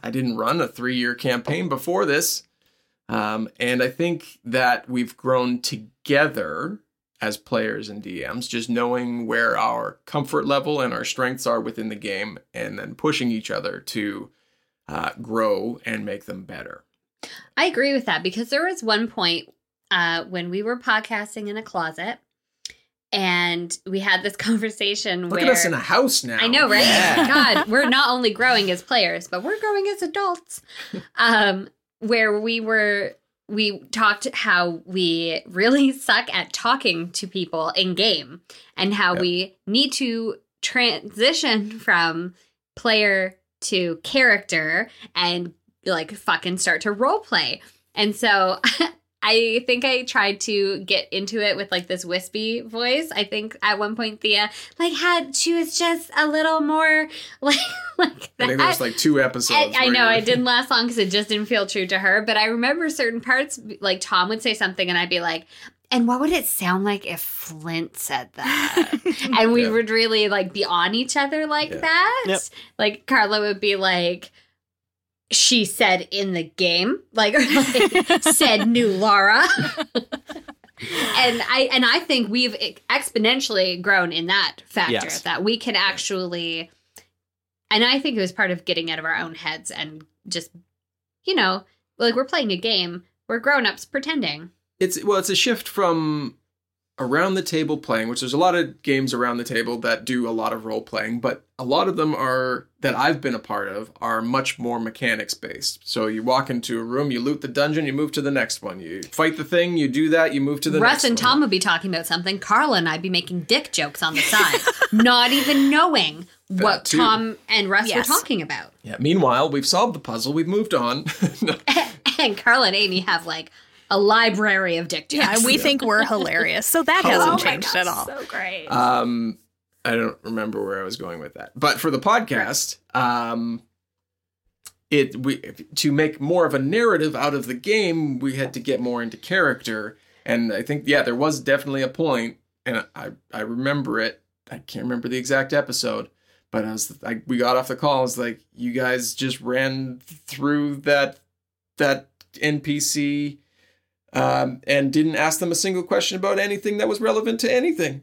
Speaker 1: I didn't run a three year campaign before this, um, and I think that we've grown together as players and DMs, just knowing where our comfort level and our strengths are within the game, and then pushing each other to uh, grow and make them better.
Speaker 2: I agree with that because there was one point uh, when we were podcasting in a closet, and we had this conversation
Speaker 1: Look
Speaker 2: where
Speaker 1: at us in a house now.
Speaker 2: I know, right?
Speaker 1: Yeah.
Speaker 2: God, we're not only growing as players, but we're growing as adults. Um, where we were, we talked how we really suck at talking to people in game, and how we need to transition from player to character and like fucking start to role play. And so I think I tried to get into it with like this wispy voice. I think at one point Thea like had she was just a little more like like
Speaker 1: I
Speaker 2: that.
Speaker 1: think there was like two episodes.
Speaker 2: I, I
Speaker 1: where
Speaker 2: know
Speaker 1: you-
Speaker 2: I didn't last long because it just didn't feel true to her. But I remember certain parts, like Tom would say something, and I'd be like, "And what would it sound like if Flint said that?" and we
Speaker 1: Yeah.
Speaker 2: would really like be on each other like
Speaker 1: Yeah.
Speaker 2: that.
Speaker 4: Yep.
Speaker 2: Like Carla would be like, "She said in the game," like, or like, said new Laura. And I and I think we've e, exponentially grown in that factor
Speaker 4: Yes.
Speaker 2: that we can actually and I think it was part of getting out of our own heads and just, you know, like we're playing a game. We're grown ups pretending.
Speaker 1: it's well, it's a shift from around the table playing, which there's a lot of games around the table that do a lot of role playing, but a lot of them are that I've been a part of are much more mechanics based. So you walk into a room, you loot the dungeon, you move to the next one, you fight the thing, you do that, you move to the
Speaker 2: Russ
Speaker 1: next
Speaker 2: and
Speaker 1: one.
Speaker 2: Tom would be talking about something. Carla and I'd be making dick jokes on the side, not even knowing what
Speaker 1: too.
Speaker 2: Tom and Russ
Speaker 3: Yes.
Speaker 2: were talking about.
Speaker 1: Yeah. Meanwhile, we've solved the puzzle, we've moved on. No.
Speaker 2: And Carla and Amy have like a library of dick jokes. Oh
Speaker 3: Yeah, and we think we're hilarious. So that hasn't changed at all.
Speaker 7: So great.
Speaker 1: Um, I don't remember where I was going with that, but for the podcast, um, it we to make more of a narrative out of the game, we had to get more into character, and I think yeah, there was definitely a point, and I I remember it. I can't remember the exact episode, but I was I, we got off the call. I was like, you guys just ran through that that NPC. Um, and didn't ask them a single question about anything that was relevant to anything.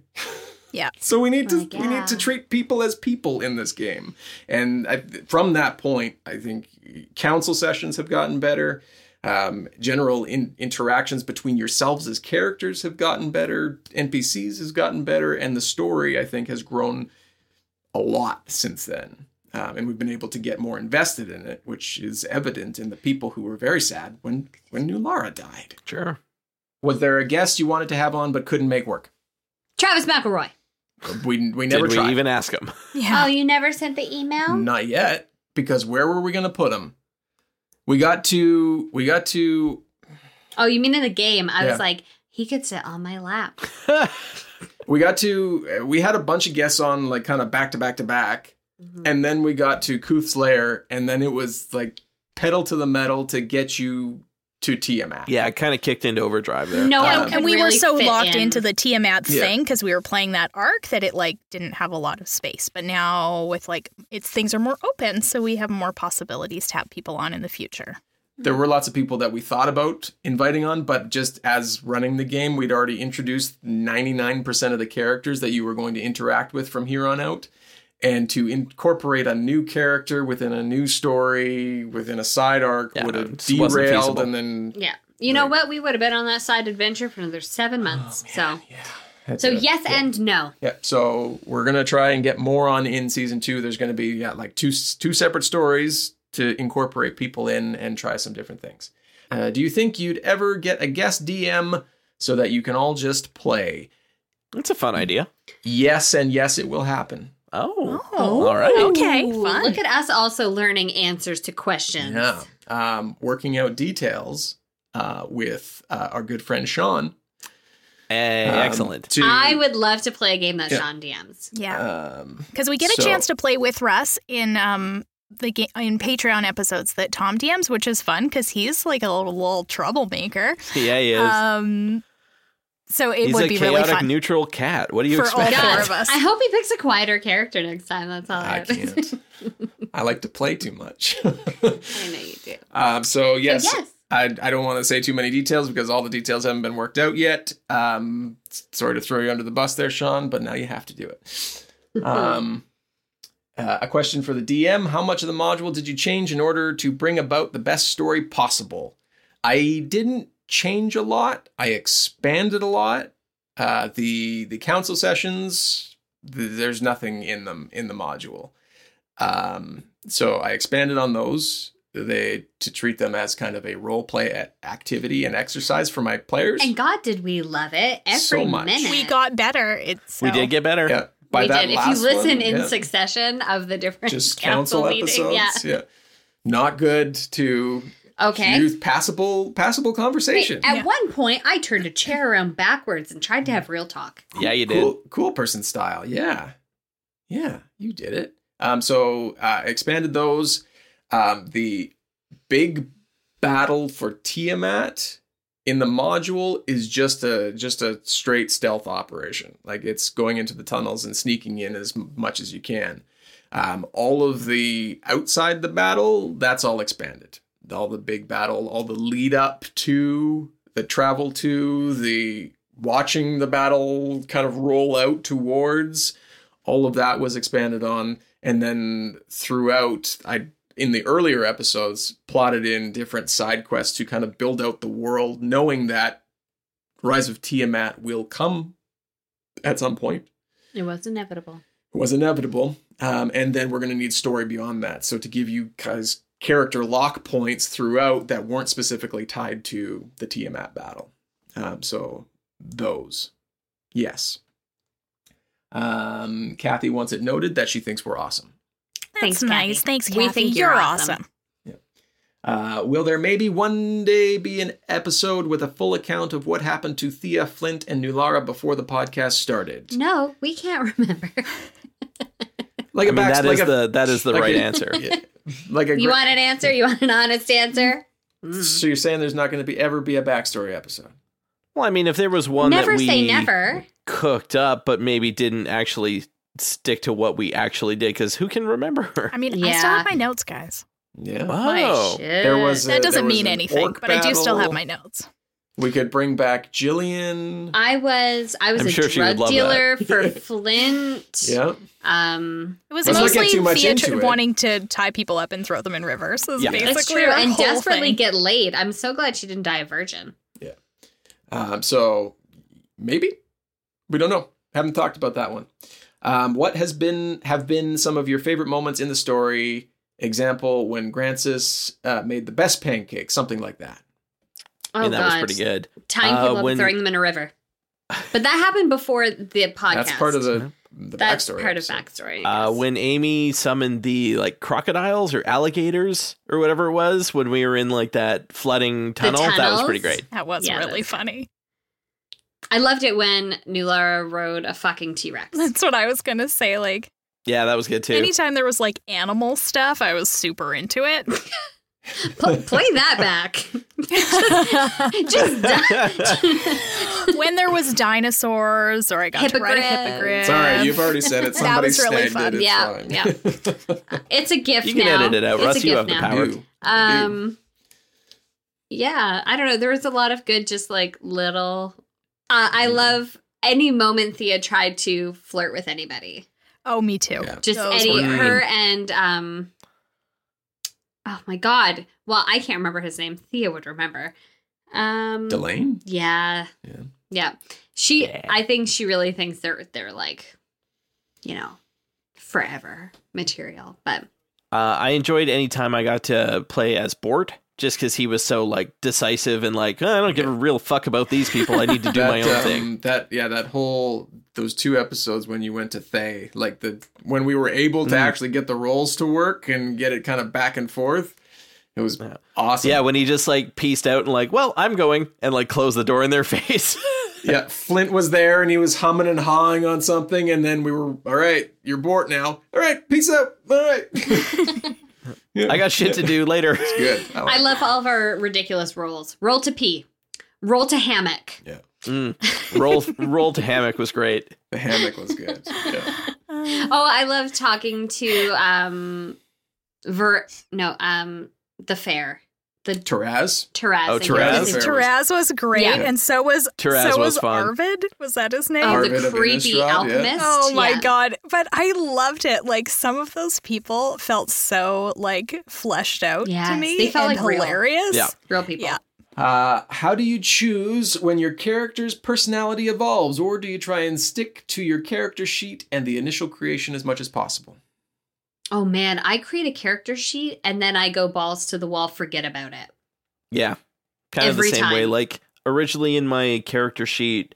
Speaker 3: Yeah.
Speaker 1: So we need to
Speaker 2: Like,
Speaker 1: we need
Speaker 2: yeah.
Speaker 1: to treat people as people in this game, and I, from that point, I think council sessions have gotten better. Um, general in, interactions between yourselves as characters have gotten better. NPCs has gotten better, and the story I think has grown a lot since then. Um, and we've been able to get more invested in it, which is evident in the people who were very sad when when new Lara died.
Speaker 4: Sure.
Speaker 1: Was there a guest you wanted to have on but couldn't make work?
Speaker 2: Travis McElroy.
Speaker 1: We we
Speaker 4: Did
Speaker 1: never
Speaker 4: we
Speaker 1: tried.
Speaker 4: even ask him?
Speaker 3: Yeah.
Speaker 2: Oh, you never sent the email?
Speaker 1: Not yet, because where were we going to put him? We got to we got to
Speaker 2: Oh, you mean in the game? I
Speaker 1: Yeah.
Speaker 2: was like, he could sit on my lap.
Speaker 1: we got to uh, we had a bunch of guests on like kind of back to back to back, and then we got to Kuth's lair, and then it was like pedal to the metal to get you to Tiamat.
Speaker 4: Yeah, it kind of kicked into overdrive there.
Speaker 2: No,
Speaker 1: Um,
Speaker 2: one
Speaker 3: And
Speaker 2: could
Speaker 3: we were
Speaker 2: Uh, really
Speaker 3: so
Speaker 2: fit
Speaker 3: locked
Speaker 2: in.
Speaker 3: into the Tiamat
Speaker 1: Yeah.
Speaker 3: thing because we were playing that arc that it like didn't have a lot of space. But now with like it's things are more open, so we have more possibilities to have people on in the future.
Speaker 1: there were lots of people that we thought about inviting on, but just as running the game, we'd already introduced 99% of the characters that you were going to interact with from here on out. And to incorporate a new character within a new story, within a side arc,
Speaker 4: Yeah,
Speaker 1: would
Speaker 4: no,
Speaker 1: have
Speaker 4: it just wasn't
Speaker 1: derailed
Speaker 4: feasible.
Speaker 1: and then.
Speaker 2: Yeah. You know what? We would have been on that side adventure for another
Speaker 3: Oh,
Speaker 2: seven months. so, so yes and no.
Speaker 1: Yeah, so we're gonna try and get more on in season two. There's gonna be yeah, like two two separate stories to incorporate people in and try some different things. Uh, do you think you'd ever get a guest DM so that you can all just play?
Speaker 4: That's a fun idea.
Speaker 1: Yes, and yes, it will happen.
Speaker 4: Oh.
Speaker 3: Oh,
Speaker 4: all right.
Speaker 3: Okay,
Speaker 2: Ooh,
Speaker 3: fun.
Speaker 2: Look at us also learning answers to questions.
Speaker 1: Yeah. Um, working out details uh, with uh, our good friend Sean.
Speaker 4: Hey,
Speaker 1: um,
Speaker 4: excellent.
Speaker 1: To,
Speaker 2: I would love to play a game that
Speaker 1: Yeah.
Speaker 2: Sean DMs.
Speaker 3: Yeah,
Speaker 4: Uh,
Speaker 1: Um,
Speaker 3: because we get a
Speaker 1: so-
Speaker 3: chance to play with Russ in um the ga- in Patreon episodes that Tom DMs, which is fun because he's like a little, little troublemaker.
Speaker 4: Yeah, he is.
Speaker 3: Um, so it
Speaker 4: He's
Speaker 3: would
Speaker 4: a
Speaker 3: be really
Speaker 4: chaotic
Speaker 3: fun.
Speaker 4: neutral cat. What do you
Speaker 3: For all
Speaker 4: expect?
Speaker 3: four
Speaker 2: God,
Speaker 3: of us.
Speaker 2: I hope he picks a quieter character next time. That's all I,
Speaker 1: I
Speaker 2: have.
Speaker 1: can't. I like to play too much.
Speaker 2: I know you do.
Speaker 1: um, so yes,
Speaker 2: yes.
Speaker 1: I, I don't want to say too many details because all the details haven't been worked out yet. Um, s- sorry to throw you under the bus there, Sean, but now you have to do it. Um, uh, a question for the DM: How much of the module did you change in order to bring about the best story possible? I didn't change a lot. I expanded a lot. Uh, the the council sessions, th- there's nothing in them in the module. Um, so I expanded on those. They to treat them as kind of a role play a- activity and exercise for my players.
Speaker 2: And God, did we love it every
Speaker 1: So much.
Speaker 2: minute.
Speaker 3: We got better. It's
Speaker 4: We did get better.
Speaker 1: yeah, by
Speaker 2: we
Speaker 1: that
Speaker 2: did. If you
Speaker 1: last
Speaker 2: listen
Speaker 1: one,
Speaker 2: in
Speaker 1: yeah.
Speaker 2: succession of the different
Speaker 1: just
Speaker 2: council,
Speaker 1: council
Speaker 2: meetings, yeah.
Speaker 1: episodes. Yeah. Not good to
Speaker 2: Okay.
Speaker 1: use passable passable
Speaker 2: Wait,
Speaker 1: conversation.
Speaker 2: at one point, I turned a chair around backwards and tried to have real talk.
Speaker 4: Yeah, you did.
Speaker 1: cool, cool person style. Yeah. Yeah, you did it. Um, so uh, expanded those. Um, the big battle for Tiamat in the module is just a just a straight stealth operation. Like it's going into the tunnels and sneaking in as m- much as you can. Um, all of the outside the battle, that's all expanded. All the big battle, all the lead up to the travel to the watching the battle kind of roll out towards all of that was expanded on and then throughout i in the earlier episodes plotted in different side quests to kind of build out the world knowing that rise of tiamat will come at some point
Speaker 2: It was inevitable.
Speaker 1: it was inevitable um, and then we're going to need story beyond that so to give you guys character lock points throughout that weren't specifically tied to the tiamat battle um, so those yes um, kathy wants it noted that she thinks we're awesome
Speaker 3: Thanks,
Speaker 2: Thanks, Kathy.
Speaker 3: nice. Thanks, Kathy.
Speaker 2: We think you're awesome.
Speaker 1: Uh, will there maybe one day be an episode with a full account of what happened to Thea, Flint, and Nulara before the podcast started?
Speaker 2: No, we can't remember.
Speaker 1: Like
Speaker 4: I mean,
Speaker 1: back-
Speaker 4: that
Speaker 1: like
Speaker 4: is the that is the
Speaker 1: like
Speaker 4: right
Speaker 1: a-
Speaker 4: answer.
Speaker 1: like a.
Speaker 2: you
Speaker 1: gra-
Speaker 2: want an answer? You want an honest answer?
Speaker 3: Mm-hmm.
Speaker 1: so you're saying there's not going to be ever be a backstory episode?
Speaker 4: Well, I mean, if there was one
Speaker 2: never
Speaker 4: that we
Speaker 2: say never.
Speaker 4: cooked up, but maybe didn't actually stick to what we actually did, because who can remember?
Speaker 3: I mean, I still
Speaker 2: Yeah.
Speaker 3: have my notes, guys.
Speaker 1: Yeah.
Speaker 4: Oh,
Speaker 1: There was
Speaker 3: That
Speaker 1: Uh, there
Speaker 3: doesn't
Speaker 1: was
Speaker 3: mean
Speaker 1: an
Speaker 3: anything,
Speaker 1: orc
Speaker 3: but I do still have
Speaker 1: battle.
Speaker 3: my Uh, notes.
Speaker 1: We could bring back Jillian.
Speaker 2: I was I was
Speaker 4: I'm
Speaker 2: a
Speaker 4: sure she would
Speaker 2: drug
Speaker 4: love
Speaker 2: dealer for Flint.
Speaker 1: Yeah.
Speaker 2: Um
Speaker 3: It was
Speaker 1: Let's not get
Speaker 3: mostly
Speaker 1: too much
Speaker 3: Thea
Speaker 1: into
Speaker 3: tr-
Speaker 1: it.
Speaker 3: wanting to tie people up and throw them in rivers. Is
Speaker 4: Yeah.
Speaker 3: basically
Speaker 2: that's true.
Speaker 3: our
Speaker 2: And
Speaker 3: whole
Speaker 2: desperately
Speaker 3: thing.
Speaker 2: get laid. I'm so glad she didn't die a virgin.
Speaker 1: Um, so maybe we don't know. Haven't talked about that one. Um, what has been have been some of your favorite moments in the story? Example when Grancis uh, made the best pancake, something like that.
Speaker 2: Oh
Speaker 4: I mean, that
Speaker 2: god.
Speaker 4: was pretty good.
Speaker 2: Tying
Speaker 4: Uh,
Speaker 2: people up
Speaker 4: when-
Speaker 2: and throwing them in a river. But that happened before the podcast.
Speaker 1: That's part of the the
Speaker 2: That's
Speaker 1: backstory.
Speaker 2: part of
Speaker 1: episode.
Speaker 2: backstory. I
Speaker 4: Uh,
Speaker 2: guess.
Speaker 4: when Amy summoned the like crocodiles or alligators or whatever it was when we were in like that flooding tunnel, that was pretty
Speaker 2: tunnels?
Speaker 4: great.
Speaker 3: That was
Speaker 2: Yeah,
Speaker 3: really
Speaker 2: that's good.
Speaker 3: funny.
Speaker 2: I loved it when Nulara rode a fucking T Rex.
Speaker 3: That's what I was gonna say. Like
Speaker 4: Yeah, that was good too.
Speaker 3: anytime there was like animal stuff, I was super into it.
Speaker 2: play that back. Just di-
Speaker 3: when there was dinosaurs, or I got to ride a
Speaker 2: Hippogriff.
Speaker 3: hippogriff.
Speaker 1: It's all right. You've already said it.
Speaker 3: That
Speaker 1: Somebody
Speaker 3: was really
Speaker 1: snagged
Speaker 3: fun.
Speaker 1: it. It's
Speaker 2: Yeah,
Speaker 1: fine.
Speaker 2: yeah. it's a gift.
Speaker 4: you can
Speaker 2: now.
Speaker 4: edit it out,
Speaker 2: It's a
Speaker 4: Russ. You
Speaker 2: gift
Speaker 4: have the
Speaker 2: now.
Speaker 4: power.
Speaker 1: Do.
Speaker 2: Um, yeah, I don't know. There was a lot of good, just like little. Uh, I
Speaker 4: Mm.
Speaker 2: love any moment Thea tried to flirt with anybody.
Speaker 3: Oh, me too.
Speaker 1: Yeah.
Speaker 2: Just
Speaker 3: Those
Speaker 2: any
Speaker 3: were good.
Speaker 2: her and um. Oh my god! Well, I can't remember his name. Thea would remember. Um,
Speaker 1: Delane.
Speaker 2: yeah.
Speaker 1: Yeah.
Speaker 2: Yeah. She I think she really thinks they're they're like, you know, forever material. But
Speaker 4: Uh, I enjoyed any time I got to play as Bort, just because he was so like decisive and like "Oh, I don't give a real fuck about these people. I need to do
Speaker 1: that,
Speaker 4: my own
Speaker 1: um,
Speaker 4: thing.
Speaker 1: That yeah, that whole those two episodes when you went to Thay, like the when we were able to
Speaker 4: Mm.
Speaker 1: actually get the roles to work and get it kind of back and forth. It was
Speaker 4: Yeah.
Speaker 1: awesome.
Speaker 4: Yeah, when he just like pieced out and like, well, I'm going, and like closed the door in their face.
Speaker 1: yeah. Flint was there and he was humming and hawing on something, and then we were all right. You're bored now. All right, peace out. All right,
Speaker 4: I got shit to do later.
Speaker 1: good.
Speaker 2: I
Speaker 1: like it.
Speaker 2: love all of our ridiculous rolls. Roll to pee. Roll to hammock.
Speaker 4: Mm. Roll roll to hammock was great.
Speaker 1: the hammock was good. Yeah.
Speaker 2: Oh, I love talking to um Ver no, um the fair. The
Speaker 1: Taraz.
Speaker 2: Therese.
Speaker 4: Oh,
Speaker 2: and
Speaker 1: Therese.
Speaker 2: Josie.
Speaker 3: Taraz was great,
Speaker 2: Yeah.
Speaker 3: and so was
Speaker 4: Taraz
Speaker 3: so
Speaker 4: was
Speaker 3: was,
Speaker 4: fun.
Speaker 3: Arvid. Was that his name?
Speaker 2: Oh,
Speaker 1: Arvid
Speaker 2: the
Speaker 1: of Innistrad,
Speaker 2: creepy
Speaker 1: yeah.
Speaker 2: alchemist.
Speaker 3: Oh my
Speaker 2: Yeah.
Speaker 3: god! But I loved it. Like some of those people felt so like fleshed out to
Speaker 2: Yes,
Speaker 3: me.
Speaker 2: they felt,
Speaker 3: and
Speaker 2: like, real.
Speaker 3: hilarious.
Speaker 4: Yeah.
Speaker 2: Real people.
Speaker 3: Yeah.
Speaker 1: Uh, how do you choose when your character's personality evolves, or do you try and stick to your character sheet and the initial creation as much as possible?
Speaker 2: Oh man, I create a character sheet and then I go balls to the wall, forget about it.
Speaker 4: Yeah. Kind
Speaker 2: Every
Speaker 4: of the same
Speaker 2: time.
Speaker 4: way. Like originally in my character sheet,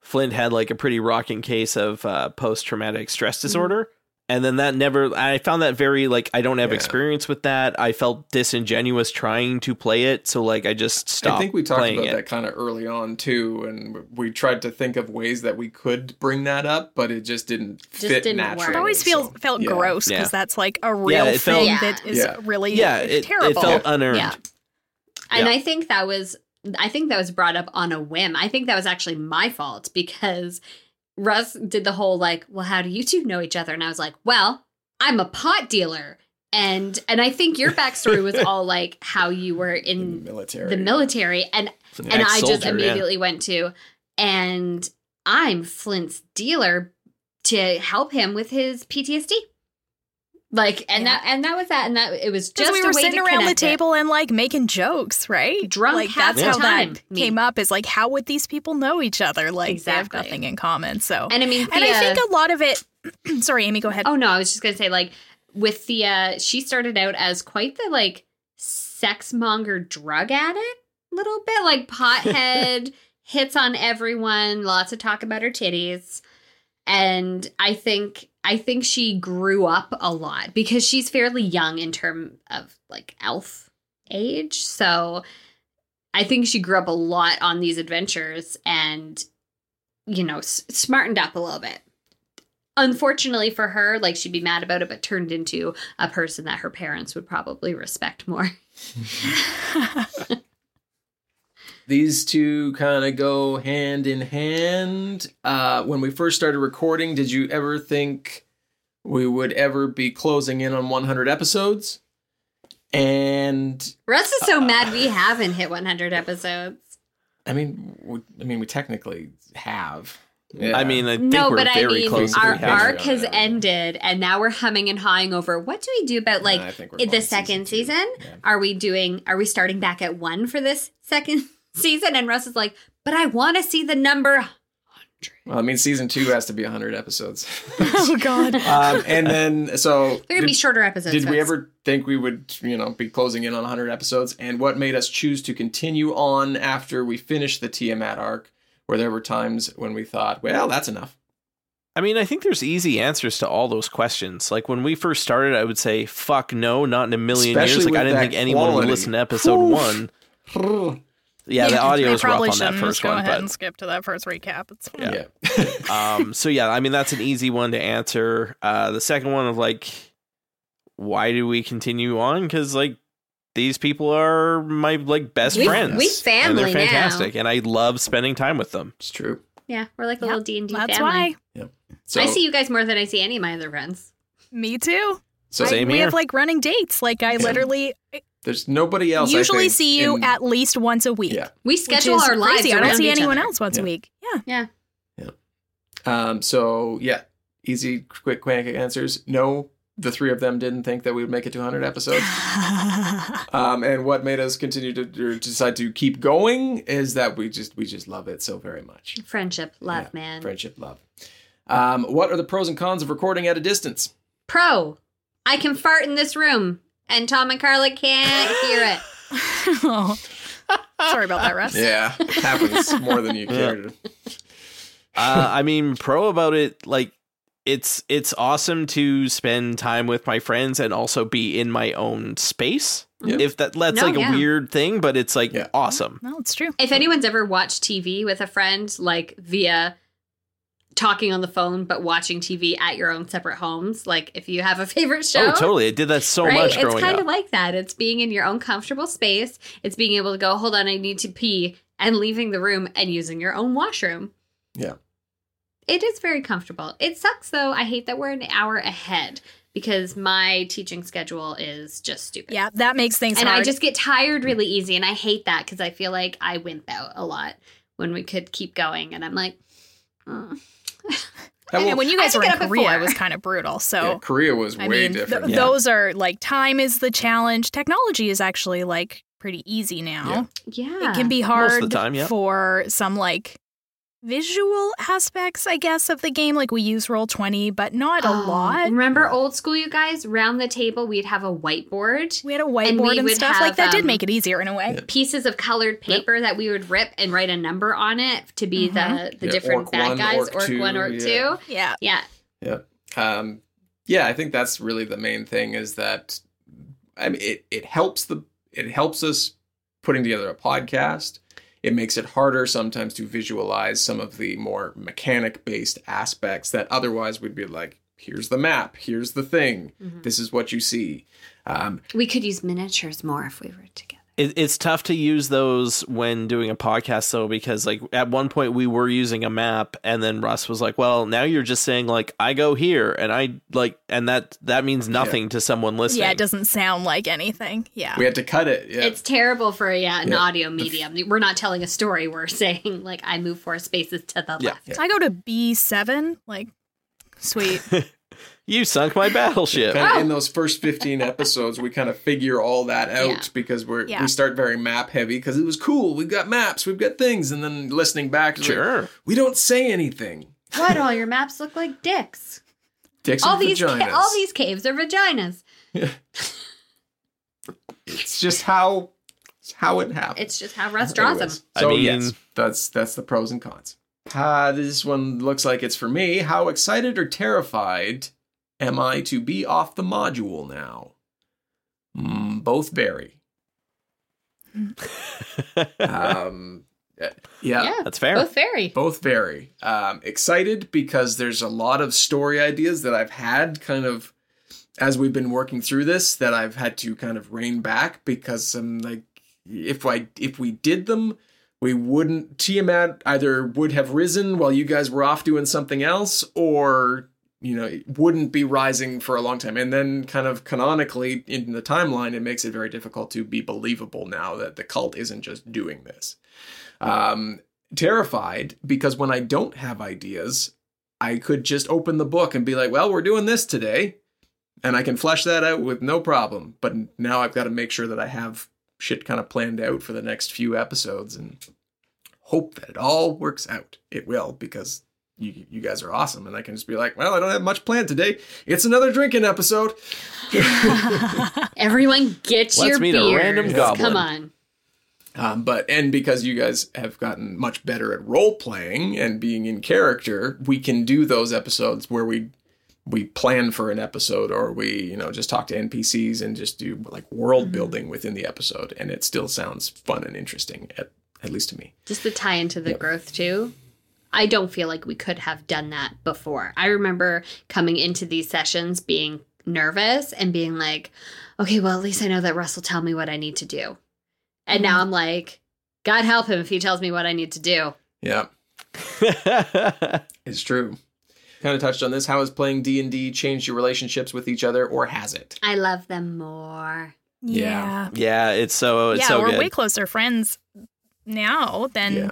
Speaker 4: Flint had like a pretty rocking case of uh, post traumatic
Speaker 2: Mm.
Speaker 4: stress disorder. And then that never, I found that very like, I don't have
Speaker 1: Yeah.
Speaker 4: experience with that. I felt disingenuous trying to play it. So like, I just stopped
Speaker 1: I think we talked
Speaker 4: playing
Speaker 1: about
Speaker 4: it.
Speaker 1: that kind of early on too, and we tried to think of ways that we could bring that up, but it just didn't fit
Speaker 2: didn't work.
Speaker 1: naturally.
Speaker 2: It
Speaker 3: It always feels
Speaker 1: so,
Speaker 3: felt
Speaker 1: yeah.
Speaker 3: gross
Speaker 4: Yeah.
Speaker 3: because that's like a real
Speaker 4: it felt-
Speaker 3: thing
Speaker 2: Yeah.
Speaker 3: that is
Speaker 1: Yeah.
Speaker 3: really
Speaker 4: Yeah. It, it
Speaker 3: terrible.
Speaker 4: felt unearned.
Speaker 2: Yeah. And
Speaker 4: Yeah.
Speaker 2: I think that was I think that was brought up on a whim. I think that was actually my fault because Russ did the whole like, well, how do you two know each other? And I was like, well, I'm a pot dealer. And and I think your backstory was all like how you were in
Speaker 1: military.
Speaker 2: the military and and I just
Speaker 4: Ex-soldier, yeah.
Speaker 2: immediately went to and I'm Flint's dealer to help him with his PTSD. Like and
Speaker 3: Yeah.
Speaker 2: that and that was that and that it was
Speaker 3: Because
Speaker 2: just
Speaker 3: we
Speaker 2: a
Speaker 3: were
Speaker 2: way
Speaker 3: sitting
Speaker 2: to
Speaker 3: around the
Speaker 2: connect it.
Speaker 3: table and like making jokes, right?
Speaker 2: Drunk
Speaker 3: like
Speaker 2: half
Speaker 3: that's
Speaker 2: the
Speaker 3: how
Speaker 2: time,
Speaker 3: that
Speaker 2: me.
Speaker 3: came up is like how would these people know each other? Like they
Speaker 2: Exactly.
Speaker 3: have nothing in common. So
Speaker 2: And uh, I mean
Speaker 3: and I
Speaker 2: Thea-
Speaker 3: think a lot of it sorry, Amy, go ahead.
Speaker 2: Oh no, I was just gonna say like with the uh she started out as quite the like sexmonger drug addict little bit, like pothead, hits on everyone, lots of talk about her titties. And I think I think she grew up a lot because she's fairly young in term of like elf age. So I think she grew up a lot on these adventures and you know, s- smartened up a little bit unfortunately for her, like she'd be mad about it, but turned into a person that her parents would probably respect more.
Speaker 1: These two kind of go hand in hand. Uh, when we first started recording, did you ever think we would ever be closing in on 100 episodes? And
Speaker 2: Russ is
Speaker 4: Uh,
Speaker 2: so mad we haven't hit 100 episodes.
Speaker 1: I mean, we, I mean, we technically have.
Speaker 4: I mean, I think
Speaker 2: No,
Speaker 4: we're
Speaker 2: but I
Speaker 4: very
Speaker 2: mean,
Speaker 4: close. to
Speaker 2: our
Speaker 1: being halfway
Speaker 2: arc
Speaker 1: there.
Speaker 2: has ended, and now we're humming and hawing over what do we do about like
Speaker 1: I think we're
Speaker 2: the
Speaker 1: going season
Speaker 2: second
Speaker 1: two.
Speaker 2: season?
Speaker 1: Yeah.
Speaker 2: Are we doing? Are we starting back at one for this second season? And Russ is like, but I want to see the number.
Speaker 1: well, I mean, season two has to be 100 episodes.
Speaker 3: Oh god.
Speaker 1: um, and then, so
Speaker 2: They're gonna be
Speaker 1: did-
Speaker 2: shorter episodes.
Speaker 1: Did we
Speaker 2: folks.
Speaker 1: ever think we would, you know, be closing in on 100 episodes? And what made us choose to continue on after we finished the Tiamat arc? Where there were times when we thought, well, that's enough.
Speaker 4: I mean, I think there's easy answers to all those questions. Like when we first started, I would say, "Fuck no, not in a million
Speaker 1: Especially
Speaker 4: years." Like I
Speaker 1: with
Speaker 4: didn't
Speaker 1: that
Speaker 4: think anyone would
Speaker 1: quality.
Speaker 4: listen to episode
Speaker 1: Oof.
Speaker 4: one. Yeah, the audio
Speaker 3: I
Speaker 4: is rough
Speaker 3: probably
Speaker 4: on that
Speaker 3: shouldn't. Just
Speaker 4: first
Speaker 3: go
Speaker 4: one,
Speaker 3: ahead and
Speaker 4: but
Speaker 3: skip to that first recap. It's fine.
Speaker 1: Yeah.
Speaker 4: um, so yeah, I mean that's an easy one to answer. Uh, the second one of like, why do we continue on? Because like these people are my like best
Speaker 2: We-
Speaker 4: friends.
Speaker 2: we
Speaker 4: and they're
Speaker 2: family now.
Speaker 4: fantastic, and I love spending time with them.
Speaker 1: It's true.
Speaker 2: Yeah, we're like a
Speaker 3: Yeah,
Speaker 2: little D and D family.
Speaker 3: That's why.
Speaker 1: So,
Speaker 2: I see you guys more than I see any of my other friends.
Speaker 3: Me too.
Speaker 1: So
Speaker 3: I-
Speaker 4: Same
Speaker 3: we
Speaker 4: here.
Speaker 3: have like running dates. Like I literally
Speaker 1: there's nobody else. I
Speaker 3: usually
Speaker 1: think,
Speaker 3: see you
Speaker 1: in-
Speaker 3: at least once a week.
Speaker 1: Yeah.
Speaker 2: We
Speaker 3: which
Speaker 2: schedule
Speaker 3: is
Speaker 2: our lives.
Speaker 3: crazy. I don't
Speaker 2: around
Speaker 3: see
Speaker 2: each
Speaker 3: anyone
Speaker 2: other.
Speaker 3: else once
Speaker 1: Yeah.
Speaker 3: a week. Yeah.
Speaker 2: Yeah.
Speaker 1: Um, so yeah, easy, quick, quick answers. No, the three of them didn't think that we would make it to 100 episodes. um, and what made us continue to or decide to keep going is that we just we just love it so very much.
Speaker 2: Friendship, love,
Speaker 1: Yeah,
Speaker 2: man.
Speaker 1: Friendship, love. Um, what are the pros and cons of recording at a distance?
Speaker 2: Pro, I can fart in this room, and Tom and Carla can't hear it.
Speaker 3: Oh. Sorry about that, Russ.
Speaker 1: Yeah, happens more than you care to.
Speaker 4: uh, I mean, pro about it, like it's it's awesome to spend time with my friends and also be in my own space.
Speaker 1: Yeah.
Speaker 4: If that that's
Speaker 2: No,
Speaker 4: like a
Speaker 2: yeah.
Speaker 4: weird thing, but it's like
Speaker 1: Yeah.
Speaker 4: awesome.
Speaker 3: No, it's true.
Speaker 2: If anyone's ever watched TV with a friend, like via talking on the phone but watching TV at your own separate homes, like if you have a favorite show,
Speaker 4: Oh, totally! I did that so
Speaker 2: Mm-hmm. right?
Speaker 4: much
Speaker 2: it's
Speaker 4: growing
Speaker 2: kind
Speaker 4: up.
Speaker 2: of like that. It's being in your own comfortable space. It's being able to go, hold on, I need to pee, and leaving the room and using your own washroom.
Speaker 1: Yeah.
Speaker 2: It is very comfortable. It sucks though. I hate that we're an hour ahead because my teaching schedule is just stupid.
Speaker 3: Yeah, that makes things
Speaker 2: and
Speaker 3: hard.
Speaker 2: I just get tired really easy, and I hate that because I feel like I wimp out a lot when we could keep going, and I'm like, "Mm."
Speaker 1: That
Speaker 3: and
Speaker 1: will-
Speaker 3: when you guys
Speaker 2: I
Speaker 3: were
Speaker 2: get
Speaker 3: in
Speaker 2: up at
Speaker 3: Korea,
Speaker 2: four.
Speaker 3: it was kind of brutal.
Speaker 1: yeah,
Speaker 3: So
Speaker 1: Korea was
Speaker 3: I
Speaker 1: way
Speaker 3: mean, th-
Speaker 1: different.
Speaker 4: Yeah.
Speaker 3: those are like time is the challenge. Technology is actually like pretty easy now.
Speaker 2: Yeah.
Speaker 3: It can be
Speaker 4: of the
Speaker 3: hard
Speaker 4: time, yeah.
Speaker 3: for some like visual aspects, I guess, of the game. Like we use roll twenty, but not
Speaker 2: Oh,
Speaker 3: a lot.
Speaker 2: Remember old school, you guys? Round the table, we'd have a whiteboard,
Speaker 3: We had a
Speaker 2: we
Speaker 3: whiteboard and,
Speaker 2: would
Speaker 3: stuff
Speaker 2: have,
Speaker 3: like that. did
Speaker 2: um,
Speaker 3: make it easier in a way.
Speaker 2: pieces of colored paper that we would rip and write a number on it to be
Speaker 3: Mm-hmm.
Speaker 2: the, the
Speaker 1: Yeah,
Speaker 2: different
Speaker 1: orc
Speaker 2: bad
Speaker 1: one,
Speaker 2: guys,
Speaker 1: orc
Speaker 2: orc,
Speaker 1: two,
Speaker 2: one, orc
Speaker 1: yeah.
Speaker 2: two.
Speaker 3: Yeah.
Speaker 2: Yeah.
Speaker 1: Um, yeah, I think that's really the main thing is that I mean it, it helps the it helps us putting together a podcast. It makes it harder sometimes to visualize some of the more mechanic based aspects that otherwise would be like, here's the map, here's the thing, this is what you see. Um,
Speaker 2: We could use miniatures more if we were together.
Speaker 4: It, it's tough to use those when doing a podcast though, because like at one point we were using a map, and then Russ was like, "Well, now you're just saying like I go here, and I like, and that that means nothing to someone listening."
Speaker 3: Yeah, it doesn't sound like anything. Yeah.
Speaker 1: we had to cut it. Yeah.
Speaker 2: It's terrible for yeah, an
Speaker 1: Yeah.
Speaker 2: audio medium. We're not telling a story. We're saying like I move four spaces to the
Speaker 4: Yeah.
Speaker 2: left.
Speaker 3: I go to B seven, like sweet.
Speaker 4: You sunk my battleship.
Speaker 1: kind of in those first 15 episodes we kind of figure all that out
Speaker 2: Yeah.
Speaker 1: because we're
Speaker 3: Yeah.
Speaker 1: we start very map heavy because it was cool we've got maps we've got things and then listening back it's like,
Speaker 4: Sure.
Speaker 1: we don't say anything
Speaker 2: Why do all your maps look like dicks?
Speaker 1: dicks
Speaker 2: all
Speaker 1: and
Speaker 2: these ca-
Speaker 1: vaginas.
Speaker 2: all these caves are vaginas.
Speaker 1: it's just how it's how it happens
Speaker 2: It's just how Russ draws them.
Speaker 1: Anyways,
Speaker 4: I
Speaker 1: so
Speaker 4: mean-
Speaker 1: yes that's that's the pros and cons Ah, this one looks like it's for me how excited or terrified am i to be off the module now Mm, both very um yeah,
Speaker 2: Yeah.
Speaker 4: That's fair.
Speaker 2: Both very.
Speaker 1: Both very um, excited because there's a lot of story ideas that I've had kind of as we've been working through this that I've had to kind of rein back because I'm like, if I if we did them, we wouldn't Tiamat either would have risen while you guys were off doing something else, or you know it wouldn't be rising for a long time. And then kind of canonically in the timeline, it makes it very difficult to be believable now that the cult isn't just doing this. Um, terrified because when I don't have ideas, I could just open the book and be like, well, we're doing this today. And I can flesh that out with no problem. But now I've got to make sure that I have shit kind of planned out for the next few episodes and hope that it all works out. It will because you, you guys are awesome. And I can just be like, well, I don't have much planned today. It's another drinking episode.
Speaker 2: Everyone get
Speaker 4: Let's
Speaker 2: your
Speaker 4: meet a
Speaker 2: beers.
Speaker 4: random goblin.
Speaker 2: Come on.
Speaker 1: Um, but and because you guys have gotten much better at role playing and being in character, we can do those episodes where we we plan for an episode or we you know just talk to NPCs and just do like
Speaker 3: Mm-hmm.
Speaker 1: world building within the episode, and it still sounds fun and interesting at at least to me.
Speaker 2: Just the tie into the growth too. I don't feel like we could have done that before. I remember coming into these sessions being nervous and being like, okay, well, at least I know that Russ will tell me what I need to do. And
Speaker 3: Mm-hmm.
Speaker 2: now I'm like, God help him if he tells me what I need to do.
Speaker 1: Yeah, it's true. Kind of touched on this. How has playing D and D changed your relationships with each other, or has it?
Speaker 2: I love them more.
Speaker 3: yeah.
Speaker 1: Yeah.
Speaker 4: yeah, it's so it's
Speaker 3: yeah,
Speaker 4: so
Speaker 3: we're
Speaker 4: good.
Speaker 3: way closer friends now than
Speaker 1: yeah.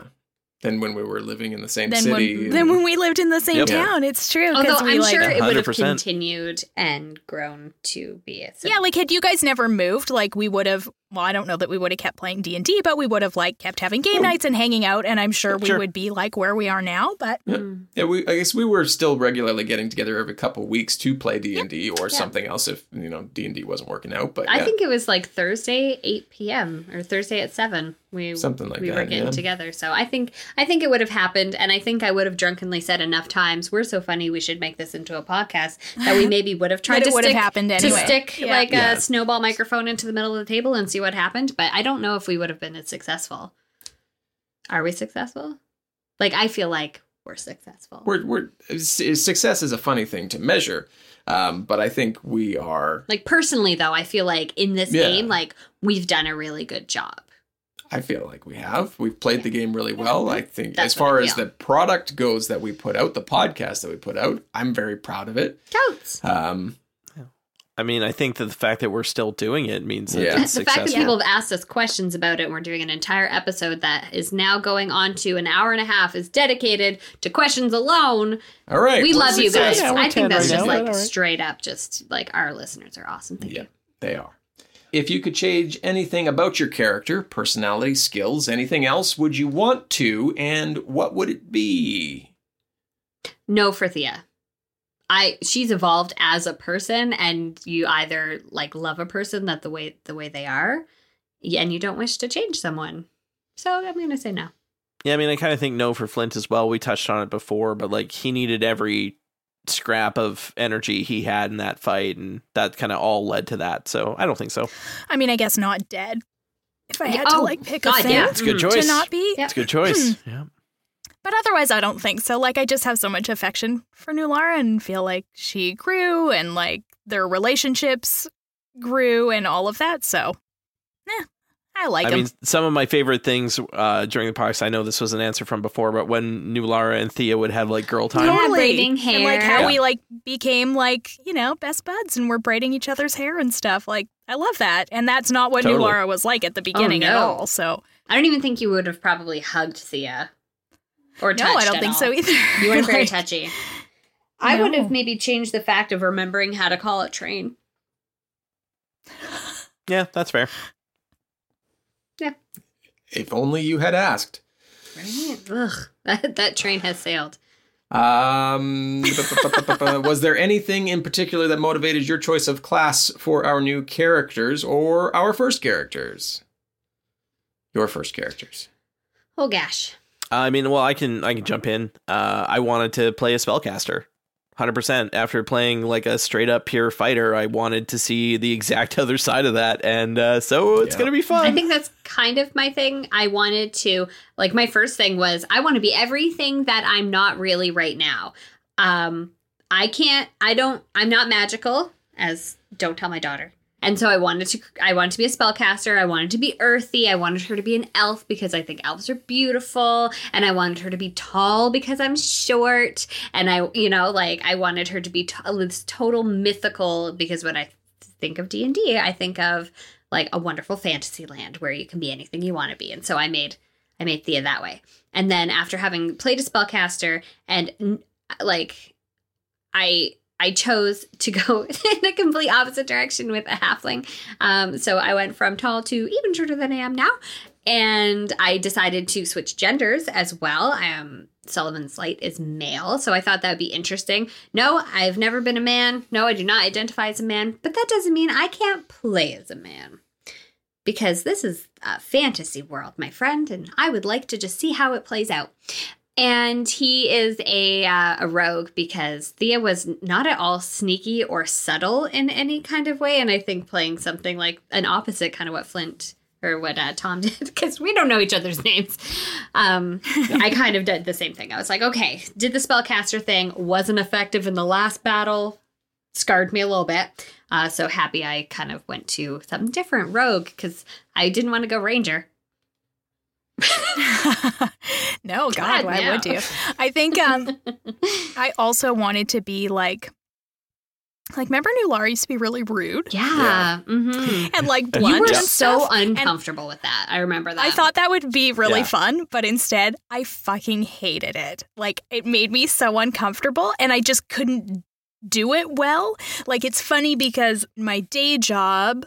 Speaker 1: Then when we were living in the same
Speaker 3: than
Speaker 1: city.
Speaker 3: when
Speaker 1: and-
Speaker 3: than when we lived in the same
Speaker 4: Yep. Yeah.
Speaker 3: town. It's true
Speaker 2: Although
Speaker 3: because we
Speaker 2: I'm
Speaker 3: like
Speaker 2: sure it would have
Speaker 4: 100%.
Speaker 2: continued and grown to be a
Speaker 3: yeah, like had you guys never moved, like we would have. Well, I don't know that we would have kept playing D and D, but we would have like kept having game nights and hanging out, and I'm sure we
Speaker 4: Sure.
Speaker 3: would be like where we are now. But
Speaker 1: Yeah, we I guess we were still regularly getting together every couple weeks to play D and D or something else if you know D and D wasn't working out. But
Speaker 2: I
Speaker 1: yeah.
Speaker 2: think it was like Thursday, eight p.m. or Thursday at seven. We
Speaker 1: Something like
Speaker 2: we
Speaker 1: that,
Speaker 2: were getting
Speaker 1: yeah.
Speaker 2: together. So I think I think it would have happened, and I think I would have drunkenly said enough times, "We're so funny, we should make this into a podcast." That we maybe would have tried
Speaker 3: That it
Speaker 2: to
Speaker 3: would have
Speaker 2: stick
Speaker 3: happened
Speaker 2: to
Speaker 3: anyway.
Speaker 2: stick
Speaker 3: Yeah.
Speaker 2: like a snowball microphone into the middle of the table and see what happened. But I don't know if we would have been as successful. Are we successful? Like I feel like we're successful.
Speaker 1: we're we're s- success is a funny thing to measure, um, but I think we are.
Speaker 2: like personally though, I feel like in this
Speaker 1: Yeah.
Speaker 2: game, like we've done a really good job.
Speaker 1: I feel like we have. We've played the game really well. I think
Speaker 2: That's
Speaker 1: as far
Speaker 2: what I
Speaker 1: as
Speaker 2: feel.
Speaker 1: the product goes that we put out, the podcast that we put out, I'm very proud of it.
Speaker 2: Totes.
Speaker 1: Um,
Speaker 4: I mean, I think that the fact that we're still doing it means that
Speaker 1: Yeah.
Speaker 4: it's
Speaker 2: the fact that
Speaker 4: successful.
Speaker 2: people have asked us questions about it and we're doing an entire episode that is now going on to an hour and a half is dedicated to questions alone
Speaker 1: all right,
Speaker 2: we
Speaker 1: we're
Speaker 2: love you guys
Speaker 1: successful.
Speaker 4: Yeah, we're
Speaker 2: i think
Speaker 4: 10
Speaker 2: that's
Speaker 4: right
Speaker 2: just
Speaker 4: now.
Speaker 2: like
Speaker 4: All right.
Speaker 2: straight up just like our listeners are awesome thank
Speaker 1: Yeah,
Speaker 2: you
Speaker 1: they are. If you could change anything about your character, personality, skills, anything else, would you want to, and what would it be?
Speaker 2: No for Thea. I she's evolved as a person and you either like love a person that the way the way they are and you don't wish to change someone. So I'm going to say no.
Speaker 4: Yeah, I mean, I kind of think no for Flint as well. We touched on it before, but like he needed every scrap of energy he had in that fight, and that kind of all led to that. So I don't think so.
Speaker 3: I mean, I guess not dead. If I
Speaker 2: Yeah,
Speaker 3: had to
Speaker 2: oh,
Speaker 3: like pick a
Speaker 2: God,
Speaker 3: thing
Speaker 2: yeah.
Speaker 4: It's a good
Speaker 3: Mm, to
Speaker 4: choice.
Speaker 3: not be, Hmm.
Speaker 2: Yeah.
Speaker 4: It's a good choice. yeah.
Speaker 3: but otherwise, I don't think so. Like, I just have so much affection for New Lara and feel like she grew and like their relationships grew and all of that. So, eh, I like
Speaker 4: I
Speaker 3: him.
Speaker 4: mean, some of my favorite things uh, during the podcast. I know this was an answer from before, but when New Lara and Thea would have like girl time,
Speaker 2: Yeah. braiding
Speaker 3: And like
Speaker 2: hair.
Speaker 3: how
Speaker 4: Yeah.
Speaker 3: we like became like, you know, best buds and we're braiding each other's hair and stuff. Like I love that. And that's not what New
Speaker 4: Totally.
Speaker 3: Lara was like at the beginning at
Speaker 2: Oh, no.
Speaker 3: all. So
Speaker 2: I don't even think you would have probably hugged Thea or
Speaker 3: no,
Speaker 2: touched
Speaker 3: I don't
Speaker 2: at
Speaker 3: think
Speaker 2: all.
Speaker 3: so either.
Speaker 2: You weren't very
Speaker 3: Like,
Speaker 2: touchy. I would
Speaker 3: No.
Speaker 2: have maybe changed the fact of remembering how to call a train.
Speaker 4: yeah, that's fair.
Speaker 1: If only you had asked.
Speaker 2: Right? Ugh, that, that train has sailed.
Speaker 1: Um, was there anything in particular that motivated your choice of class for our new characters or our first characters? Your first characters.
Speaker 2: Oh gosh.
Speaker 4: I mean, well, I can I can jump in. Uh, I wanted to play a spellcaster, hundred percent. After playing like a straight up pure fighter, I wanted to see the exact other side of that, and uh, so it's
Speaker 1: Yeah.
Speaker 4: gonna be fun.
Speaker 2: I think that's kind of my thing. I wanted to like my first thing was I want to be everything that I'm not really right now. Um I can't I don't I'm not magical as don't tell my daughter. And so I wanted to I wanted to be a spellcaster. I wanted to be earthy. I wanted her to be an elf because I think elves are beautiful and I wanted her to be tall because I'm short and I you know like I wanted her to be t- this total mythical because when I think of D&D, I think of like a wonderful fantasy land where you can be anything you want to be. And so I made I made Thea that way. And then after having played a spellcaster and n- like I I chose to go in a complete opposite direction with a halfling. Um, so I went from tall to even shorter than I am now. And I decided to switch genders as well. Um, Sullivan's Light is male, so I thought that would be interesting. No, I've never been a man. No, I do not identify as a man, but that doesn't mean I can't play as a man. Because this is a fantasy world, my friend, and I would like to just see how it plays out. And he is a, uh, a rogue because Thea was not at all sneaky or subtle in any kind of way. And I think playing something like an opposite kind of what Flint or what uh, Tom did, because we don't know each other's names. Um, I kind of did the same thing. I was like, okay, did the spellcaster thing, wasn't effective in the last battle, scarred me a little bit. Uh, so happy I kind of went to something different, rogue, because I didn't want to go ranger.
Speaker 3: no, God,
Speaker 2: God,
Speaker 3: why
Speaker 2: no.
Speaker 3: would you? I think um I also wanted to be like like remember New Lara used to be really rude
Speaker 2: Yeah. hmm
Speaker 3: and like blunt
Speaker 2: You were
Speaker 3: and
Speaker 2: so
Speaker 3: stuff. And
Speaker 2: uncomfortable with that. I remember that.
Speaker 3: I thought that would be really
Speaker 4: Yeah.
Speaker 3: fun, but instead I fucking hated it. Like it made me so uncomfortable and I just couldn't do it well. Like it's funny because my day job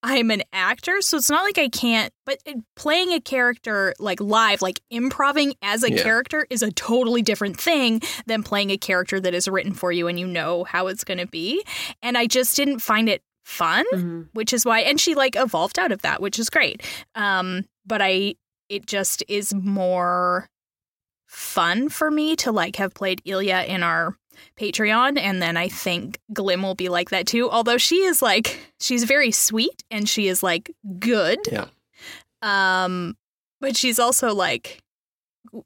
Speaker 3: I'm an actor, so it's not like I can't, but it- playing a character like live, like improving as a
Speaker 1: Yeah.
Speaker 3: character is a totally different thing than playing a character that is written for you and you know how it's going to be. And I just didn't find it fun
Speaker 2: Mhm.
Speaker 3: which is why and she like evolved out of that which is great um but i it just is more fun for me to like have played ilya in our patreon and then i think glim will be like that too although she is like she's very sweet and she is like good
Speaker 1: Yeah.
Speaker 3: um but she's also like w-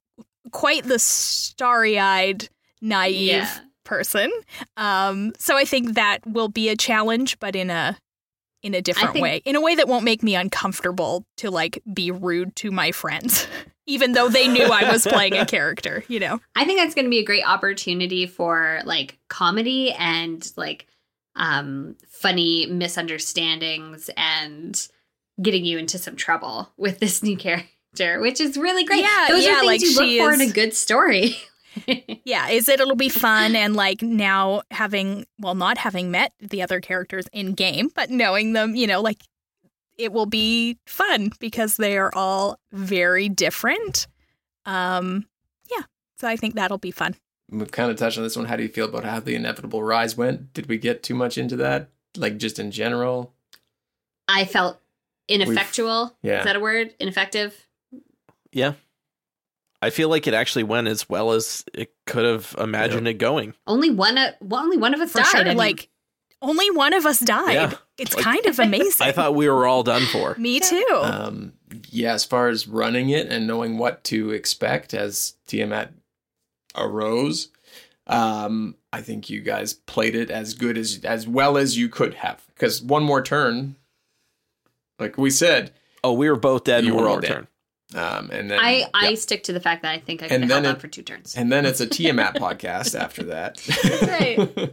Speaker 3: quite the starry-eyed naive
Speaker 2: Yeah.
Speaker 3: person. Um, so I think that will be a challenge, but in a in a different
Speaker 2: think-
Speaker 3: way, in a way that won't make me uncomfortable to like be rude to my friends, even though they knew I was playing a character. You know,
Speaker 2: I think that's going to be a great opportunity for like comedy and like um funny misunderstandings and getting you into some trouble with this new character, which is really great.
Speaker 3: Yeah,
Speaker 2: Those
Speaker 3: yeah,
Speaker 2: are things
Speaker 3: like,
Speaker 2: you look
Speaker 3: she
Speaker 2: for in
Speaker 3: is-
Speaker 2: a good story.
Speaker 3: yeah, is it? It'll be fun, and like now having well, not having met the other characters in game, but knowing them, you know, like it will be fun because they are all very different. Um, yeah, so I think that'll be fun.
Speaker 1: We've kind of touched on this one. How do you feel about how the inevitable rise went? Did we get too much into that? Like just in general?
Speaker 2: I felt ineffectual.
Speaker 1: We've- yeah.
Speaker 2: Is that a word? Ineffective?
Speaker 4: Yeah. I feel like it actually went as well as it could have imagined it going.
Speaker 2: Only one of well, only one of us
Speaker 3: For
Speaker 2: died.
Speaker 3: sure,
Speaker 2: and-
Speaker 3: like only one of us died.
Speaker 4: Yeah.
Speaker 3: It's
Speaker 4: Like-
Speaker 3: kind of amazing.
Speaker 4: I thought we were all done for.
Speaker 3: Me too.
Speaker 1: Um, yeah, as far as running it and knowing what to expect as Tiamat arose, um, I think you guys played it as good as as well as you could have. Because one more turn, like we said,
Speaker 4: Oh, we were both dead.
Speaker 1: You
Speaker 4: in one
Speaker 1: were all
Speaker 4: more
Speaker 1: dead.
Speaker 4: turn.
Speaker 1: um, and then
Speaker 2: I I stick to the fact that I think I could
Speaker 1: And
Speaker 2: have
Speaker 1: then
Speaker 2: held on
Speaker 1: it-
Speaker 2: for two turns.
Speaker 1: and then it's a Tiamat podcast after that.
Speaker 3: right.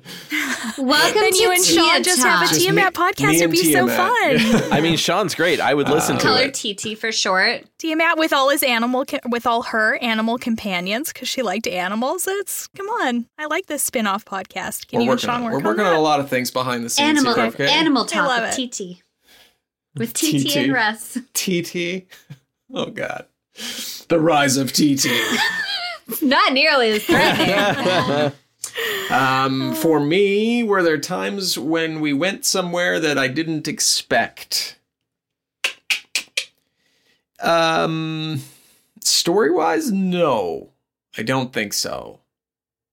Speaker 2: Welcome
Speaker 3: then
Speaker 2: to
Speaker 3: you and Sean
Speaker 2: Tia
Speaker 3: just have
Speaker 2: Talk.
Speaker 3: a
Speaker 1: Just
Speaker 3: Tiamat
Speaker 1: me-
Speaker 3: podcast.
Speaker 1: me
Speaker 3: It'd
Speaker 1: and
Speaker 3: be so
Speaker 1: Tiamat.
Speaker 3: fun.
Speaker 4: I mean, Sean's great. I would listen
Speaker 1: Uh,
Speaker 4: to
Speaker 2: Call
Speaker 4: it.
Speaker 2: her TT for short.
Speaker 3: Tiamat with all his animal co- with all her animal companions because she liked animals. It's come on, I like this spin-off podcast. Can
Speaker 1: we're
Speaker 3: you and
Speaker 1: working,
Speaker 3: Sean
Speaker 1: on, it.
Speaker 3: work
Speaker 1: we're
Speaker 3: on
Speaker 1: working on
Speaker 3: that?
Speaker 1: a lot of things behind the scenes.
Speaker 2: Animal
Speaker 1: here, okay?
Speaker 2: Animal
Speaker 3: I love
Speaker 2: Talk with
Speaker 3: it.
Speaker 2: TT. With TT,
Speaker 1: TT.
Speaker 2: and Russ.
Speaker 1: TT. Oh God, the rise of TT.
Speaker 2: It's not nearly as threatening.
Speaker 1: Um, for me, were there times when we went somewhere that I didn't expect? Um, story wise, no, I don't think so.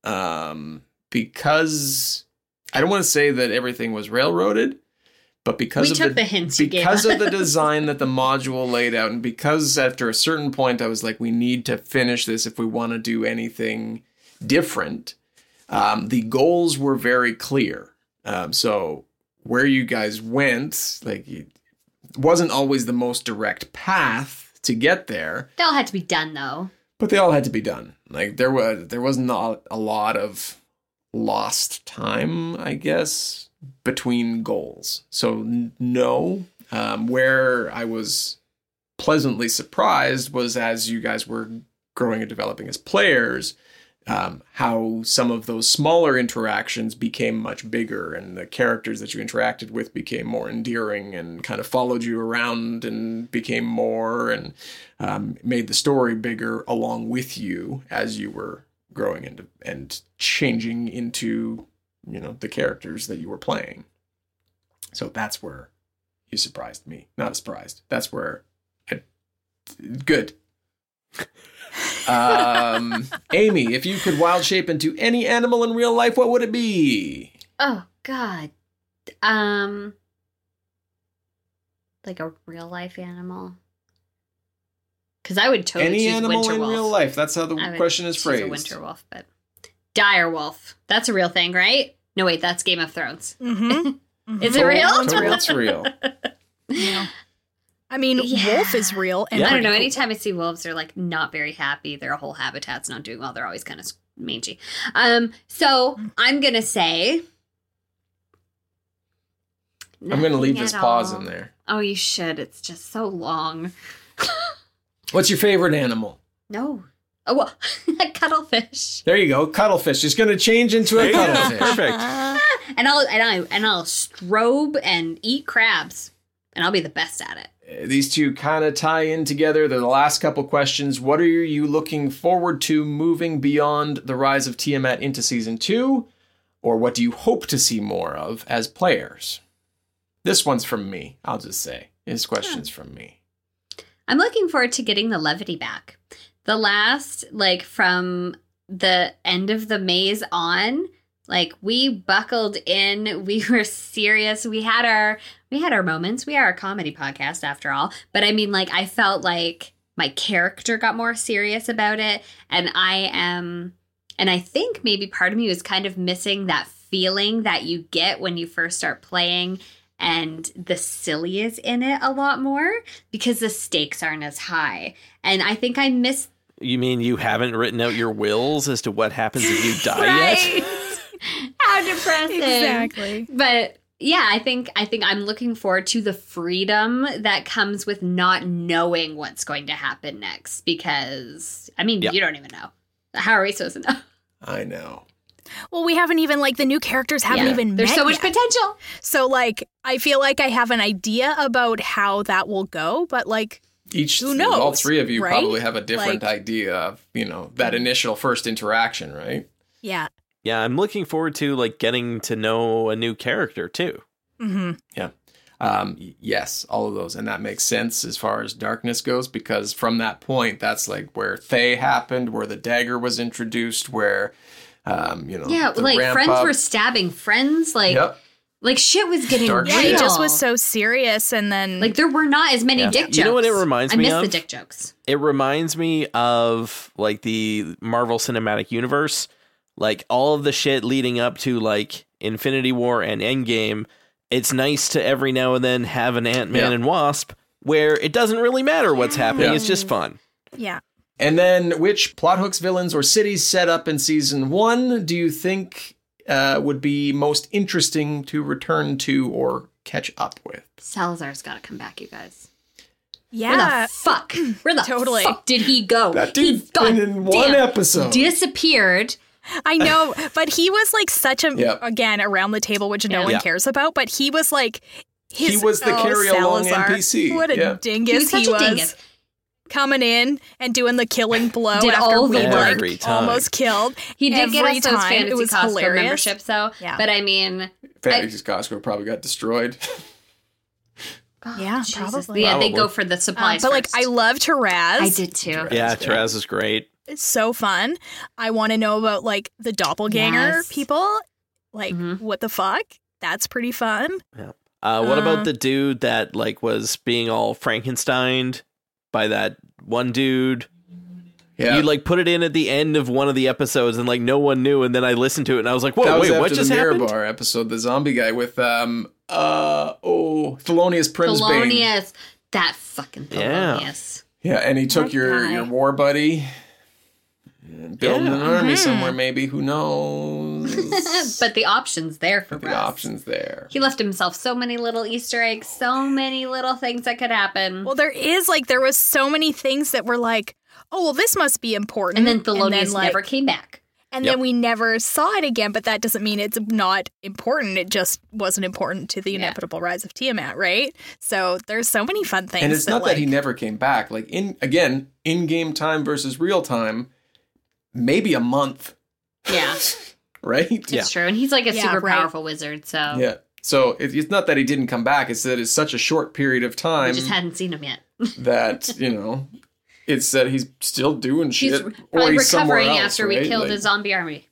Speaker 1: Um, because I don't want to say that everything was railroaded, but because
Speaker 2: We
Speaker 1: of
Speaker 2: took
Speaker 1: the
Speaker 2: the hints you gave
Speaker 1: because of the
Speaker 2: us.
Speaker 1: design that the module laid out, and because after a certain point, I was like, we need to finish this if we want to do anything different. Um, the goals were very clear. Um, so where you guys went, like, it wasn't always the most direct path to get there,
Speaker 2: they all had to be done though.
Speaker 1: but they all had to be done. Like there was there was not a lot of lost time, I guess, between goals. So n- no, um, where I was pleasantly surprised was as you guys were growing and developing as players, um, how some of those smaller interactions became much bigger, and the characters that you interacted with became more endearing and kind of followed you around and became more and um, made the story bigger along with you as you were growing and and changing into you know the characters that you were playing. So that's where you surprised me. Not surprised. That's where I, good. Um, Amy, if you could wild shape into any animal in real life, what would it be?
Speaker 2: Oh God. Um like a real life animal. Cause I would totally
Speaker 1: any
Speaker 2: choose
Speaker 1: animal
Speaker 2: winter
Speaker 1: in
Speaker 2: wolf.
Speaker 1: real life. That's how
Speaker 2: I
Speaker 1: the
Speaker 2: would
Speaker 1: question is
Speaker 2: choose
Speaker 1: phrased.
Speaker 2: A winter wolf, but dire wolf. That's a real thing, right? No, wait, that's Game of Thrones.
Speaker 3: Mm-hmm.
Speaker 2: Is it real?
Speaker 1: Totally, it's real.
Speaker 3: I mean,
Speaker 2: Yeah.
Speaker 3: Wolf is real, and
Speaker 4: Yeah.
Speaker 2: I don't
Speaker 3: pretty
Speaker 2: know.
Speaker 3: cool.
Speaker 2: Anytime I see wolves, they're like not very happy. Their whole habitat's not doing well. They're always kind of mangy. Um, so I'm gonna say.
Speaker 1: I'm going to leave
Speaker 2: nothing
Speaker 1: this
Speaker 2: at
Speaker 1: pause
Speaker 2: all.
Speaker 1: in there.
Speaker 2: Oh, you should. It's just so long.
Speaker 1: What's your favorite animal?
Speaker 2: No. Oh, well, a cuttlefish.
Speaker 1: There you go. Cuttlefish. It's going to change into a cuttlefish.
Speaker 4: Perfect.
Speaker 2: And I'll and I and I'll strobe and eat crabs, and I'll be the best at it.
Speaker 1: Uh, These two kind of tie in together. They're the last couple questions. What are you looking forward to moving beyond the rise of Tiamat into season two? Or what do you hope to see more of as players? This one's from me, I'll just say. This question's from me.
Speaker 2: I'm looking forward to getting the levity back. The last, like, from the end of the maze on, like, we buckled in. We were serious. We had our we had our moments. We are a comedy podcast after all. But I mean, like, I felt like my character got more serious about it, and I am, and I think maybe part of me was kind of missing that feeling that you get when you first start playing. And the silly is in it a lot more because the stakes aren't as high. And I think I missed
Speaker 4: You mean you haven't written out your wills as to what happens if you die yet?
Speaker 2: How depressing.
Speaker 3: exactly.
Speaker 2: But yeah, I think I think I'm looking forward to the freedom that comes with not knowing what's going to happen next because I mean,
Speaker 4: Yeah.
Speaker 2: you don't even know. How are we supposed to know?
Speaker 1: I know.
Speaker 3: Well, we haven't even like the new characters haven't
Speaker 2: Yeah.
Speaker 3: even
Speaker 2: There's
Speaker 3: met
Speaker 2: so much
Speaker 3: yet.
Speaker 2: potential.
Speaker 3: So like I feel like I have an idea about how that will go, but like
Speaker 1: Each
Speaker 3: Who knows,
Speaker 1: all three of you
Speaker 3: right?
Speaker 1: probably have a different
Speaker 3: Like-
Speaker 1: idea of, you know, that initial first interaction, right?
Speaker 3: yeah.
Speaker 4: Yeah, I'm looking forward to like getting to know a new character too.
Speaker 3: hmm
Speaker 1: Um, y- yes, all of those. And that makes sense as far as darkness goes, because from that point, that's like where Thay happened, where the dagger was introduced, where, um, you know,
Speaker 2: Yeah,
Speaker 1: the
Speaker 2: like
Speaker 1: ramp
Speaker 2: friends
Speaker 1: up.
Speaker 2: were stabbing friends. Like
Speaker 1: Yep.
Speaker 2: like shit was getting
Speaker 1: Dark
Speaker 3: Yeah,
Speaker 2: real.
Speaker 3: it just was so serious and then
Speaker 2: like there were not as many
Speaker 4: Yeah.
Speaker 2: dick jokes.
Speaker 4: You know what it reminds
Speaker 2: I
Speaker 4: me
Speaker 2: miss the
Speaker 4: of?
Speaker 2: dick jokes.
Speaker 4: It reminds me of like the Marvel Cinematic Universe, like all of the shit leading up to like Infinity War and Endgame. It's nice to every now and then have an Ant Man
Speaker 1: Yeah.
Speaker 4: and Wasp where it doesn't really matter what's happening.
Speaker 1: Yeah.
Speaker 4: It's just fun.
Speaker 3: yeah.
Speaker 1: And then, which plot hooks, villains, or cities set up in season one do you think uh, would be most interesting to return to or catch up with?
Speaker 2: Salazar's got to come back, you guys. Where
Speaker 3: Yeah.
Speaker 2: the fuck? Where the
Speaker 3: Totally.
Speaker 2: fuck did he go?
Speaker 1: That
Speaker 2: He's
Speaker 1: dude's been in one
Speaker 2: goddamn
Speaker 1: episode.
Speaker 2: Disappeared.
Speaker 3: I know, but he was like such a
Speaker 1: Yep.
Speaker 3: again around the table, which no
Speaker 2: Yeah.
Speaker 3: one
Speaker 4: Yeah.
Speaker 3: cares about. But he was like his, oh,
Speaker 1: He was the carry-along
Speaker 3: Salazar.
Speaker 1: NPC.
Speaker 3: What a
Speaker 1: Yeah.
Speaker 3: dingus he
Speaker 2: He was
Speaker 3: was,
Speaker 2: such a dingus.
Speaker 3: coming in and doing the killing blow
Speaker 2: Did
Speaker 3: after
Speaker 2: all the
Speaker 3: we
Speaker 4: work. Every
Speaker 3: like
Speaker 4: time.
Speaker 3: almost killed.
Speaker 2: He did get
Speaker 3: Every
Speaker 2: us those
Speaker 3: time.
Speaker 2: fantasy
Speaker 3: It was
Speaker 2: Costco
Speaker 3: hilarious.
Speaker 2: memberships, though.
Speaker 3: Yeah.
Speaker 2: But I mean,
Speaker 1: Fantasy's Costco probably got destroyed.
Speaker 2: oh,
Speaker 3: Yeah,
Speaker 2: Jesus.
Speaker 3: probably.
Speaker 2: Yeah, they
Speaker 4: Probably.
Speaker 2: go for the
Speaker 3: Um,
Speaker 2: supplies.
Speaker 3: but like, I
Speaker 2: first.
Speaker 3: love Taraz.
Speaker 2: I did too.
Speaker 4: Yeah, Traz is great.
Speaker 3: It's so fun. I want to know about like the doppelganger
Speaker 2: Yes.
Speaker 3: people. Like,
Speaker 2: Mhm.
Speaker 3: what the fuck? That's pretty fun.
Speaker 4: Uh, what
Speaker 3: Uh.
Speaker 4: about the dude that like was being all Frankensteined by that one dude?
Speaker 1: Yeah.
Speaker 4: You like put it in at the end of one of the episodes, and like no one knew. And then I listened to it, and I was like, "Whoa,
Speaker 1: that was
Speaker 4: wait,
Speaker 1: after
Speaker 4: what just
Speaker 1: the
Speaker 4: happened?"
Speaker 1: Mirabar episode, the zombie guy with um uh oh Thelonious Primsbane.
Speaker 2: Thelonious. That fucking
Speaker 4: Yeah.
Speaker 2: Thelonious.
Speaker 1: Yeah, and he took
Speaker 2: That
Speaker 1: your
Speaker 2: guy.
Speaker 1: your war buddy, building
Speaker 4: Yeah.
Speaker 1: an army
Speaker 2: mm-hmm.
Speaker 1: somewhere. Maybe who knows?
Speaker 2: but the option's there for
Speaker 1: the
Speaker 2: Russ.
Speaker 1: options there.
Speaker 2: He left himself so many little Easter eggs, so many little things that could happen.
Speaker 3: Well, there is like there was so many things that were like, oh well, this must be important.
Speaker 2: and then Thelonious
Speaker 3: like-
Speaker 2: never came back.
Speaker 3: And
Speaker 4: Yep.
Speaker 3: then we never saw it again. But that doesn't mean it's not important. It just wasn't important to the
Speaker 2: Yeah.
Speaker 3: inevitable rise of Tiamat, right? So there's so many fun things.
Speaker 1: and it's not that he
Speaker 3: like-
Speaker 1: never came back. Like in again, in game time versus real time, maybe a month,
Speaker 2: Yeah,
Speaker 1: right?
Speaker 4: Yeah.
Speaker 2: it's true. And he's like a
Speaker 3: Yeah,
Speaker 2: super
Speaker 3: right.
Speaker 2: powerful wizard, so
Speaker 1: Yeah. So it, it's not that he didn't come back. It's that it's such a short period of
Speaker 2: we
Speaker 1: time
Speaker 2: just hadn't seen him yet.
Speaker 1: that you know, it's that he's still doing shit,
Speaker 2: He's
Speaker 1: or
Speaker 2: probably
Speaker 1: he's somewhere
Speaker 2: recovering
Speaker 1: else,
Speaker 2: after we
Speaker 1: right?
Speaker 2: killed
Speaker 1: Like,
Speaker 2: his zombie army.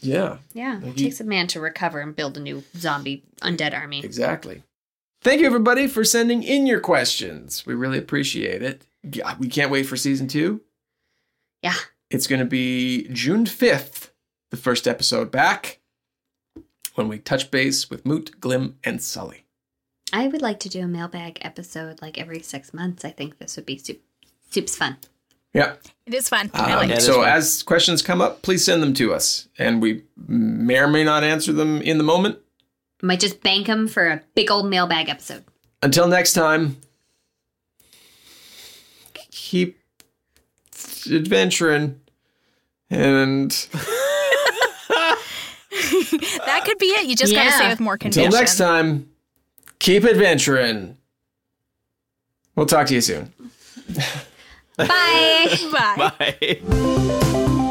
Speaker 1: Yeah.
Speaker 2: Yeah,
Speaker 1: Like
Speaker 2: it
Speaker 1: he-
Speaker 2: takes a man to recover and build a new zombie undead army.
Speaker 1: Exactly. Thank you, everybody, for sending in your questions. We really appreciate it. Yeah, we can't wait for season two.
Speaker 2: Yeah.
Speaker 1: It's going to be June 5th, the first episode back, when we touch base with Moot, Glim, and Sully.
Speaker 2: I would like to do a mailbag episode like every six months. I think this would be soup, soup's fun.
Speaker 1: Yeah.
Speaker 3: It is fun. I like
Speaker 1: Um,
Speaker 4: yeah,
Speaker 3: it.
Speaker 4: that's
Speaker 1: so,
Speaker 4: fine.
Speaker 1: as questions come up, please send them to us, and we may or may not answer them in the moment.
Speaker 2: Might just bank him for a big old mailbag episode.
Speaker 1: Until next time, keep adventuring and.
Speaker 3: That could be it. You just gotta
Speaker 2: Yeah.
Speaker 3: say with more
Speaker 1: Until
Speaker 3: conviction.
Speaker 1: next time, keep adventuring. We'll talk to you soon.
Speaker 2: Bye.
Speaker 3: Bye.
Speaker 4: Bye.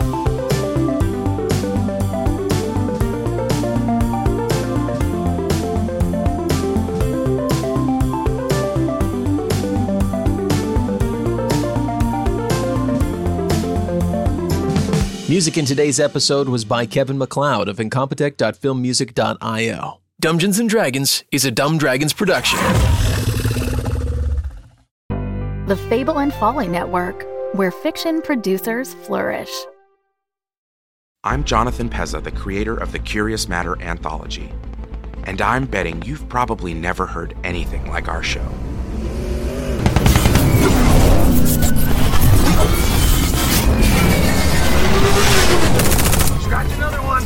Speaker 1: Music in today's episode was by Kevin McLeod of incompetech.filmmusic.io. Dungeons and Dragons is a Dumb Dragons production.
Speaker 6: The Fable and Folly Network, where fiction producers flourish.
Speaker 8: I'm Jonathan Pezza, the creator of the Curious Matter anthology, and I'm betting you've probably never heard anything like our show.
Speaker 9: Scratch another one.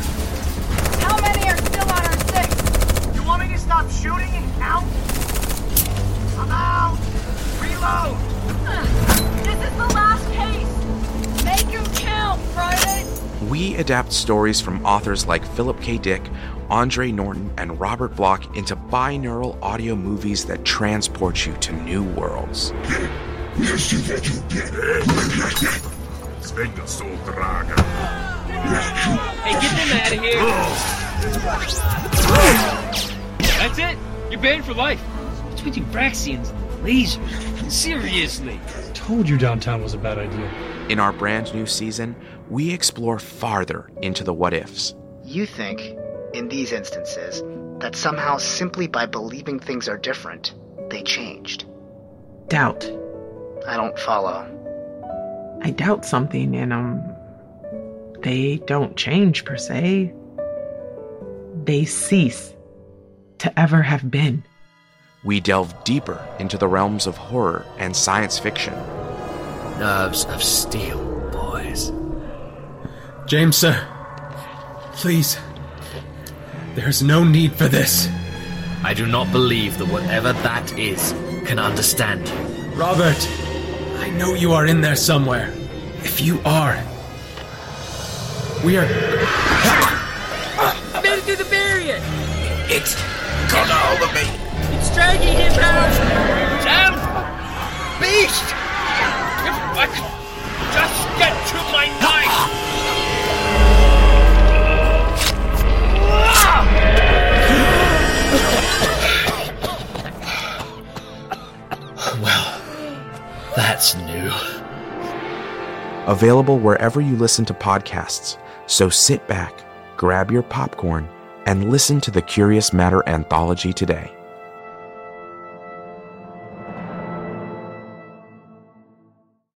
Speaker 9: How many are still on our six? You want me to stop shooting and count? I'm out. Reload. This is the last case. Make him count, Friday.
Speaker 8: We at adapt stories from authors like Philip K. Dick, Andre Norton, and Robert Block into binaural audio movies that transport you to new worlds.
Speaker 9: Hey, get them out of here! That's it? You're banned for life. What's with you Braxians? Lasers? Seriously?
Speaker 10: Told you downtown was a bad idea.
Speaker 8: In our brand new season, we explore farther into the what ifs.
Speaker 11: You think, in these instances, that somehow simply by believing things are different, they changed.
Speaker 12: Doubt.
Speaker 11: I don't follow.
Speaker 12: I doubt something and um they don't change per se. They cease to ever have been.
Speaker 8: We delve deeper into the realms of horror and science fiction.
Speaker 13: Nerves of steel, boys.
Speaker 10: James, sir, please. There's no need for this.
Speaker 13: I do not believe that whatever that is can understand you.
Speaker 10: Robert, I know you are in there somewhere. If you are, we are.
Speaker 9: Made it through the barrier!
Speaker 13: It's got a hold of me!
Speaker 9: It's dragging him out! Damn!
Speaker 13: Beast!
Speaker 9: If I could just get to my knife!
Speaker 13: Well, that's new.
Speaker 8: Available wherever you listen to podcasts. So sit back, grab your popcorn, and listen to the Curious Matter anthology today.